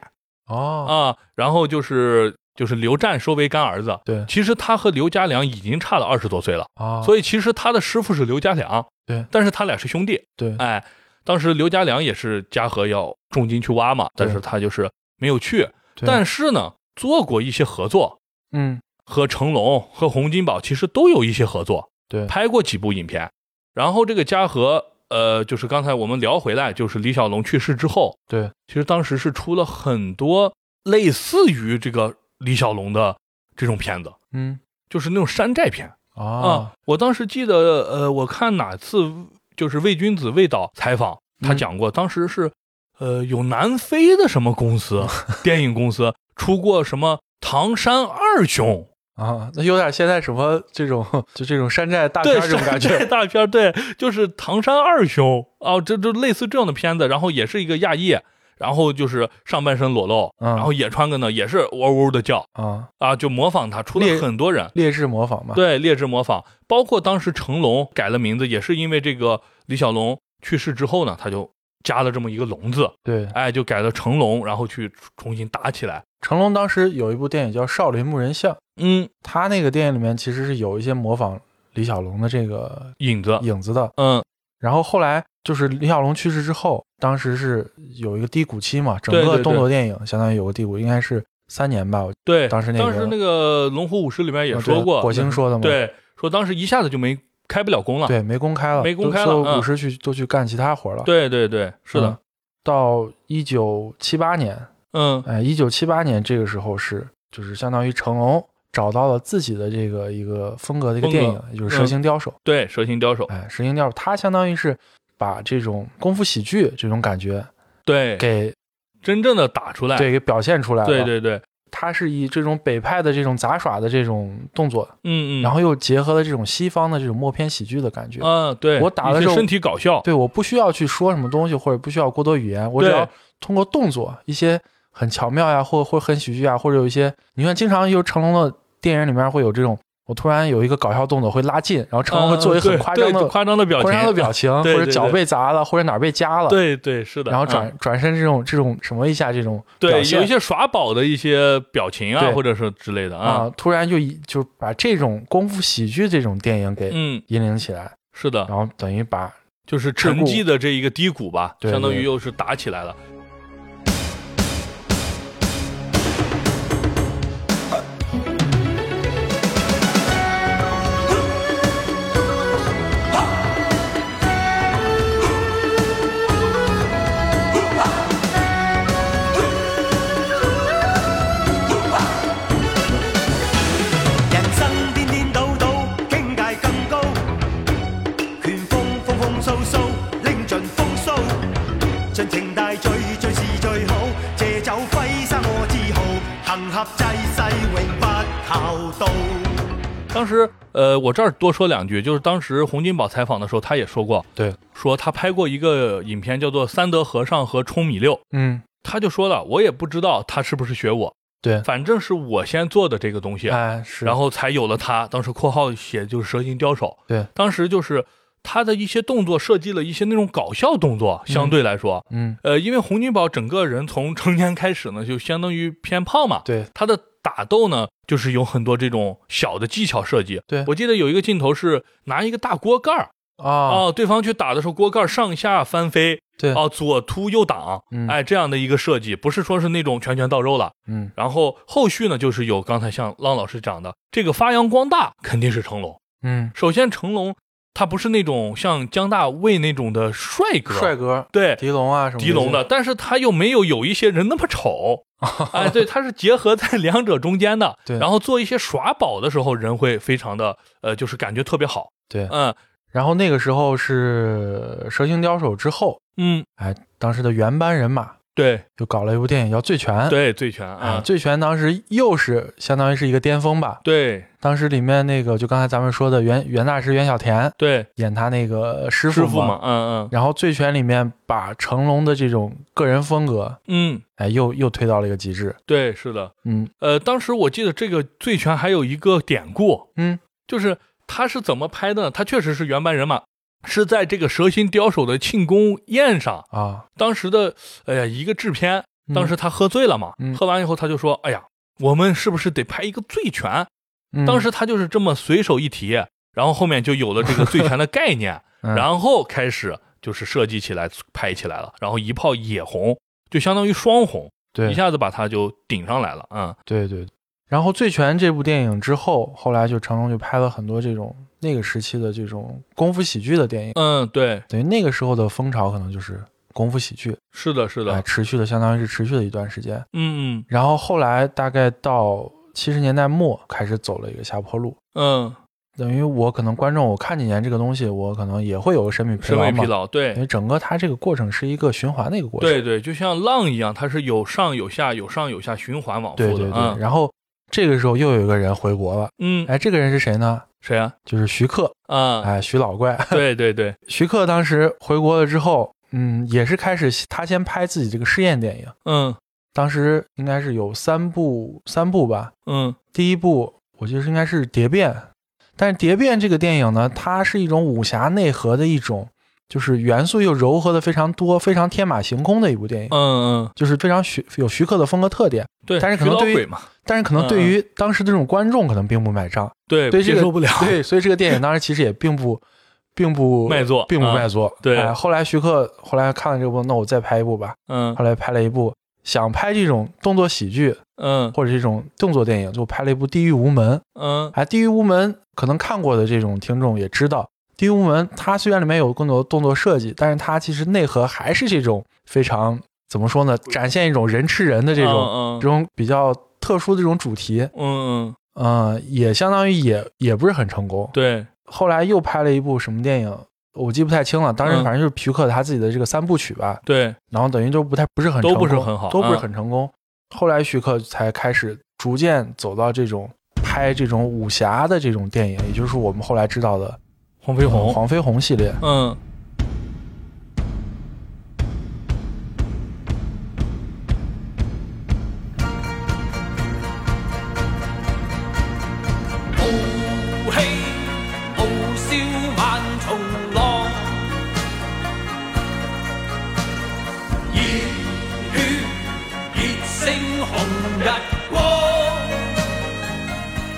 B: 哦，
A: 啊，然后就是就是刘湛收为干儿子。
B: 对
A: 其实他和刘家良已经差了二十多岁了。
B: 啊，以
A: 所以其实他的师傅是刘家良，
B: 对
A: 但是他俩是兄弟，
B: 对
A: 哎，当时刘家良也是嘉禾要重金去挖嘛，
B: 对
A: 但是他就是没有去，
B: 对
A: 但是呢，做过一些合作，
B: 嗯
A: 和成龙、和洪金宝其实都有一些合作，
B: 对
A: 拍过几部影片，然后这个嘉禾，呃，就是刚才我们聊回来，就是李小龙去世之后，
B: 对
A: 其实当时是出了很多类似于这个李小龙的这种片子，
B: 嗯
A: 就是那种山寨片。
B: 啊
A: 啊，我当时记得，呃，我看哪次就是魏君子魏导采访，他
B: 嗯
A: 讲过，当时是，呃，有南非的什么公 司，电影公司出过什么《唐山二雄
B: 啊，那有点现在什么这种就这种山寨》大 片
A: 对，
B: 儿这种感
A: 山寨
B: 觉，
A: 大片儿，对，就是《唐山二雄》啊，这就类似这样的片子，然后也是一个亚裔，然后就是上半身裸露，
B: 嗯
A: 然后也穿个呢，也是嗷嗷的叫
B: 啊，
A: 啊，就模仿他，出了
B: 猎
A: 很多人。
B: 劣质模仿嘛，
A: 对，劣质模仿，包括当时成龙改了名字，也是因为这个李小龙去世之后呢，他就加了这么一个“龙”字，
B: 对，
A: 哎，就改了成龙，然后去重新打起来。
B: 成龙当时有一部电影叫《少林木人像》，
A: 嗯，
B: 他那个电影里面其实是有一些模仿李小龙的这个
A: 影子，
B: 影子的，
A: 嗯，
B: 然后后来就是李小龙去世之后，当时是有一个低谷期嘛，整
A: 对
B: 个
A: 对
B: 动
A: 对
B: 作电影相当于有个低谷，应该是三年吧，我
A: 对，
B: 当时那个
A: 个《龙虎武师》里面也
B: 我觉
A: 说
B: 得
A: 过，
B: 火星说的嘛，
A: 对，说当时一下子就没开不了工了。
B: 对，没公开了，
A: 啊没公
B: 都
A: 开了
B: 所有
A: 嗯
B: 武师去都去干其他活了。
A: 对对对，是
B: 嗯
A: 的，
B: 到一九七八年，
A: 嗯
B: 哎，一九七八年这个时候是就是相当于成龙找到了自己的这个一个风格的一个
A: 风格嗯
B: 电影，也就是《蛇形刁手》
A: 对，《蛇形刁手》
B: 哎，《蛇形刁手》它相当于是把这种功夫喜剧这种感觉
A: 对，
B: 给
A: 真正的打出来，
B: 对给表现出来了。
A: 对对对
B: 它是以这种北派的这种杂耍的这种动作，
A: 嗯嗯，
B: 然后又结合了这种西方的这种默片喜剧的感觉。
A: 啊，对
B: 我打
A: 一
B: 的
A: 些
B: 时候
A: 身体搞笑，
B: 对，我不需要去说什么东西，或者不需要过多语言，我只
A: 对
B: 要通过动作一些很巧妙呀，或或者很喜剧啊，或者有一些，你看经常有成龙的电影里面会有这种，我突然有一个搞笑动作会拉近，然后成龙会做一个
A: 嗯
B: 很夸张
A: 对对
B: 的、
A: 夸张的表情，
B: 夸张的表情，
A: 对
B: 或
A: 对
B: 者脚
A: 对
B: 被砸了，或者哪儿被夹了，
A: 对对是的，
B: 然后
A: 嗯
B: 转、转身这种这种什么一下这种
A: 对
B: 表
A: 有
B: 现
A: 一些耍宝的一些表情啊，
B: 对
A: 或者是之类的
B: 啊、
A: 啊，
B: 突然就一就把这种功夫喜剧这种电影给
A: 嗯，
B: 引领起来，
A: 是的，
B: 然后等于把
A: 就是沉寂的这一个低谷吧，
B: 对
A: 相当于
B: 对
A: 又是打起来了。
C: 人生颠颠倒倒，境界更高。拳風風風騷騷，拎盡風騷。盡情大醉最是最好，借酒揮灑我自豪。行俠濟世永不求道。
A: 当时，呃，我这儿多说两句，就是当时洪金宝采访的时候，他也说过，
B: 对，
A: 说他拍过一个影片叫做《三德和尚和冲米六》，
B: 嗯
A: 他就说了，我也不知道他是不是学我，
B: 对，
A: 反正是我先做的这个东西，啊
B: 哎是，
A: 然后才有了他。当时括号写就是蛇形刁手，
B: 对，
A: 当时就是他的一些动作设计了一些那种搞笑动作，相对来说，
B: 嗯
A: 呃，因为洪金宝整个人从成年开始呢，就相当于偏胖嘛，
B: 对
A: 他的打斗呢，就是有很多这种小的技巧设计。
B: 对
A: 我记得有一个镜头是拿一个大锅盖儿，
B: 啊
A: 哦，对方去打的时候，锅盖儿上下翻飞，
B: 对
A: 哦，左突右挡，
B: 嗯
A: 哎，这样的一个设计，不是说是那种拳拳到肉了。
B: 嗯
A: 然后后续呢，就是有刚才像浪老师讲的，这个发扬光大肯定是成龙。
B: 嗯
A: 首先，成龙他不是那种像江大卫那种的帅哥，
B: 帅哥
A: 对，
B: 狄龙啊什么
A: 狄龙的，但是他又没有有一些人那么丑，哎，对，他是结合在两者中间的，
B: 对
A: 然后做一些耍宝的时候，人会非常的呃，就是感觉特别好，
B: 对，
A: 嗯
B: 然后那个时候是《蛇形刁手》之后，
A: 嗯，
B: 哎，当时的原班人马
A: 对
B: 就搞了一部电影叫《醉拳》，
A: 对，醉拳
B: 啊，
A: 啊
B: 《，醉拳》当时又是相当于是一个巅峰吧，
A: 对
B: 当时里面那个就刚才咱们说的袁袁大师袁小田
A: 对，
B: 演他那个师
A: 师
B: 傅
A: 傅嘛，嗯
B: 然后《醉拳》里面把成龙的这种个人风格，
A: 嗯嗯，
B: 哎，又又推到了一个极致，
A: 对，是的，
B: 嗯
A: 呃，当时我记得这个醉拳还有一个典故，
B: 嗯，
A: 就是他是怎么拍的呢？他确实是原班人马，是在这个蛇形刁手的庆功宴上，
B: 啊，
A: 当时的哎呀一个制片，
B: 嗯
A: 当时他喝醉了嘛，
B: 嗯
A: 喝完以后他就说：“哎呀，我们是不是得拍一个醉拳？”
B: 嗯
A: 当时他就是这么随手一提，然后后面就有了这个醉拳的概念，
B: 嗯
A: 然后开始就是设计起来、拍起来了，然后一炮也红，就相当于双红，
B: 对
A: 一下子把他就顶上来了。嗯，
B: 对对。然后《醉拳》这部电影之后，后来就成龙就拍了很多这种那个时期的这种功夫喜剧的电影，
A: 嗯，对，
B: 等于那个时候的风潮可能就是功夫喜剧，
A: 是的，是的，
B: 哎，持续的相当于是持续了一段时间。
A: 嗯
B: 然后后来大概到七十年代末开始走了一个下坡路，
A: 嗯
B: 等于我可能观众我看几年这个东西，我可能也会有个审美
A: 嗯，
B: 疲
A: 审
B: 劳
A: 美
B: 嘛哎
A: 疲，劳，
B: 因
A: 对。
B: 为整个它这个过程是一个循环的一个过程。
A: 对对，就像浪一样，它是有上有下，有上有下循环往复的。
B: 对对对
A: 嗯
B: 然后这个时候又有一个人回国了，
A: 嗯，
B: 哎，这个人是谁呢？
A: 谁啊？
B: 就是徐克，
A: 啊、
B: 哎，徐老怪。
A: 对对对，
B: 徐克当时回国了之后，嗯，也是开始他先拍自己这个试验电影，
A: 嗯
B: 当时应该是有三部三部吧，
A: 嗯
B: 第一部我觉得是应该是《蝶变》，但是《蝶变》这个电影呢，它是一种武侠内核的一种，就是元素又柔和的非常多，非常天马行空的一部电影，
A: 嗯嗯，
B: 就是非常徐有徐克的风格特点，
A: 对，
B: 但是可能
A: 徐老
B: 对于
A: 鬼嘛，
B: 但是可能对于当时这种观众可能并不买账，
A: 嗯对，
B: 对这
A: 接
B: 个
A: 受不了，
B: 对，所以这个电影当时其实也并不。并不
A: 卖座
B: 并不
A: 啊
B: 卖座。
A: 对
B: 哎后来徐克后来看了这部，那我再拍一部吧。
A: 嗯
B: 后来拍了一部，想拍这种动作喜剧
A: 嗯
B: 或者这种动作电影，就拍了一部《地狱无门》。
A: 嗯，
B: 哎，《地狱无门》可能看过的这种听众也知道，《地狱无门》它虽然里面有更多的动作设计，但是它其实内核还是这种非常怎么说呢，展现一种人吃人的这种、
A: 嗯
B: 这
A: 嗯
B: 种比较特殊的这种主题。
A: 嗯嗯，
B: 嗯，也相当于也也不是很成功。
A: 对，
B: 后来又拍了一部什么电影，我记不太清了。当时
A: 嗯
B: 反正就是徐克他自己的这个三部曲吧，
A: 对，
B: 然后等于就不太不是很
A: 都不是
B: 成功
A: 很好
B: 都不是
A: 嗯
B: 很成功。后来徐克才开始逐渐走到这种拍这种武侠的这种电影，也就是我们后来知道的
A: 黄飞
B: 呃
A: 鸿，
B: 黄飞鸿系列。
A: 嗯，
D: 傲氣傲笑萬重浪，熱血熱星紅日光。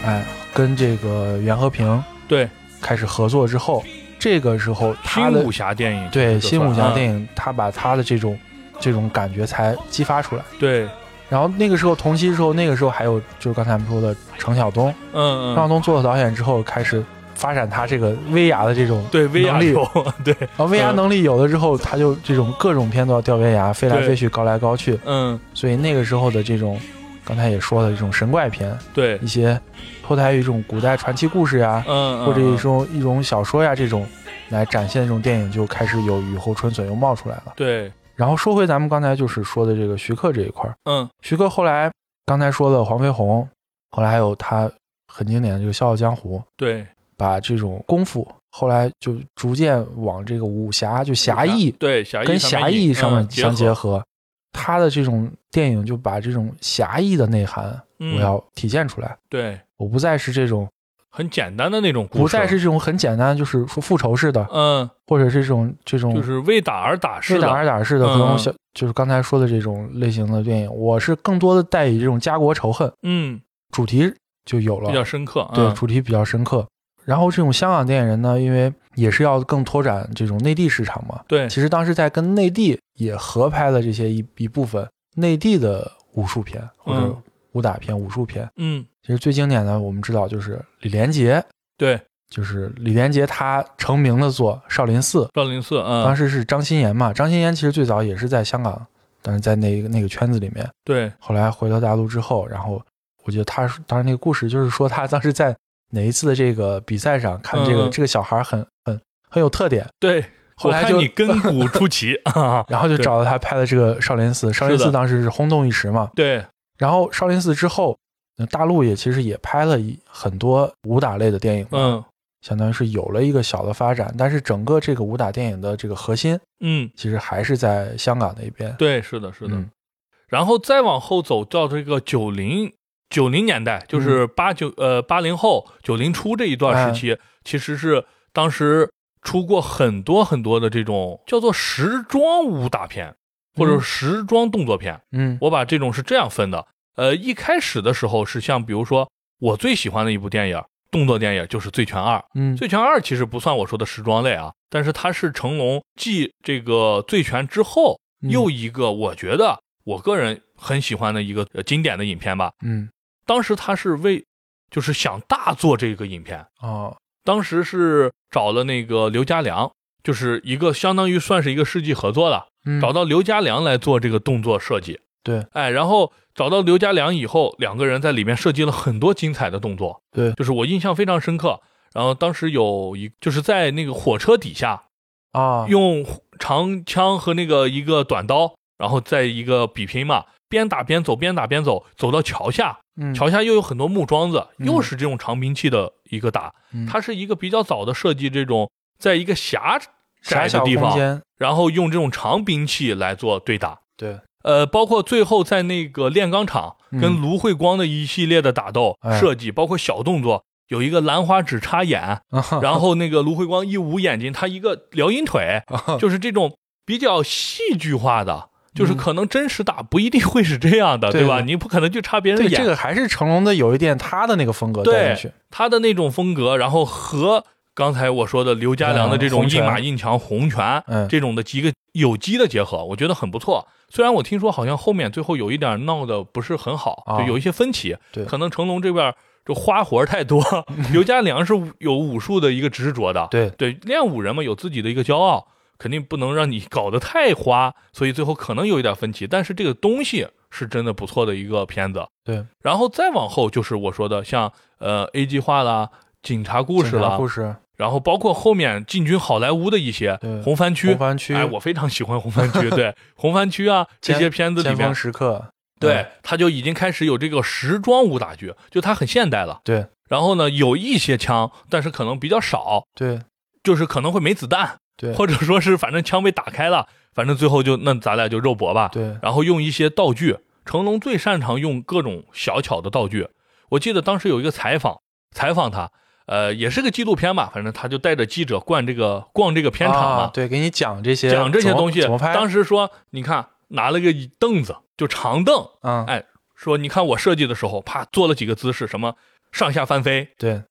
B: 哎，跟这个袁和平
A: 对，
B: 开始合作之后，这个时候他
A: 新
B: 的
A: 武侠电影，
B: 对新武侠电
A: 影，
B: 影，他把他的这种这种感觉才激发出来。
A: 啊对，
B: 然后那个时候同期的时候，那个时候还有就是刚才我们说的程晓东，
A: 嗯
B: 程晓
A: 嗯，
B: 东做了导演之后，开始发展他这个威亚的这种
A: 对，威亚
B: 能力
A: 球， 对，
B: 然后威亚
A: 嗯
B: 能力有了之后，他就这种各种片都要吊威亚，飞来
A: 对
B: 飞去，高来高去。
A: 嗯，
B: 所以那个时候的这种，刚才也说了，这种神怪片，
A: 对，
B: 一些脱胎于这种古代传奇故事呀，
A: 嗯，嗯
B: 或者一
A: 嗯
B: 种一种小说呀这种来展现这种电影，就开始有雨后春笋又冒出来了。
A: 对，
B: 然后说回咱们刚才就是说的这个徐克这一块儿，
A: 嗯
B: 徐克后来刚才说的黄飞鸿，后来还有他很经典的这个《笑傲江湖》，
A: 对，
B: 把这种功夫后来就逐渐往这个武侠就侠义
A: 对侠义
B: 跟侠义上面
A: 嗯
B: 相
A: 结
B: 结
A: 合，
B: 合，他的这种电影就把这种侠义的内涵
A: 嗯
B: 我要体现出来，
A: 对，
B: 我不再是这种
A: 很简单的那种故事，
B: 不再是这种很简单就是说复仇式的，
A: 嗯，
B: 或者是这种这种
A: 就是为打而打
B: 是
A: 式
B: 打
A: 的，
B: 而打式的
A: 嗯
B: 和种小就是刚才说的这种类型的电影，我是更多的带以这种家国仇恨
A: 嗯，
B: 主题就有了
A: 比，较深刻，
B: 对，
A: 嗯
B: 主题比较深刻。然后这种香港电影人呢，因为也是要更拓展这种内地市场嘛，
A: 对，
B: 其实当时在跟内地也合拍了这些一一部分内地的武术片或者
A: 嗯
B: 武打片、武术片。
A: 嗯，
B: 其实最经典的我们知道就是李连杰，
A: 对，
B: 就是李连杰他成名的作《少林寺》，
A: 少林寺，
B: 当
A: 嗯，
B: 时是张欣妍嘛，张欣妍其实最早也是在香港，但是在那个那个圈子里面，
A: 对，
B: 后来回到大陆之后，然后我觉得他当时那个故事就是说他当时在哪一次的这个比赛上看这个、
A: 嗯嗯
B: 这个小孩很很很有特点，
A: 对，
B: 后来
A: 我看
B: 就
A: 你跟古出奇 啊，
B: 然后就
A: 对
B: 找到他拍了这个《少林寺》，《少林
A: 是
B: 寺
A: 的》
B: 当时是轰动一时嘛，
A: 对，
B: 然后《少林寺》之后，呃大陆也其实也拍了一很多武打类的电影，，
A: 嗯
B: 相当于是有了一个小的发展，但是整个这个武打电影的这个核心
A: 嗯，
B: 其实还是在香港那边，
A: 对，是的，是的，
B: 嗯
A: 然后再往后走到这个九零九零年代，就是八九、呃八零后九零初这一段时期，其实是当时出过很多很多的这种叫做时装武打片或者
B: 嗯
A: 时装动作片。
B: 嗯
A: 我把这种是这样分的，呃，一开始的时候是像比如说我最喜欢的一部电影动作电影就是《醉拳二》，
B: 嗯
A: 《醉拳二》其实不算我说的时装类啊，但是它是成龙继这个《醉拳》之后
B: 嗯
A: 又一个，我觉得我个人很喜欢的一个呃经典的影片吧。
B: 嗯
A: 当时他是为就是想大做这个影片，
B: 哦
A: 当时是找了那个刘家良，就是一个相当于算是一个世纪合作了，
B: 嗯
A: 找到刘家良来做这个动作设计。
B: 对
A: 哎，然后找到刘家良以后，两个人在里面设计了很多精彩的动作，
B: 对
A: 就是我印象非常深刻。然后当时有一就是在那个火车底下，
B: 啊
A: 用长枪和那个一个短刀，然后在一个比拼嘛，边打边走，边打边走，走到桥下，
B: 嗯
A: 桥下又有很多木桩子，
B: 嗯
A: 又是这种长兵器的一个打，
B: 嗯
A: 它是一个比较早的设计，这种在一个狭
B: 狭
A: 窄
B: 小
A: 的地
B: 空
A: 方，
B: 间
A: 然后用这种长兵器来做对打。
B: 对
A: 呃，包括最后在那个炼钢厂
B: 嗯
A: 跟卢慧光的一系列的打斗、
B: 哎
A: 设计，包括小动作，有一个兰花指插 眼，
B: 啊
A: 然后那个卢慧光一捂眼睛，他一个撩阴腿，就是这种比较戏剧化的，就是
B: 哦嗯
A: 可能真实打不一定会是这样的，
B: 对
A: 对吧？
B: 的
A: 你不可能去插别人
B: 对
A: 眼，
B: 这个还是成龙的有一点他的那个风格带
A: 对
B: 进去，
A: 他的那种风格，然后和刚才我说的刘家良的这
B: 嗯
A: 种
B: 红拳
A: 硬马硬强红拳，
B: 嗯
A: 这种的几个有机的结合，我觉得很不错。虽然我听说好像后面最后有一点闹得不是很好，
B: 啊
A: 就有一些分歧，
B: 对
A: 可能成龙这边就花活太 多，刘家良是有武术的一个执着的，
B: 对
A: 对，练武人嘛有自己的一个骄傲，肯定不能让你 搞得太花，所以最后可能有一点分歧，但是这个东西是真的不错的一个片子，
B: 对
A: 然后再往后就是我说的，像呃 A 计划啦、警察故事
B: 警察
A: 啦
B: 故，事
A: 然后包括后面进军好莱坞的一些
B: 对
A: 红番区，
B: 红番区
A: 哎，我非常喜欢红番区，对红番区啊这
B: 尖
A: 些片子里
B: 尖
A: 面
B: 峰，时刻嗯
A: 对，他就已经开始有这个时装武打剧，就他很现代了。
B: 对
A: 然后呢，有一些枪，但是可能比较少，
B: 对
A: 就是可能会没子弹，
B: 对
A: 或者说是反正枪被打开了，反正最后就那咱俩就肉搏吧。
B: 对
A: 然后用一些道具，成龙最擅长用各种小巧的道具。我记得当时有一个采访，采访他，呃，也是个纪录片吧，反正他就带着记者逛这个逛这个片场嘛，
B: 啊对，给你讲这些
A: 讲这些
B: 怎么
A: 东西。
B: 怎么拍，
A: 当时说，你看拿了个椅凳子，就长凳，
B: 嗯
A: 哎，说你看我设计的时候，啪做了几个姿势，什么上下翻飞，
B: 对，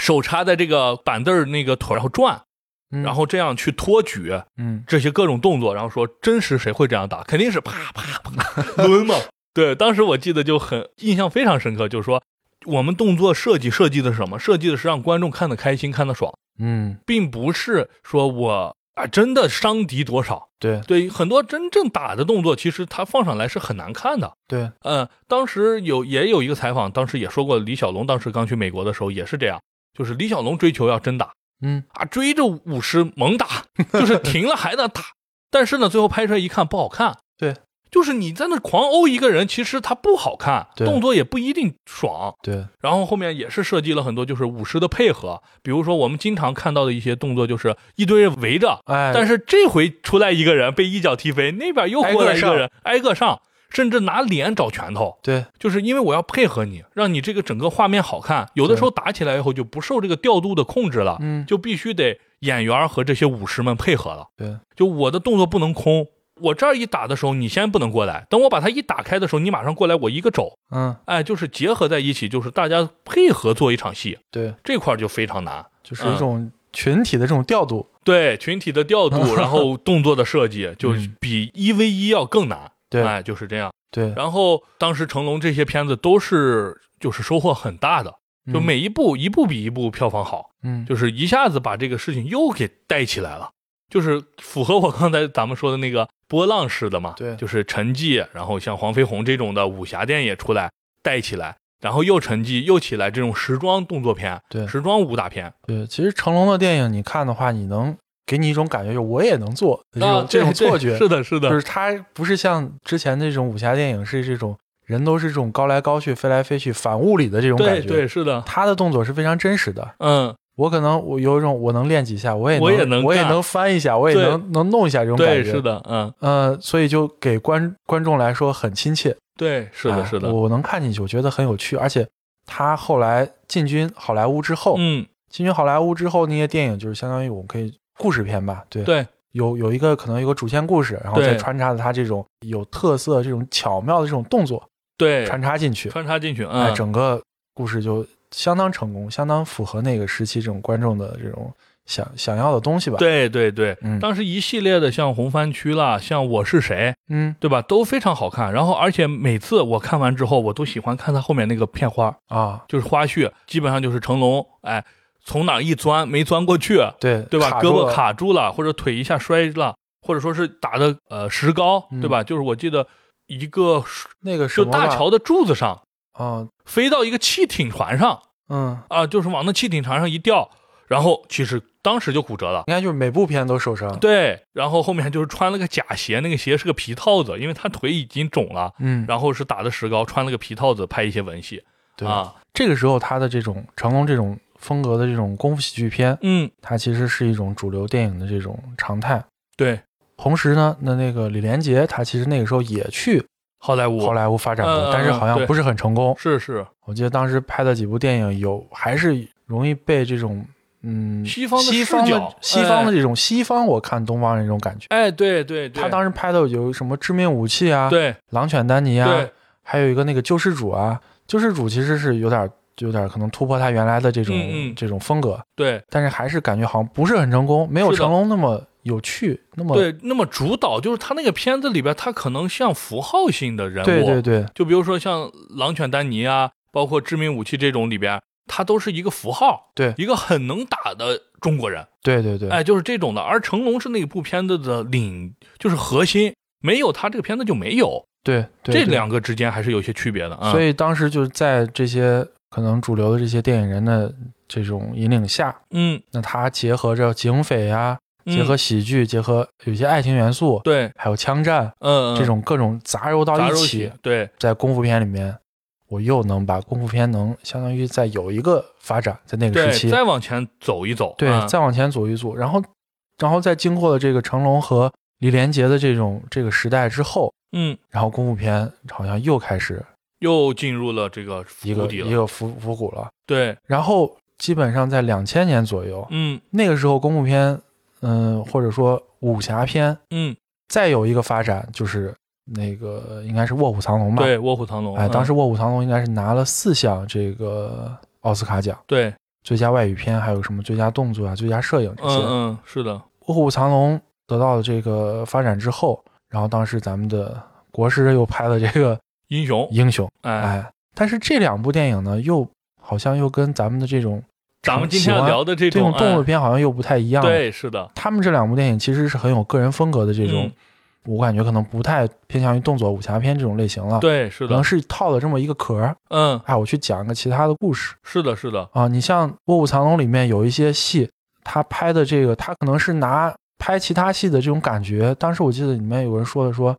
A: 手插在这个板凳儿那个腿，然后转，
B: 嗯
A: 然后这样去托举
B: 嗯
A: 这些各种动作，然后说真实谁会这样打？肯定是啪啪 啪抡嘛。对，当时我记得就很印象非常深刻，就是说我们动作设计设计的是什么？设计的是让观众看得开心，看得爽，
B: 嗯
A: 并不是说我啊真的伤敌多少。
B: 对
A: 对，很多真正打的动作，其实它放上来是很难看的。
B: 对
A: 嗯，当时有也有一个采访，当时也说过，李小龙当时刚去美国的时候也是这样，就是李小龙追求要真打
B: 嗯
A: 啊，追着舞狮猛 打，就是停了还在打，但是呢，最后拍出来一看不好看，
B: 对，
A: 就是你在那狂殴一个人，其实他不好看，
B: 对
A: 动作也不一定爽。
B: 对
A: 然后后面也是设计了很多就是舞狮的配合，比如说我们经常看到的一些动作，就是一堆人围着，
B: 哎，
A: 但是这回出来一个人被一脚踢飞，那边又过来一个人挨个上，甚至拿脸找拳头，
B: 对
A: 就是因为我要配合你，让你这个整个画面好看。有的时候打起来以后就不受这个调度的控制了，
B: 嗯
A: 就必须得演员和这些武士们配合了。
B: 对
A: 就我的动作不能空，我这儿一打的时候你先不能过来，等我把它一打开的时候你马上过来，我一个肘，
B: 嗯
A: 哎，就是结合在一起，就是大家配合做一场戏，
B: 对，
A: 这块儿就非常难。
B: 就是一种群体的这种调度，
A: 对群体的调度， 然后动作的设计，就比一 v 一要更难。
B: 嗯对
A: 哎，就是这样。
B: 对，
A: 然后当时成龙这些片子都是就是收获很大的，就
B: 嗯
A: 每一部一部比一部票房好，
B: 嗯
A: 就是一下子把这个事情又给带起来了，就是符合我刚才咱们说的那个波浪式的嘛。
B: 对
A: 就是沉寂，然后像黄飞鸿这种的武侠电影也出来带起来，然后又沉寂又起来这种时装动作片、
B: 对
A: 时装武打片，
B: 对，其实成龙的电影你看的话，你能给你一种感觉，就我也能做的这种、
A: 啊，
B: 这种
A: 对对
B: 错觉，
A: 是的，是的，
B: 就是他不是像之前那种武侠电影是这种人都是这种高来高去、飞来飞去、反物理的这种感
A: 对
B: 觉，
A: 对，是的，
B: 他的动作是非常真实的。
A: 嗯，
B: 我可能我有一种我能练几下，我也能
A: 我
B: 我
A: 也能干
B: 翻一下，我也
A: 对
B: 能能弄一下这种感
A: 对，
B: 觉，
A: 是。的，嗯，
B: 呃，所以就给观观众来说很亲切，
A: 对，是的，
B: 哎
A: 是的，
B: 我能看进去，我觉得很有趣，而且他后来进军好莱坞之后，
A: 嗯，
B: 进军好莱坞之后，那些电影就是相当于我们可以故事片吧，对，
A: 对，
B: 有有一个可能有个主线故事，然后
A: 对
B: 再穿插着它这种有特色、这种巧妙的这种动作
A: 对，
B: 穿插进去，
A: 穿插进去，
B: 哎，
A: 嗯，
B: 整个故事就相当成功，相当符合那个时期这种观众的这种想想要的东西吧。，
A: 对对对，
B: 嗯
A: 当时一系列的像《红番区》啦，像《我是谁》，
B: 嗯
A: 对吧，都非常好看。然后，而且每次我看完之后，我都喜欢看他后面那个片花，
B: 啊，
A: 就是花絮，基本上就是成龙，哎，从哪一钻没钻过去，
B: 对
A: 对吧？
B: 住
A: 胳膊
B: 了，
A: 卡住了，或者腿一下摔了，或者说是打的呃石膏，
B: 嗯
A: 对吧？就是我记得一个
B: 那个
A: 就
B: 什么
A: 大
B: 吧
A: 桥的柱子上
B: 啊，
A: 飞到一个汽艇船上。
B: 嗯，
A: 啊，就是往那汽艇船上一掉，然后其实当时就骨折了。
B: 应该就是每部片都受伤。，
A: 对，然后后面就是穿了个假鞋，那个鞋是个皮套子，因为他腿已经肿了，
B: 嗯，
A: 然后是打的石膏，穿了个皮套子拍一些文戏
B: 对，
A: 啊，
B: 这个时候他的这种成龙这种风格的这种功夫喜剧片，
A: 嗯，
B: 它其实是一种主流电影的这种常态。
A: 对，
B: 同时呢，那那个李连杰他其实那个时候也去
A: 好莱坞，
B: 好莱坞发展
A: 嗯嗯
B: 过，但是
A: 嗯
B: 好像
A: 对
B: 不是很成功。
A: 是是
B: 我记得当时拍的几部电影有，还是容易被这种嗯
A: 西方的
B: 西方
A: 视
B: 的
A: 角
B: 西方的
A: 哎
B: 这种西方我看东方人这种感觉。
A: 哎，对对对，
B: 他当时拍的有什么致命武器啊，
A: 对
B: 狼犬丹尼啊
A: 对，
B: 还有一个那个救世主啊，救世主其实是有点有点可能突破他原来的这种
A: 嗯嗯
B: 这种风格，
A: 对
B: 但是还是感觉好像不是很成功，没有
A: 是的
B: 成龙那么有趣，那么
A: 对，那么主导就是他那个片子里边，他可能像符号性的人物，
B: 对对对
A: 就比如说像《狼犬丹尼》啊，包括《致命武器》这种里边，它都是一个符号，
B: 对
A: 一个很能打的中国人，
B: 对对对，
A: 哎，就是这种的。而成龙是那部片子的领，就是核心，没有他这个片子就没有。
B: 对对
A: 这
B: 对
A: 两个之间还是有些区别的啊。
B: 所
A: 以，
B: 以当时就是在这些可能主流的这些电影人的这种引领下，
A: 嗯，
B: 那他结合着警匪啊、
A: 嗯
B: 结合喜剧，结合有一些爱情元素，
A: 对，
B: 还有枪战
A: 嗯，嗯
B: 这种各种杂糅到
A: 杂
B: 一
A: 糅
B: 起，
A: 对，
B: 在功夫片里面，我又能把功夫片能相当于在有一个发展，在那个时
A: 对，
B: 期，
A: 再往前走一走，
B: 对，
A: 啊
B: 再往前走一组，然后，然后在经过了这个成龙和李连杰的这种这个时代之后，
A: 嗯，
B: 然后功夫片好像又开始
A: 又进入了这个
B: 一
A: 谷
B: 个
A: 底
B: 一
A: 了。
B: 个复复古了，
A: 对，
B: 然后基本上在两千年左右，
A: 嗯
B: 那个时候功夫片，嗯、或者说武侠片，
A: 嗯，
B: 再有一个发展就是那个应该是《卧虎藏龙》吧？
A: 对，卧虎藏龙，
B: 哎，
A: 嗯
B: 当时《卧虎藏龙》应该是拿了四项这个奥斯卡奖，
A: 对，
B: 最佳外语片，还有什么最佳动作啊、最佳摄影这些。
A: 嗯嗯，是的，
B: 卧虎藏龙》得到了这个发展之后，然后当时咱们的国师又拍了这个《
A: 英雄，
B: 英雄》，
A: 哎，
B: 哎，但是这两部电影呢，又好像又跟咱们的这种
A: 咱们今
B: 喜
A: 天要
B: 欢
A: 聊的这
B: 这种动作
A: 哎
B: 片啊好像又不太一样。，
A: 对，是的，
B: 他们这两部电影其实是很有个人风格的这种，
A: 嗯
B: 我感觉可能不太偏向于动作武侠片这种类型了。，
A: 对，是
B: 可
A: 的
B: 能，是套了这么一个壳儿，
A: 嗯，
B: 哎，我去讲个其他的故事
A: 是的，是的，
B: 啊。你像《卧虎藏龙》里面有一些戏，他拍的这个，他可能是拿拍其他戏的这种感觉。当时我记得里面有人说的说，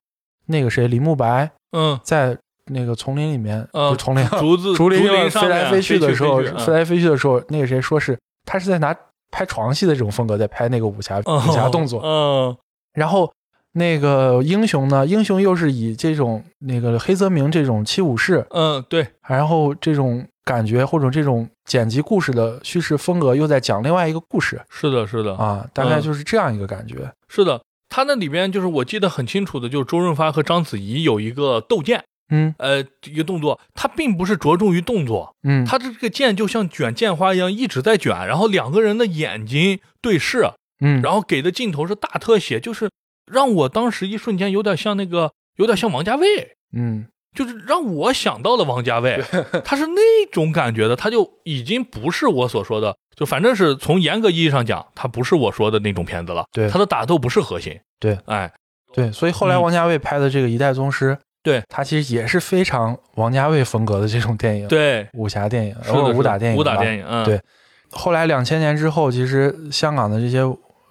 B: 那个谁李慕白
A: 嗯，
B: 在那个丛林里面，
A: 呃
B: 不是丛林，啊
A: 竹子
B: 竹林上
A: 上
B: 飞来
A: 面
B: 飞
A: 去
B: 去的时候，
A: 飞去
B: 飞来飞去的时候，那个谁说是他是在拿拍床戏的这种风格在拍那个武侠
A: 嗯
B: 武侠动作，
A: 嗯，
B: 然后那个英雄呢，英雄又是以这种那个黑泽明这种七武士，
A: 嗯，对，
B: 然后这种感觉或者这种剪辑故事的叙事风格，又在讲另外一个故事
A: 是的，是的，
B: 啊，大
A: 嗯
B: 概就是这样一个感觉。
A: 是的。他那里边就是我记得很清楚的，就是周润发和章子怡有一个斗剑，
B: 嗯
A: 呃，一个动作，他并不是着重于动作，
B: 嗯，
A: 他这个剑就像卷剑花一样一直在卷，然后两个人的眼睛对视，
B: 嗯，
A: 然后给的镜头是大特写，就是让我当时一瞬间有点像那个，有点像王家卫，
B: 嗯
A: 就是让我想到了王家卫，他是那种感觉的，他就已经不是我所说的，就反正是从严格意义上讲，他不是我说的那种片子了。
B: 对
A: 他的打斗不是核心。
B: 对，
A: 哎，
B: 对，所以后来
A: 嗯
B: 王家卫拍的这个《一代宗师》，
A: 对
B: 他其实也是非常王家卫风格的这种电影。
A: 对，
B: 武侠电影，
A: 是
B: 然后
A: 的，
B: 武打电影，
A: 武打
B: 影。
A: 电影，嗯，
B: 对后来两千年之后，其实香港的这些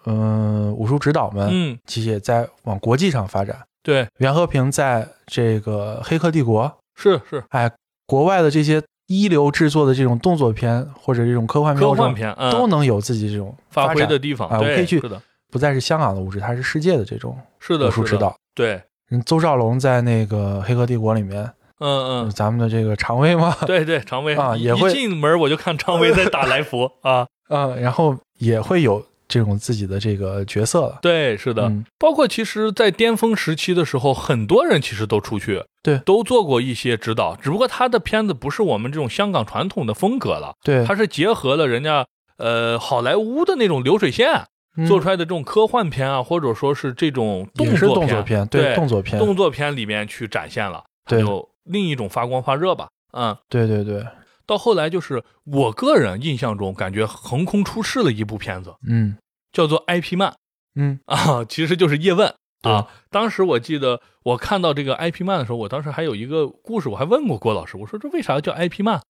B: 嗯、武术指导们，
A: 嗯，
B: 其实也在往国际上发展。
A: 对，
B: 袁和平在这个《黑客帝国》，
A: 是是
B: 哎，国外的这些一流制作的这种动作片或者这种科幻片，
A: 科幻片，嗯，
B: 都能有自己这种
A: 发
B: 展
A: 挥的，地方，
B: 啊我
A: 对，
B: 可以去
A: 是的，
B: 不再是香港的武指，它是世界的这种
A: 是
B: 武
A: 的，
B: 术
A: 是
B: 指
A: 的，
B: 导。
A: 对，
B: 嗯，邹兆龙在那个《黑客帝国》里面，
A: 嗯嗯，
B: 咱们的这个常威嘛，
A: 对对，常威
B: 啊
A: 一
B: 也会
A: 一进门我就看常威在打来 福啊，
B: 嗯，然后也会有这种自己的这个角色了。
A: 对，是的，
B: 嗯
A: 包括其实，在巅峰时期的时候，很多人其实都出去，
B: 对
A: 都做过一些指导，只不过他的片子不是我们这种香港传统的风格了，
B: 对，
A: 他是结合了人家呃好莱坞的那种流水线
B: 嗯
A: 做出来的这种科幻片啊，或者说是这种动
B: 也是
A: 作
B: 动作片，对动
A: 动
B: 作片，
A: 作片里面去展现了，它
B: 对
A: 就另一种发光发热吧，嗯。
B: 对对对，
A: 到后来就是我个人印象中，感觉横空出世了一部片子，
B: 嗯
A: 叫做《IP 漫》。
B: 嗯
A: 啊，其实就是叶问
B: 对
A: 啊。当时我记得我看到这个 IP 漫的时候，我当时还有一个故事，我还问过郭老师，我说这为啥叫 IP 漫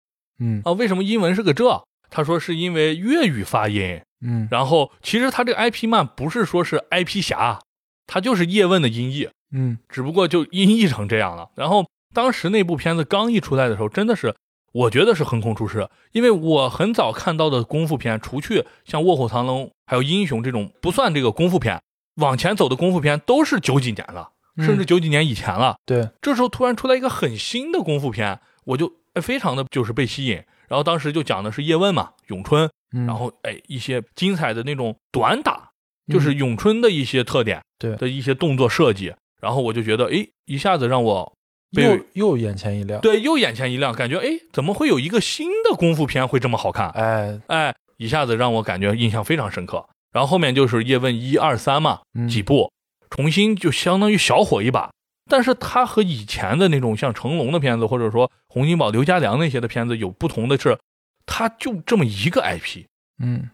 B: 嗯
A: 啊？为什么英文是个这？他说是因为粤语发音。
B: 嗯
A: 然后其实他这个 IP 漫不是说是 IP 侠，他就是叶问的音译，
B: 嗯
A: 只不过就音译成这样了。然后当时那部片子刚一出来的时候，真的是。我觉得是横空出世，因为我很早看到的功夫片，除去像《卧虎藏龙》还有《英雄》这种不算这个功夫片，往前走的功夫片都是九几年了，
B: 嗯
A: 甚至九几年以前了。
B: 对，
A: 这时候突然出来一个很新的功夫片，我就哎非常的就是被吸引。然后当时就讲的是叶问嘛，咏春，
B: 然
A: 然后哎一些精彩的那种短打，就是
B: 嗯
A: 咏春的一些特点，
B: 对
A: 的一些动作设计。然后我就觉得哎一下子让我
B: 又又眼前一亮，，
A: 对又眼前一亮，感觉哎怎么会有一个新的功夫片会这么好看？
B: 哎，
A: 哎，一下子让我感觉印象非常深刻。然后后面就是叶问一二三嘛，
B: 嗯
A: 几部，重新就相当于小火一把。但是它和以前的那种像成龙的片子，或者说洪金宝、刘家良那些的片子有不同的是，它就这么一个 IP，
B: 嗯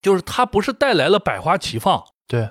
A: 就是它不是带来了百花齐放。
B: 对，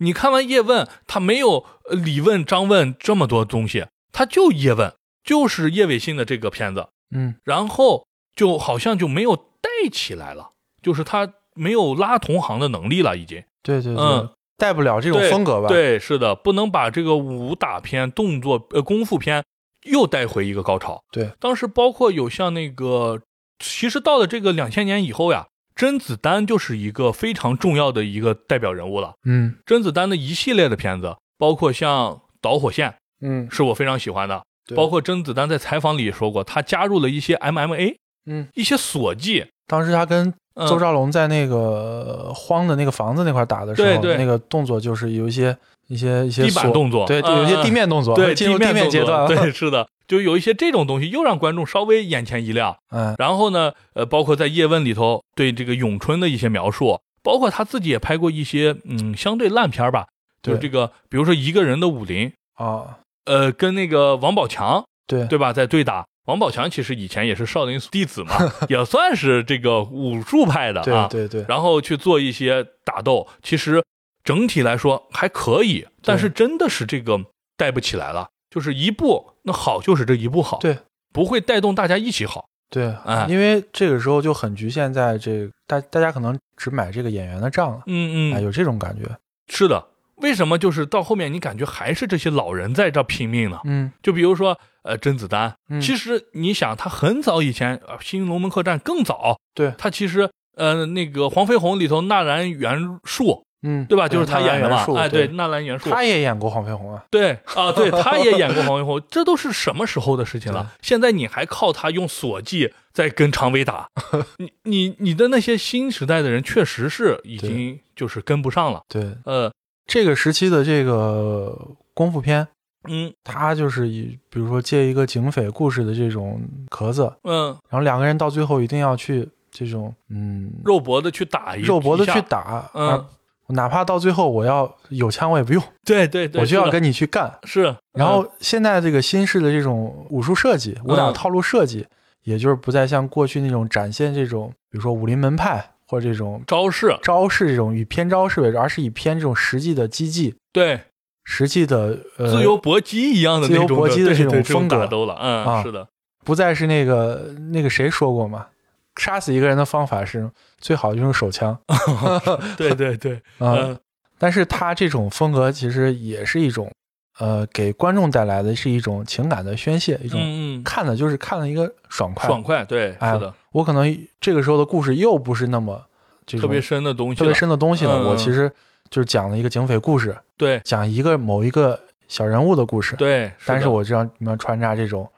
A: 你看完叶问，它没有呃李问、张问这么多东西，它就叶问，就是叶伟信的这个片子，
B: 嗯
A: 然后就好像就没有带起来了，就是它没有拉同行的能力了，已经。
B: 对对对，
A: 嗯
B: 带不了这种
A: 对
B: 风格吧？，
A: 对，是的，不能把这个武打片、动作呃功夫片又带回一个高潮。
B: 对，
A: 当时包括有像那个，其实到了这个两千年以后呀，甄子丹就是一个非常重要的一个代表人物了。
B: 嗯
A: 甄子丹的一系列的片子，包括像《导火线
B: 嗯》，
A: 是我非常喜欢的。
B: 对
A: 包括甄子丹在采访里也说过，他加入了一些 MMA，
B: 嗯，
A: 一些锁技。
B: 当时他跟
A: 嗯、
B: 邹兆龙在那个荒的那个房子那块打的时候，
A: 对对
B: 那个动作就是有一些一些一些
A: 地板
B: 锁
A: 动作
B: 对，
A: 嗯
B: 有一些地面动作，
A: 对
B: 进入
A: 地
B: 地面
A: 动
B: 阶段
A: 作
B: 了，
A: 对，是的，就有一些这种东西，又让观众稍微眼前一亮。
B: 嗯，
A: 然后呢，呃，包括在《叶问》里头对这个咏春的一些描述，包括他自己也拍过一些嗯相对烂片儿吧，就是这
B: 对
A: 个，比如说一个人的武林，
B: 啊，
A: 呃，跟那个王宝强
B: 对
A: 对吧，在对打。王宝强其实以前也是少林寺弟 子嘛，也算是这个武术派的啊。
B: 对对对，
A: 然后去做一些打斗，其实整体来说还可以，但是真的是这个带不起来了，就是一部那好就是这一部好，
B: 对，
A: 不会带动大家一起好。
B: 对啊
A: 哎，
B: 因为这个时候就很局限在这个，大大家可能只买这个演员的账了，
A: 嗯嗯，
B: 哎，有这种感觉，
A: 是的，为什么就是到后面你感觉还是这些老人在这拼命呢？
B: 嗯
A: 就比如说呃甄子丹，
B: 嗯
A: 其实你想他很早以前，呃《新龙门客栈》更早，
B: 对
A: 他其实呃那个《黄飞鸿》里头纳兰元术，
B: 嗯，
A: 对吧？就是他演的嘛，哎，
B: 对
A: 对，，纳兰元术，
B: 他也演过黄飞鸿啊，
A: 对 啊，对，他也演过黄飞鸿，这都是什么时候的事情了？现在你还靠他用锁技在跟常威 打，你你你的那些新时代的人确实是已经就是跟不上了。
B: 对，
A: 呃，
B: 这个时期的这个功夫片，
A: 嗯
B: 他就是以比如说借一个警匪故事的这种壳子，
A: 嗯，
B: 然后两个人到最后一定要去这种嗯
A: 肉搏的去打一
B: 肉搏的
A: 一下
B: 去打，
A: 嗯
B: 啊，哪怕到最后我要有枪我也不用，
A: 对对对，
B: 我就要
A: 是的
B: 跟你去干。
A: 是，
B: 然
A: 嗯
B: 后现在这个新式的这种武术设计、武打
A: 嗯
B: 套路设计，也就是不再像过去那种展现这种，比如说武林门派或者这种
A: 招式，
B: 招式这种以偏招式为主，而是以偏这种实际的击技、
A: 对，
B: 实际的呃
A: 自由搏击一样的
B: 自由
A: 那种
B: 搏
A: 的
B: 击的
A: 对
B: 这种
A: 对
B: 风格
A: 打斗了，嗯，
B: 啊
A: 是的，
B: 不再是那个那个谁说过嘛，杀死一个人的方法是最好就是用手枪啊、
A: 对对对，嗯
B: 但是他这种风格其实也是一种，呃，给观众带来的是一种情感的宣泄，一种
A: 嗯嗯，
B: 看的就是看了一个爽快。
A: 爽快，对，
B: 哎
A: 是的，
B: 我可能这个时候的故事又不是那么这
A: 特
B: 种
A: 别深的东西了，
B: 特别深的东西了，
A: 嗯
B: 我其实就是讲了一个警匪故事，
A: 对
B: 讲一个某一个小人物的故事。
A: 对，的
B: 但是我这样里面穿插这种，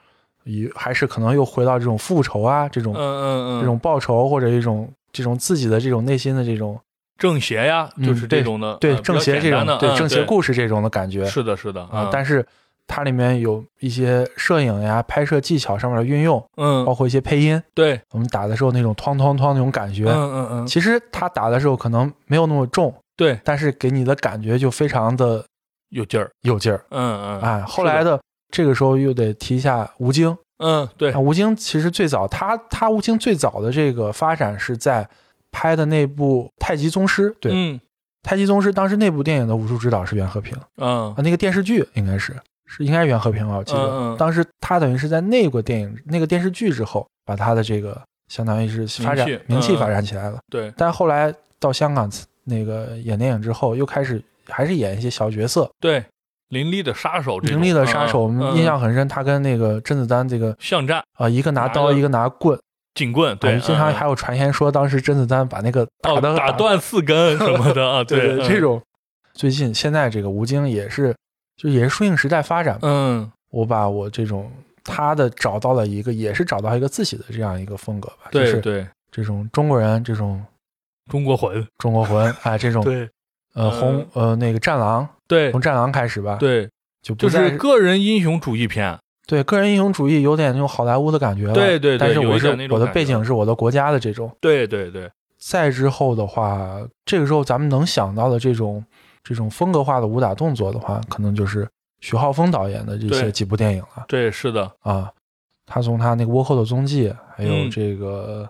B: 以还是可能又回到这种复仇啊，这种、
A: 嗯嗯嗯，
B: 这种报仇或者一种这种自己的这种内心的这种
A: 正邪呀，
B: 嗯
A: 就是这种的，
B: 对
A: 呃
B: 正邪这种、对正邪，故事这种的感觉
A: 比较简单的嗯是的，是的
B: 啊、但是它里面有一些摄影呀、拍摄技巧上面的运用，包
A: 嗯，
B: 括一些配音，
A: 对，
B: 我们打的时候那种哐哐哐那种感觉。
A: 嗯嗯嗯，
B: 其实他打的时候可能没有那么重，
A: 对，
B: 但是给你的感觉就非常的
A: 有劲儿，
B: 有劲儿。
A: 嗯嗯，
B: 哎，后来
A: 是的，
B: 的这个时候又得提一下吴京，
A: 嗯对
B: 啊，，吴京其实最早，他他吴京最早的这个发展是在拍的那部《太极宗师》。对，
A: 嗯
B: 太极宗师》当时那部电影的武术指导是袁和平
A: 嗯
B: 啊，那个电视剧应该是是应该是袁和平吧，我记得。
A: 嗯嗯
B: 当时他等于是在那个电影那个电视剧之后，把他的这个相当于是发展
A: 名气嗯嗯
B: 发展起来了。
A: 对，
B: 但后来到香港那个演电影之后，又开始还是演一些小角色，
A: 对，林立的杀手这种，
B: 凌厉的杀手，我
A: 嗯
B: 们
A: 嗯
B: 印象很深。他跟那个甄子丹这个
A: 巷战
B: 啊、一个拿
A: 拿
B: 刀，
A: 着
B: 一个拿棍。
A: 警棍，对，
B: 啊经常
A: 嗯
B: 还有传言说，当时甄子丹把那个打
A: 哦
B: 的、
A: 打，断四根什么的啊，
B: 对 对，
A: 嗯
B: 这种。最近现在这个吴京也是，就也是顺应时代发展嘛。
A: 嗯
B: 我把我这种他的找到了一个，也是找到一个自己的这样一个风格吧，就
A: 对
B: 是
A: 对，
B: 这种中国人，这种
A: 中国魂，
B: 中国魂啊、哎这种
A: 对
B: 呃红呃那个战狼，
A: 对
B: 从战狼开始吧，，
A: 对，
B: 就不
A: 就
B: 再
A: 是个人英雄主义片，
B: 对个人英雄主义有点那种好莱坞的感觉了，
A: 对对对
B: 但是
A: 有一
B: 我是
A: 点那种
B: 我的
A: 感
B: 背
A: 觉
B: 景是我的国家的这种，
A: 对对对，
B: 再之后的话，这个时候咱们能想到的这种这种风格化的武打动作的话，可能就是徐浩峰导演的这
A: 对
B: 些几部电影了
A: 对是的，
B: 啊。他从他那个《倭寇的踪迹》，还有
A: 嗯
B: 这个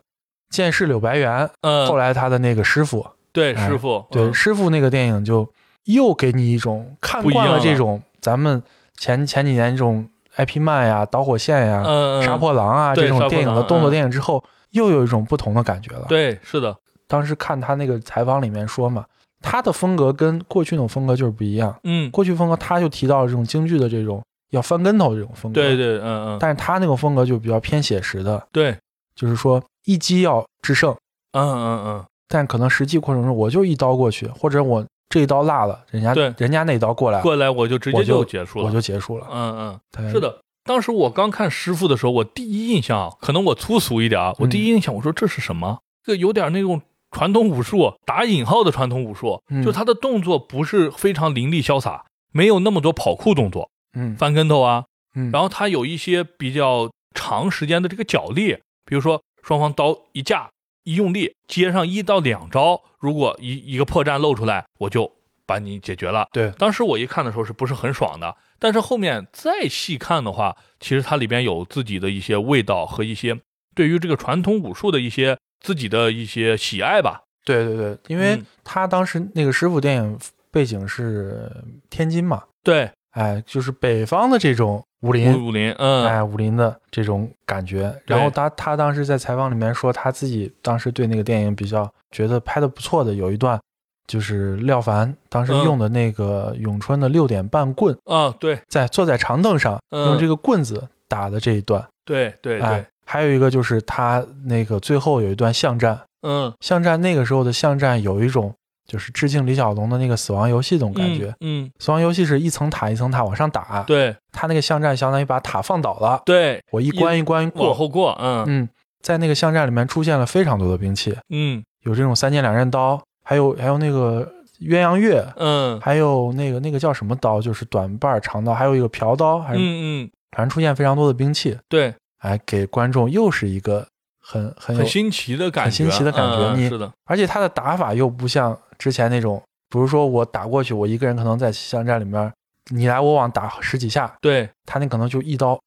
B: 《剑士柳白猿》
A: 嗯，
B: 后来他的那个师傅，
A: 对
B: 哎
A: 师傅，
B: 对、
A: 嗯
B: 师傅那个电影就又给你一种看
A: 不一
B: 惯
A: 样
B: 了这
A: 了
B: 种咱们前前几年这种 IP 漫呀、导火线呀、
A: 嗯嗯
B: 杀破狼啊
A: 对
B: 这种
A: 杀破
B: 电影的
A: 狼
B: 动
A: 嗯
B: 作电影之后，又有一种不同的感觉了。
A: 对是的，
B: 当时看他那个采访里面说嘛，他的风格跟过去那种风格就是不一样。
A: 嗯，
B: 过去风格他就提到了这种京剧的这种要翻跟头这种风格，
A: 对。对，嗯嗯，
B: 但是他那个风格就比较偏写实的，
A: 对，
B: 就是说一击要制胜，
A: 嗯嗯
B: 但可能实际过程中我就一刀过去，或者我这一刀落了，人家
A: 对
B: 人家那一刀过来
A: 嗯，过来我就直接
B: 我就
A: 结束了，
B: 我就结束了。
A: 嗯
B: 对
A: 嗯，是，的。当时我刚看师傅的时候，我第一印象啊，可能我粗俗一点啊，我第
B: 嗯
A: 一印象我说这是什么？这有点那种传统武术，打引号的传统武术，
B: 嗯
A: 就他的动作不是非常凌厉潇洒，没有那么多跑酷动作，
B: 嗯
A: 翻跟头啊，
B: 嗯，
A: 然后他有一些比较长时间的这个角力，比如说双方刀一架一用力，接上一到两招，如果一一个破绽露出来，我就把你解决了。
B: 对
A: 当时我一看的时候是不是很爽的？但是后面再细看的话，其实它里边有自己的一些味道和一些对于这个传统武术的一些自己的一些喜爱吧。
B: 对对对，因为
A: 嗯
B: 他当时那个师傅电影背景是天津嘛，
A: 对，
B: 哎，就是北方的这种武林，
A: 武武林，嗯，
B: 哎，武林的这种感觉。然后
A: 对
B: 他他当时在采访里面说，他自己当时对那个电影比较觉得拍的不错的，有一段就是廖凡当时
A: 嗯
B: 用的那个咏春的六点半棍，
A: 啊，对
B: 在坐在长凳上
A: 嗯
B: 用这个棍子打的这一段，
A: 对对对
B: 哎，，还有一个就是他那个最后有一段巷战，
A: 嗯，
B: 巷战那个时候的巷战有一种就是致敬李小龙的那个《死亡游戏》这种感觉。
A: 嗯，嗯，
B: 死亡游戏是一层塔一层塔往上打，
A: 对
B: 他那个巷战相当于把塔放倒了，
A: 对，
B: 我一关一关
A: 往
B: 过。
A: 后过，嗯
B: 嗯，在那个巷战里面出现了非常多的兵器，
A: 嗯
B: 有这种三尖两刃刀，还有还有那个鸳鸯钺，
A: 嗯
B: 还有那个那个叫什么刀，就是短把儿长刀，还有一个朴刀，还是、
A: 嗯嗯，
B: 反正出现非常多的兵器，
A: 对，
B: 哎，给观众又是一个很很有
A: 很新奇的感觉，
B: 很新奇的感觉
A: 嗯
B: 你
A: 是的，
B: 而且他的打法又不像之前那种，比如说我打过去，我一个人可能在巷战里面你来我往打十几下，
A: 对
B: 他那可能就一刀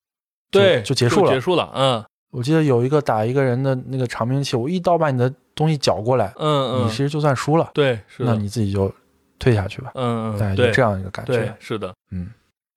B: 就
A: 对，
B: 就结束了
A: 结束了，嗯
B: 我记得有一个打一个人的那个长兵器，我一刀把你的东西绞过来，
A: 嗯
B: 你
A: 嗯，
B: 其实就算输了，
A: 对，是
B: 那
A: 的，
B: 你自己就退下去吧，
A: 嗯
B: 哎，
A: 嗯，
B: 有
A: 对
B: 这，样一个感
A: 对
B: 觉，，
A: 是的，
B: 嗯。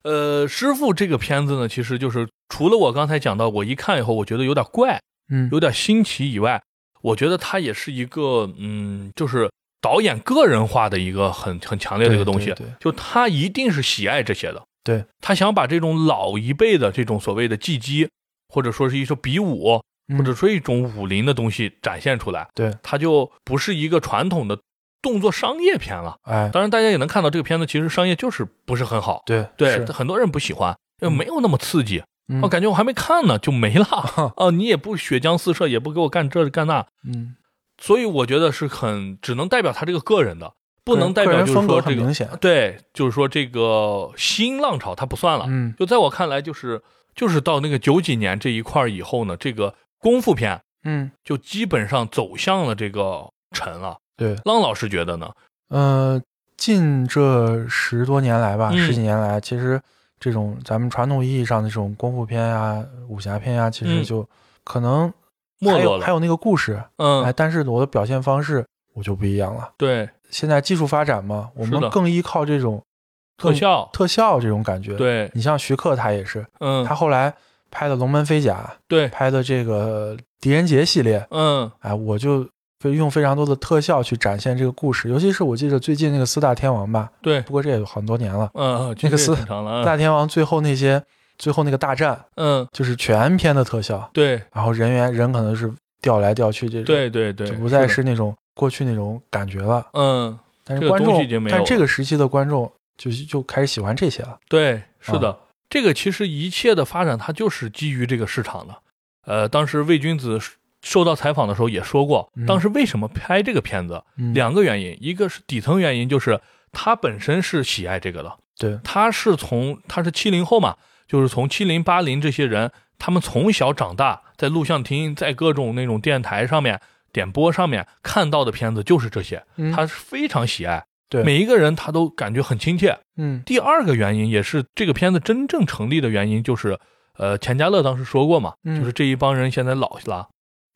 A: 呃，师傅这个片子呢，其实就是除了我刚才讲到，我一看以后我觉得有点怪，
B: 嗯
A: 有点新奇以外，我觉得它也是一个，嗯，就是导演个人化的一个很很强烈的一个东西。
B: 对对对
A: 就他一定是喜爱这些的，
B: 对
A: 他想把这种老一辈的这种所谓的技击，或者说是一种比武，
B: 嗯
A: 或者说一种武林的东西展现出来，
B: 对，
A: 它就不是一个传统的动作商业片了。
B: 哎，
A: 当然，大家也能看到这个片子其实商业就是不是很好，
B: 对
A: 对，
B: 是
A: 很多人不喜欢，因为
B: 嗯
A: 没有那么刺激。
B: 嗯
A: 我哦感觉我还没看呢就 没了
B: 哈
A: 哦，你也不血浆四射，也不给我干这干那，
B: 嗯，
A: 所以我觉得是很只能代表他这个个人的，不能代
B: 个
A: 表
B: 人
A: 就是
B: 风格
A: 说这
B: 很
A: 个
B: 明显，
A: 对，就是说这个新浪潮它不算了。
B: 嗯
A: 就在我看来，就是就是到那个九几年这一块儿以后呢，这个功夫片
B: 嗯，
A: 就基本上走向了这个沉了。
B: 对，
A: 浪老师觉得呢？
B: 呃，近这十多年来吧，
A: 嗯
B: 十几年来，其实这种咱们传统意义上的这种功夫片啊、武侠片啊，其实
A: 嗯
B: 就可能
A: 没
B: 还有
A: 落
B: 还
A: 了。
B: 有那个故事，哎，
A: 嗯，
B: 但是我的表现方式我就不一样了。
A: 对，
B: 现在技术发展嘛，我
A: 是
B: 们
A: 的
B: 更依靠这种
A: 特
B: 更
A: 效，
B: 特效这种感觉。，
A: 对，
B: 你像徐克他也是，
A: 嗯
B: 他，后来拍的《龙门飞甲
A: 对》，，
B: 拍的这个《狄仁杰》系列，
A: 嗯，
B: 哎，我就。用非常多的特效去展现这个故事，尤其是我记得最近那个四大天王吧，
A: 对，
B: 不过这也很多年了。
A: 嗯，
B: 那个
A: 其实也
B: 斯
A: 挺长了。
B: 大天王最后那些，最后那个大战
A: 嗯，
B: 就是全片的特效，
A: 对，
B: 然后人员人可能是调来调去这种，
A: 对，对，对，
B: 就不再
A: 的
B: 是那种过去那种感觉了。
A: 嗯，
B: 但
A: 这个
B: 是观
A: 东
B: 众
A: 西已经，没有
B: 但
A: 了
B: 这个时期的观众就就开始喜欢这些了。
A: 对，是的，
B: 啊
A: 这个其实一切的发展，它就是基于这个市场的。呃，当时魏君子受到采访的时候也说过，
B: 嗯
A: 当时为什么拍这个片子，
B: 嗯，
A: 两个原因，一个是底层原因，就是他本身是喜爱这个的，
B: 对，
A: 他是从他是七零后嘛，就是从七零八零这些人，他们从小长大在录像厅，在各种那种电台上面。点播上面看到的片子就是这些，
B: 嗯
A: 他是非常喜爱，
B: 对
A: 每一个人他都感觉很亲切，
B: 嗯
A: 第二个原因，也是这个片子真正成立的原因，就是呃，钱嘉乐当时说过嘛，
B: 嗯
A: 就是这一帮人现在老了，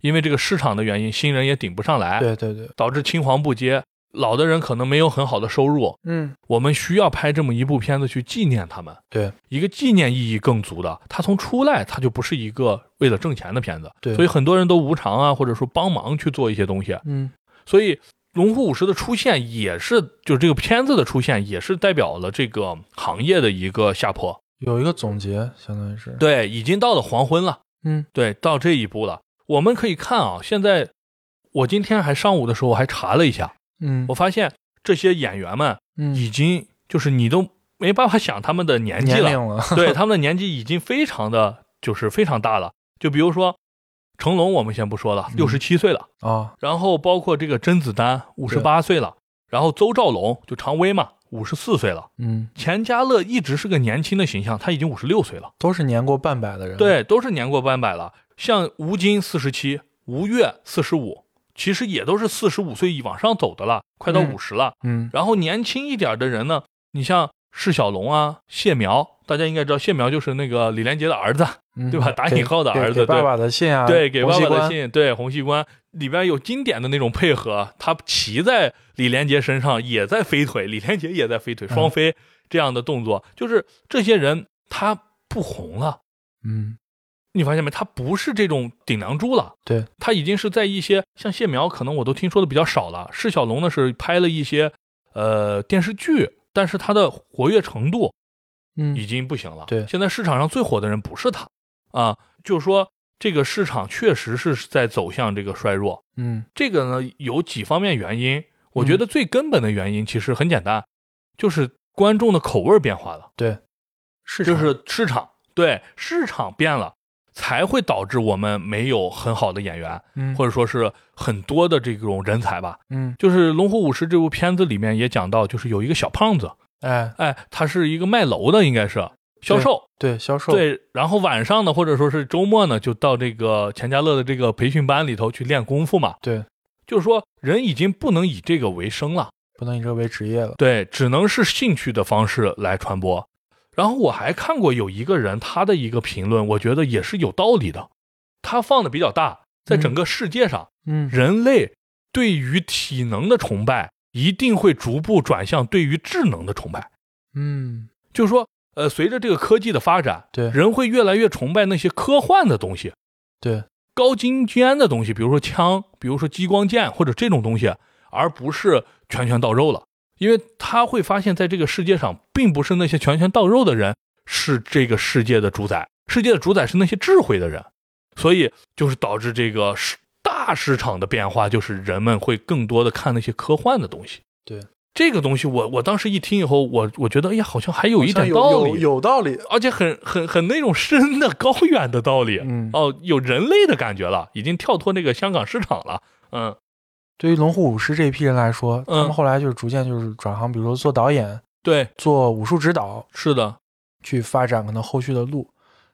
A: 因为这个市场的原因，新人也顶不上来，
B: 对对对，
A: 导致青黄不接，老的人可能没有很好的收入，
B: 嗯
A: 我们需要拍这么一部片子去纪念他们，
B: 对，
A: 一个纪念意义更足的。它从出来，它就不是一个为了挣钱的片子，
B: 对
A: 所以很多人都无偿啊，或者说帮忙去做一些东西，
B: 嗯
A: 所以《龙虎武师》的出现也是，就是这个片子的出现也是代表了这个行业的一个下坡。
B: 有一个总结，相当于是，
A: 对，已经到了黄昏了，
B: 嗯，
A: 对，到这一步了。我们可以看啊，现在我今天还上午的时候我还查了一下，
B: 嗯
A: 我发现这些演员们
B: 嗯，
A: 已经就是你都没办法想他们的年纪
B: 年
A: 了，
B: 龄了，
A: 对，他们的年纪已经非常的就是非常大了。就比如说成龙，我们先不说
B: 嗯
A: 了，六十七岁了。
B: 啊，
A: 然后包括这个甄子丹五十八岁了，然后邹兆龙就常威嘛，五十四岁了。
B: 嗯，
A: 钱嘉乐一直是个年轻的形象，他已经五十六岁了，
B: 都是年过半百的人，，
A: 对，都是年过半百了。像吴京四十七，吴越四十五，其实也都是四十五岁往上走的了，快到
B: 嗯
A: 五十了。
B: 嗯
A: 然后年轻一点的人呢，你像释小龙啊、谢苗，大家应该知道，谢苗就是那个李连杰的儿子，
B: 嗯，
A: 对吧打
B: 给
A: 引号的
B: 给
A: 儿子
B: 给爸
A: 对
B: 爸的信啊，
A: 对，给
B: 洪
A: 爸
B: 熙
A: 爸的
B: 官，
A: 信，对洪熙官里边有经典的那种配合，他骑在李连杰身上也在飞腿，李连杰也在飞腿，
B: 嗯
A: 双飞这样的动作，就是这些人他不红了，
B: 嗯，
A: 你发现没？他不是这种顶梁柱了，
B: 对，
A: 他已经是在一些像谢苗，可能我都听说的比较少了。释小龙呢是拍了一些呃电视剧，但是他的活跃程度已
B: 嗯
A: 经不行了。
B: 对
A: 现在市场上最火的人不是他啊，就是说这个市场确实是在走向这个衰弱。
B: 嗯
A: 这个呢有几方面原因，我觉
B: 嗯
A: 得最根本的原因其实很简单，就是观众的口味儿变化了，
B: 是
A: 就
B: 这样
A: 是市场对市场变了，才会导致我们没有很好的演员，
B: 嗯
A: 或者说是很多的这种人才吧。
B: 嗯
A: 就是《龙虎武师》这部片子里面也讲到，就是有一个小胖子，
B: 哎
A: 哎，他是一个卖楼的，应该是销售，
B: 对销售
A: 对，然后晚上呢，或者说是周末呢，就到这个钱嘉乐的这个培训班里头去练功夫嘛。
B: 对
A: 就是说，人已经不能以这个为生了，
B: 不能以这个为职业了，
A: 对，只能是兴趣的方式来传播。然后我还看过有一个人他的一个评论，我觉得也是有道理的。他放的比较大，在整个世界上，
B: 嗯
A: 人类对于体能的崇拜一定会逐步转向对于智能的崇拜。
B: 嗯
A: 就是说，呃，随着这个科技的发展，
B: 对
A: 人会越来越崇拜那些科幻的东西、
B: 对
A: 高精尖的东西，比如说枪，比如说激光剑或者这种东西，而不是拳拳到肉了。因为他会发现，在这个世界上，并不是那些拳拳到肉的人是这个世界的主宰，世界的主宰是那些智慧的人，所以就是导致这个市大市场的变化，就是人们会更多的看那些科幻的东西。
B: 对
A: 这个东西我，我当时一听以后，我我觉得，哎呀，好像还有一
B: 好像
A: 点道理，啊
B: 有有道理，
A: 而且很很很那种深的高远的道理，
B: 嗯
A: 哦，有人类的感觉了，已经跳脱那个香港市场了，嗯，
B: 对于龙虎武师这一批人来说，他们
A: 嗯
B: 后来就是逐渐就是转行，比如说做导演、
A: 对，
B: 做武术指导，
A: 是的，
B: 去发展可能后续的路。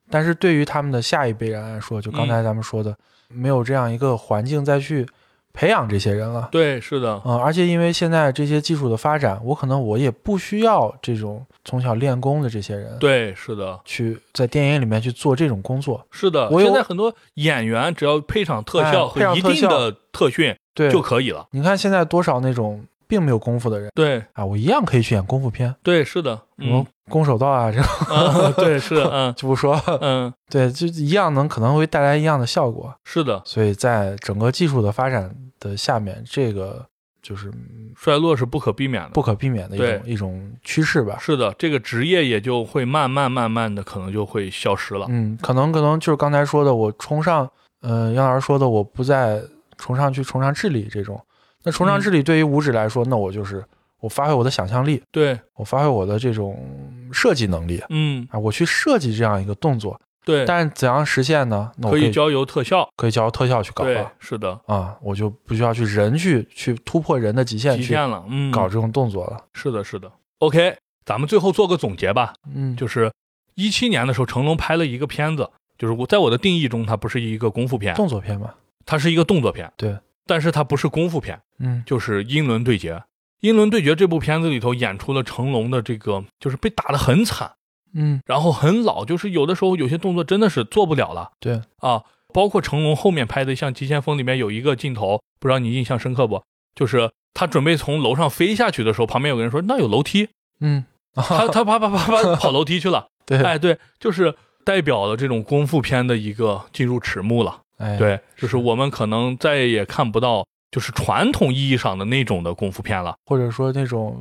B: 但是对于他们的下一辈人来说，就刚
A: 嗯
B: 才咱们说的，没有这样一个环境再去培养这些人了。
A: 对，是的，
B: 嗯，而且因为现在这些技术的发展，我可能我也不需要这种从小练功的这些人，，
A: 对，是的，
B: 去在电影里面去做这种工作，
A: 是的。
B: 我有
A: 现在很多演员只要配上特效
B: 哎
A: 和
B: 配上
A: 一
B: 特
A: 定
B: 效
A: 的特训
B: 对，
A: 就可以了，
B: 你看现在多少那种并没有功夫的人
A: 对，
B: 啊，我一样可以去演功夫片，
A: 对，是的，
B: 什么
A: 嗯，
B: 攻守道啊，这种
A: 啊，对，是的，嗯
B: 就不说了。
A: 嗯，
B: 对，就一样能可能会带来一样的效果，
A: 是的，
B: 所以在整个技术的发展的下面，这个就是嗯
A: 衰落是不可避免的
B: 不，可避免的一种一种趋势吧。
A: 是的，这个职业也就会慢慢慢慢的可能就会消失了，
B: 嗯，可能可能就是刚才说的，我崇尚，呃，杨老师说的，我不再崇尚去崇尚智力这种。那崇
A: 嗯
B: 尚智力对于武指来说，那我就是我发挥我的想象力，
A: 对，
B: 我发挥我的这种设计能力
A: 嗯，
B: 啊，我去设计这样一个动作。
A: 对，
B: 但是怎样实现呢？那我
A: 可
B: 可
A: 以
B: 以
A: 交由特效，
B: 可以教特效去搞
A: 对
B: 了，
A: 是的，
B: 啊，我就不需要去人去去突破人的极限
A: 极
B: 去
A: 限了，嗯，
B: 搞这种动作了。
A: 是的，是的。OK，咱们最后做个总结吧，
B: 嗯，
A: 就是一七年的时候，成龙拍了一个片子，就是我在我的定义中，它不是一个功夫片，
B: 动作片嘛。
A: 它是一个动作片，
B: 对，
A: 但是它不是功夫片，
B: 嗯
A: 就是《英伦对决》。《英伦对决》这部片子里头演出了成龙的这个，就是被打得很惨，
B: 嗯，
A: 然后很老，就是有的时候有些动作真的是做不了了
B: 对，
A: 啊。包括成龙后面拍的，像《急先锋》里面有一个镜头，不知道你印象深刻不？就是他准备从楼上飞下去的时候，旁边有个人说：“那有楼梯。”
B: 嗯，
A: 他他啪啪啪啪跑楼梯去了。
B: 对，
A: 哎，对，就是代表了这种功夫片的一个进入迟暮了。
B: 哎，
A: 对，就是我们可能再也看不到就是传统意义上的那种的功夫片了。
B: 或者说那种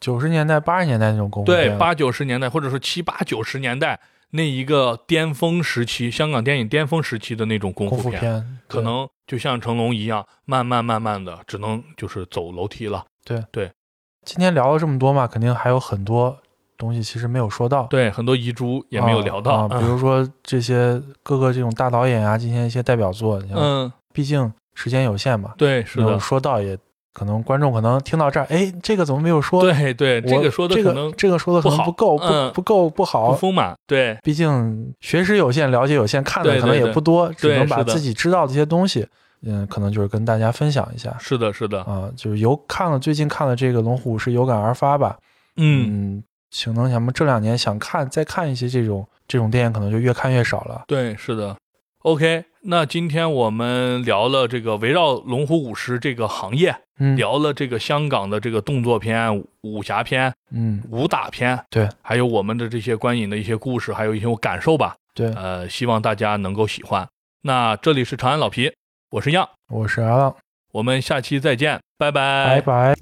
B: 九十年代、八十年代那种功夫
A: 对
B: 片，
A: 八九十年代或者说七八九十年代那一个巅峰时期，香港电影巅峰时期的那种功
B: 功
A: 夫
B: 夫片，
A: 可能就像成龙一样，慢慢慢慢的，只能就是走楼梯了。
B: 今天聊了这么多嘛，肯定还有很多东西其实没有说到，
A: 对，很多遗珠也没有聊到。嗯
B: 啊啊比如说这些各个这种大导演啊，进行一些代表作，你像
A: 嗯，
B: 毕竟时间有限嘛，
A: 对，是
B: 没有
A: 的，
B: 说到也可能观众可能听到这儿，哎，这个怎么没有说？
A: 对对，
B: 我
A: 这个说的
B: 这
A: 可
B: 个
A: 能
B: 这个说的可
A: 不
B: 能
A: 好
B: 不够，
A: 嗯
B: 不不够不好，
A: 不丰满。对，
B: 毕竟学识有限，了解有限，看的
A: 对
B: 可能
A: 对
B: 也
A: 对
B: 不多，只
A: 对
B: 能把
A: 是的
B: 自己知道的一些东西，嗯，可能就是跟大家分享一下
A: 是的，是的，
B: 啊，就是有看了最近看了这个《龙虎》是有感而发吧，
A: 嗯，
B: 嗯，可能咱们这两年想看再看一些这种这种电影，可能就越看越少了。
A: 对，是的。OK，那今天我们聊了这个围绕龙虎舞狮这个行业，
B: 嗯，
A: 聊了这个香港的这个动作片、武武侠片、
B: 嗯，
A: 武打片，
B: 对，
A: 还有我们的这些观影的一些故事，还有一些我感受吧。
B: 对，
A: 呃，希望大家能够喜欢。那这里是长安老皮，我是样，
B: 我是阿浪，
A: 我们下期再见，拜拜，
B: 拜拜。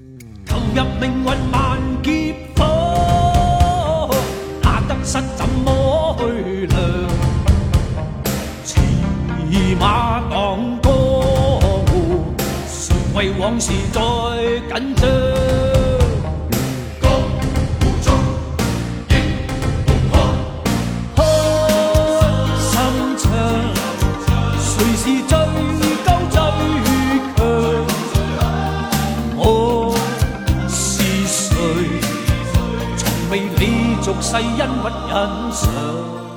D: 投入命运萬劫火，那得失怎麼去量？驰馬當歌，誰為往事再緊張？江湖中英雄漢，開心唱，誰是最高最強？我是谁？從未理俗世恩屈欣賞。